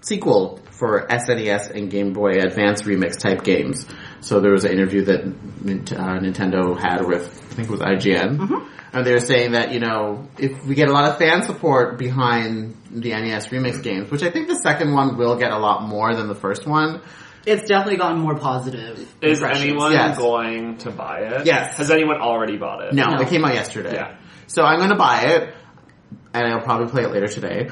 A: sequel for SNES and Game Boy Advance remix type games. So there was an interview that Nin- uh, Nintendo had with I think it was IGN, and they were saying that you know if we get a lot of fan support behind the NES remix games, which I think the second one will get a lot more than the first one.
B: It's definitely gotten more positive.
D: Is
B: impressions.
D: anyone
A: Yes.
D: going to buy it?
A: Yes.
D: Has anyone already bought it?
A: No,
B: No.
A: it came out yesterday.
D: Yeah.
A: So I'm gonna buy it, and I'll probably play it later today.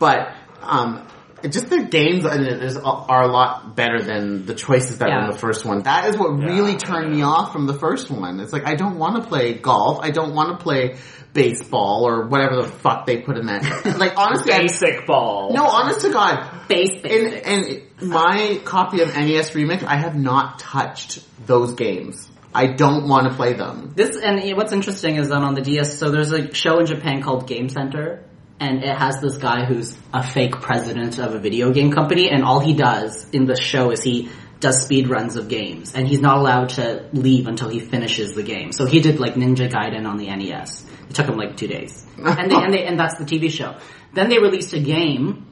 A: But um, it- just the games in it is, are a lot better than the choices that were in
B: Yeah.
A: the first one. That is what really turned me off from the first one. It's like I don't want to play golf. I don't want to play baseball or whatever the fuck they put in that. like honestly, I,
D: Basic ball.
A: no, honest to God,
B: Base
A: in,
B: basic.
A: in my copy of NES Remix, I have not touched those games. I don't want to play them.
B: This and what's interesting is that on the DS, so there's a show in Japan called Game Center, and it has this guy who's a fake president of a video game company, and all he does in the show is he does speed runs of games, and he's not allowed to leave until he finishes the game. So he did like Ninja Gaiden on the NES. It took him like two days, and they, and they, and that's the TV show. Then they released a game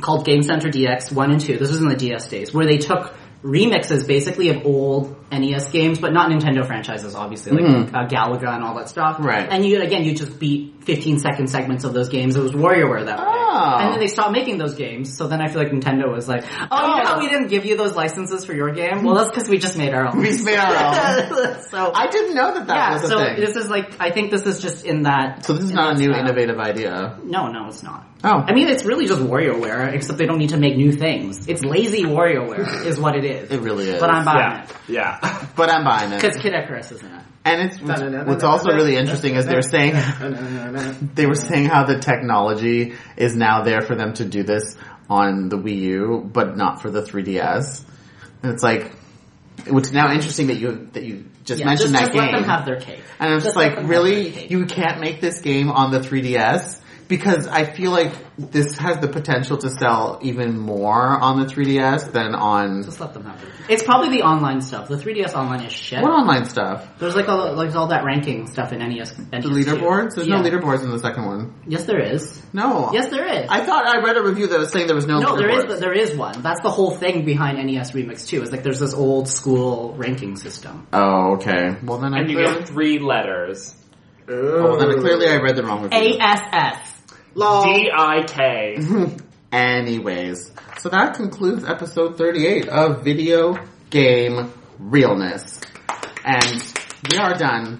B: called Game Center DX 1 and 2. This was in the DS days, where they took remixes basically of old NES games, but not Nintendo franchises, obviously, like uh, Galaga and all that stuff.
A: Hmm. Right.
B: And you, again, you just beat 15 second segments of those games. It was WarioWare that
A: Oh.
B: way. And then they stopped making those games, so then I feel like Nintendo was like, oh, you know how we didn't give you those licenses for your game? Well, that's because we just made our own.
A: We made our own.
B: so,
A: I didn't know that that
B: yeah,
A: was a
B: so
A: thing.
B: this is like, I think this is just in that.
A: so this is
B: in
A: not a
B: that
A: new
B: style.
A: innovative idea.
B: No, no, it's not.
A: Oh.
B: I mean, it's really just WarioWare, except they don't need to make new things. It's lazy WarioWare, is what it is.
A: It really is.
B: But I'm buying
D: Yeah.
B: it.
D: Yeah.
A: But I'm buying it.
B: Because Kid Icarus is in it.
A: And it's what's, what's also really interesting is they're saying they were saying how the technology is now there for them to do this on the Wii U, but not for the 3DS. And it's like, what's now interesting that you that you just
B: Yeah,
A: mentioned
B: just,
A: that
B: just
A: game.
B: let them have their cake.
A: And I'm just,
B: let
A: like,
B: them have their
A: really?
B: cake.
A: You can't make this game on the 3DS? Because I feel like this has the potential to sell even more on the 3DS than on,
B: Just let them have their cake. It's probably the online stuff. The 3DS online is shit.
A: what online stuff?
B: There's like all, like all that ranking stuff in E NES. NES
A: The leaderboards? There's
B: Yeah.
A: no leaderboards in the second one.
B: Yes, there is.
A: No.
B: Yes, there is.
A: I thought I read a review that was saying there was no
B: no, there is,
A: leaderboards.
B: but there is one. That's the whole thing behind NES Remix 2. Is like there's this old school ranking system.
A: Oh, okay. Well then, I
D: And you
A: clearly,
D: get three letters.
A: Oh. well, then I clearly I read the wrong review.
B: ASS.
A: Mhm.
D: D I K.
A: Anyways, so that concludes episode 38 of Video Game Realness. And we are done.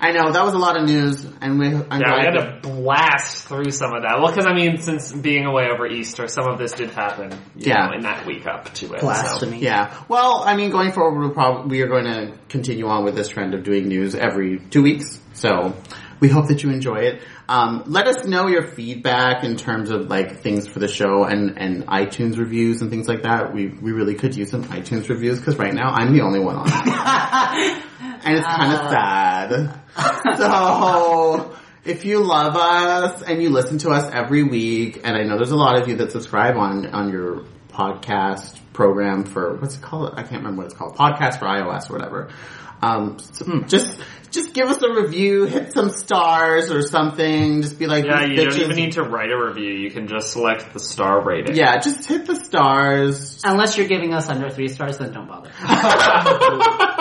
A: I know, that was a lot of news, and we, I'm
D: Yeah, we
A: glad
D: had
A: that-
D: to blast through some of that. Well, because I mean, since being away over Easter, some of this did happen. You
A: Yeah.
D: know, in that week up to it. So.
B: Blasphemy.
A: Yeah. Well, I mean, going forward, we'll prob- we are going to continue on with this trend of doing news every two weeks. So we hope that you enjoy it. Um, let us know your feedback in terms of like things for the show and, and iTunes reviews and things like that. We we really could use some iTunes reviews because right now I'm the only one on it, and it's kind of sad. So if you love us and you listen to us every week, and I know there's a lot of you that subscribe on on your podcast program for what's it called? I can't remember what it's called. Podcast for iOS or whatever. Um, so
D: Hmm.
A: just just give us a review, hit some stars or something. Just be like,
D: Yeah,
A: "These
D: you don't
A: bitches."
D: even need to write a review. You can just select the star rating.
A: Yeah, just hit the stars.
B: Unless you're giving us under three stars, then don't bother.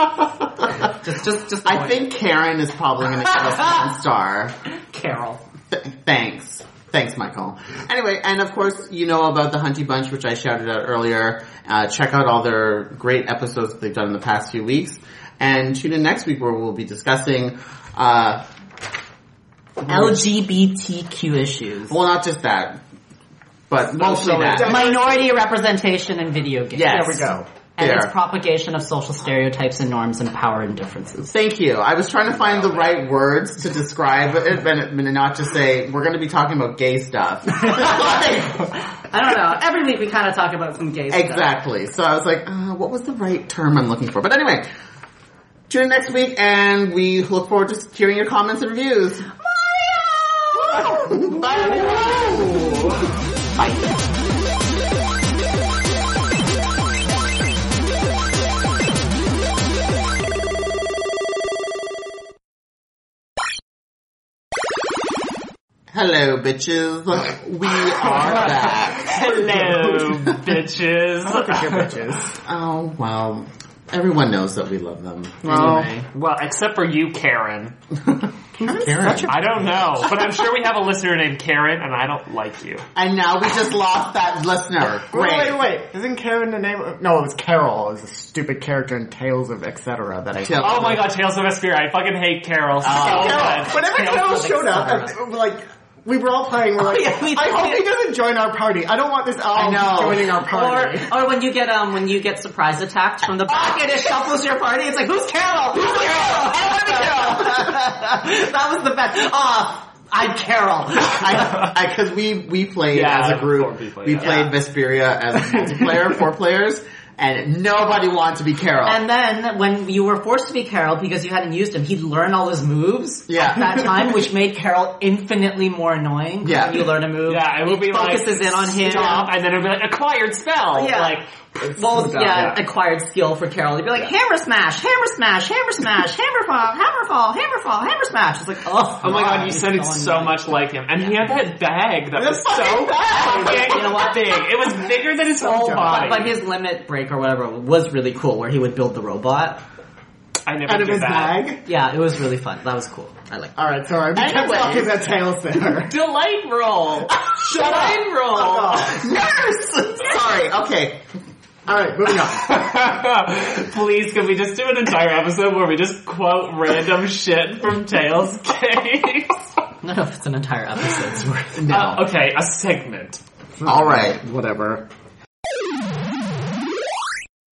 B: just, just, just.
A: I think Karen is probably going to give us one star.
B: Carol.
A: Th- thanks. Thanks, Michael. Anyway, and of course, you know about the Hunty Bunch, which I shouted out earlier. Uh, check out all their great episodes that they've done in the past few weeks. And tune in next week where we'll be discussing, uh,
B: LGBTQ issues.
A: well, not just that, but mostly that.
B: Minority representation in video games.
A: Yes.
C: There we go.
B: And its
A: There.
B: propagation of social stereotypes and norms and power and differences.
A: Thank you. I was trying to find the right words to describe it and, and not just say, we're going to be talking about gay stuff.
B: I don't know. Every week we kind of talk about some gay stuff.
A: Exactly. So I was like, uh, what was the right term I'm looking for? But anyway, tune in next week and we look forward to hearing your comments and reviews. Mario! Bye. everyone. Bye. Hello, bitches. We are back.
D: Hello, bitches.
C: Look at your bitches.
A: Oh, well, everyone knows that we love them.
D: Well,
A: Anyway.
D: well, except for you, Karen.
A: Karen.
D: I don't know, but I'm sure we have a listener named Karen, and I don't like you.
A: And now we just lost that listener. Great.
C: Wait, wait, wait. Isn't Karen the name of- No, it was Carol. It was a stupid character in Tales of Etc. that I
A: Till-
D: Oh my god, Tales of Vesperia. I fucking hate Carol so
C: Carol.
D: much.
C: Whenever Carol
B: of
C: showed
A: Oh,
C: up,
B: Etc.
C: uh, like we were all playing. We're like,
B: yeah, we
C: I
B: did.
C: hope he doesn't join our party. I don't want this owl
A: know.
C: joining our
B: Or,
C: party.
B: or when you get um when you get surprise attacked from the back and it shuffles your party, it's like who's Carol? Who's Carol? I want to be Carol. that was the best. Ah, I'm Carol.
A: I because we we played
D: Yeah,
A: as a group.
D: four people,
A: we
D: yeah.
A: played Vesperia as multiplayer, four players, and nobody wanted to be Carol.
B: And then when you were forced to be Carol because you hadn't used him, he'd learn all his moves
A: Yeah.
B: at that time, which made Carol infinitely more annoying. 'cause
A: Yeah.
B: When you learn a move,
D: Yeah, it will be like
B: focuses in on him.
D: stop, and then it'll be like acquired spell.
B: Yeah.
D: Like
B: Well, yeah,
D: yeah.
B: acquired skill for Carol. You'd be like, hammer smash, hammer smash, hammer smash, hammer fall, hammer fall, hammer fall, hammer smash. It's like, oh,
D: Oh my god, you
B: it's
D: sounded so
B: annoying.
D: much like him. And he had that bag that was
A: fucking
D: so
A: bag!
D: fucking
B: You know what?
D: big. It was bigger than his whole
C: dumb.
D: body.
B: But, but his limit break or whatever was really cool, where he would build the robot.
D: I never
C: Out
D: did
C: of his
D: that.
C: bag.
B: Yeah, it was really fun. That was cool. I like.
C: All right, sorry. We kept
A: Anyway.
C: talking about Tails there.
D: Delight roll! Delight roll!
A: Nurse. Sorry. Okay.
C: All right, moving on.
D: Please, could we just do an entire episode where we just quote random shit from Tails Case?
B: I don't know if it's an entire episode's worth.
A: No.
D: okay, a Uh, segment.
A: All right.
C: Whatever.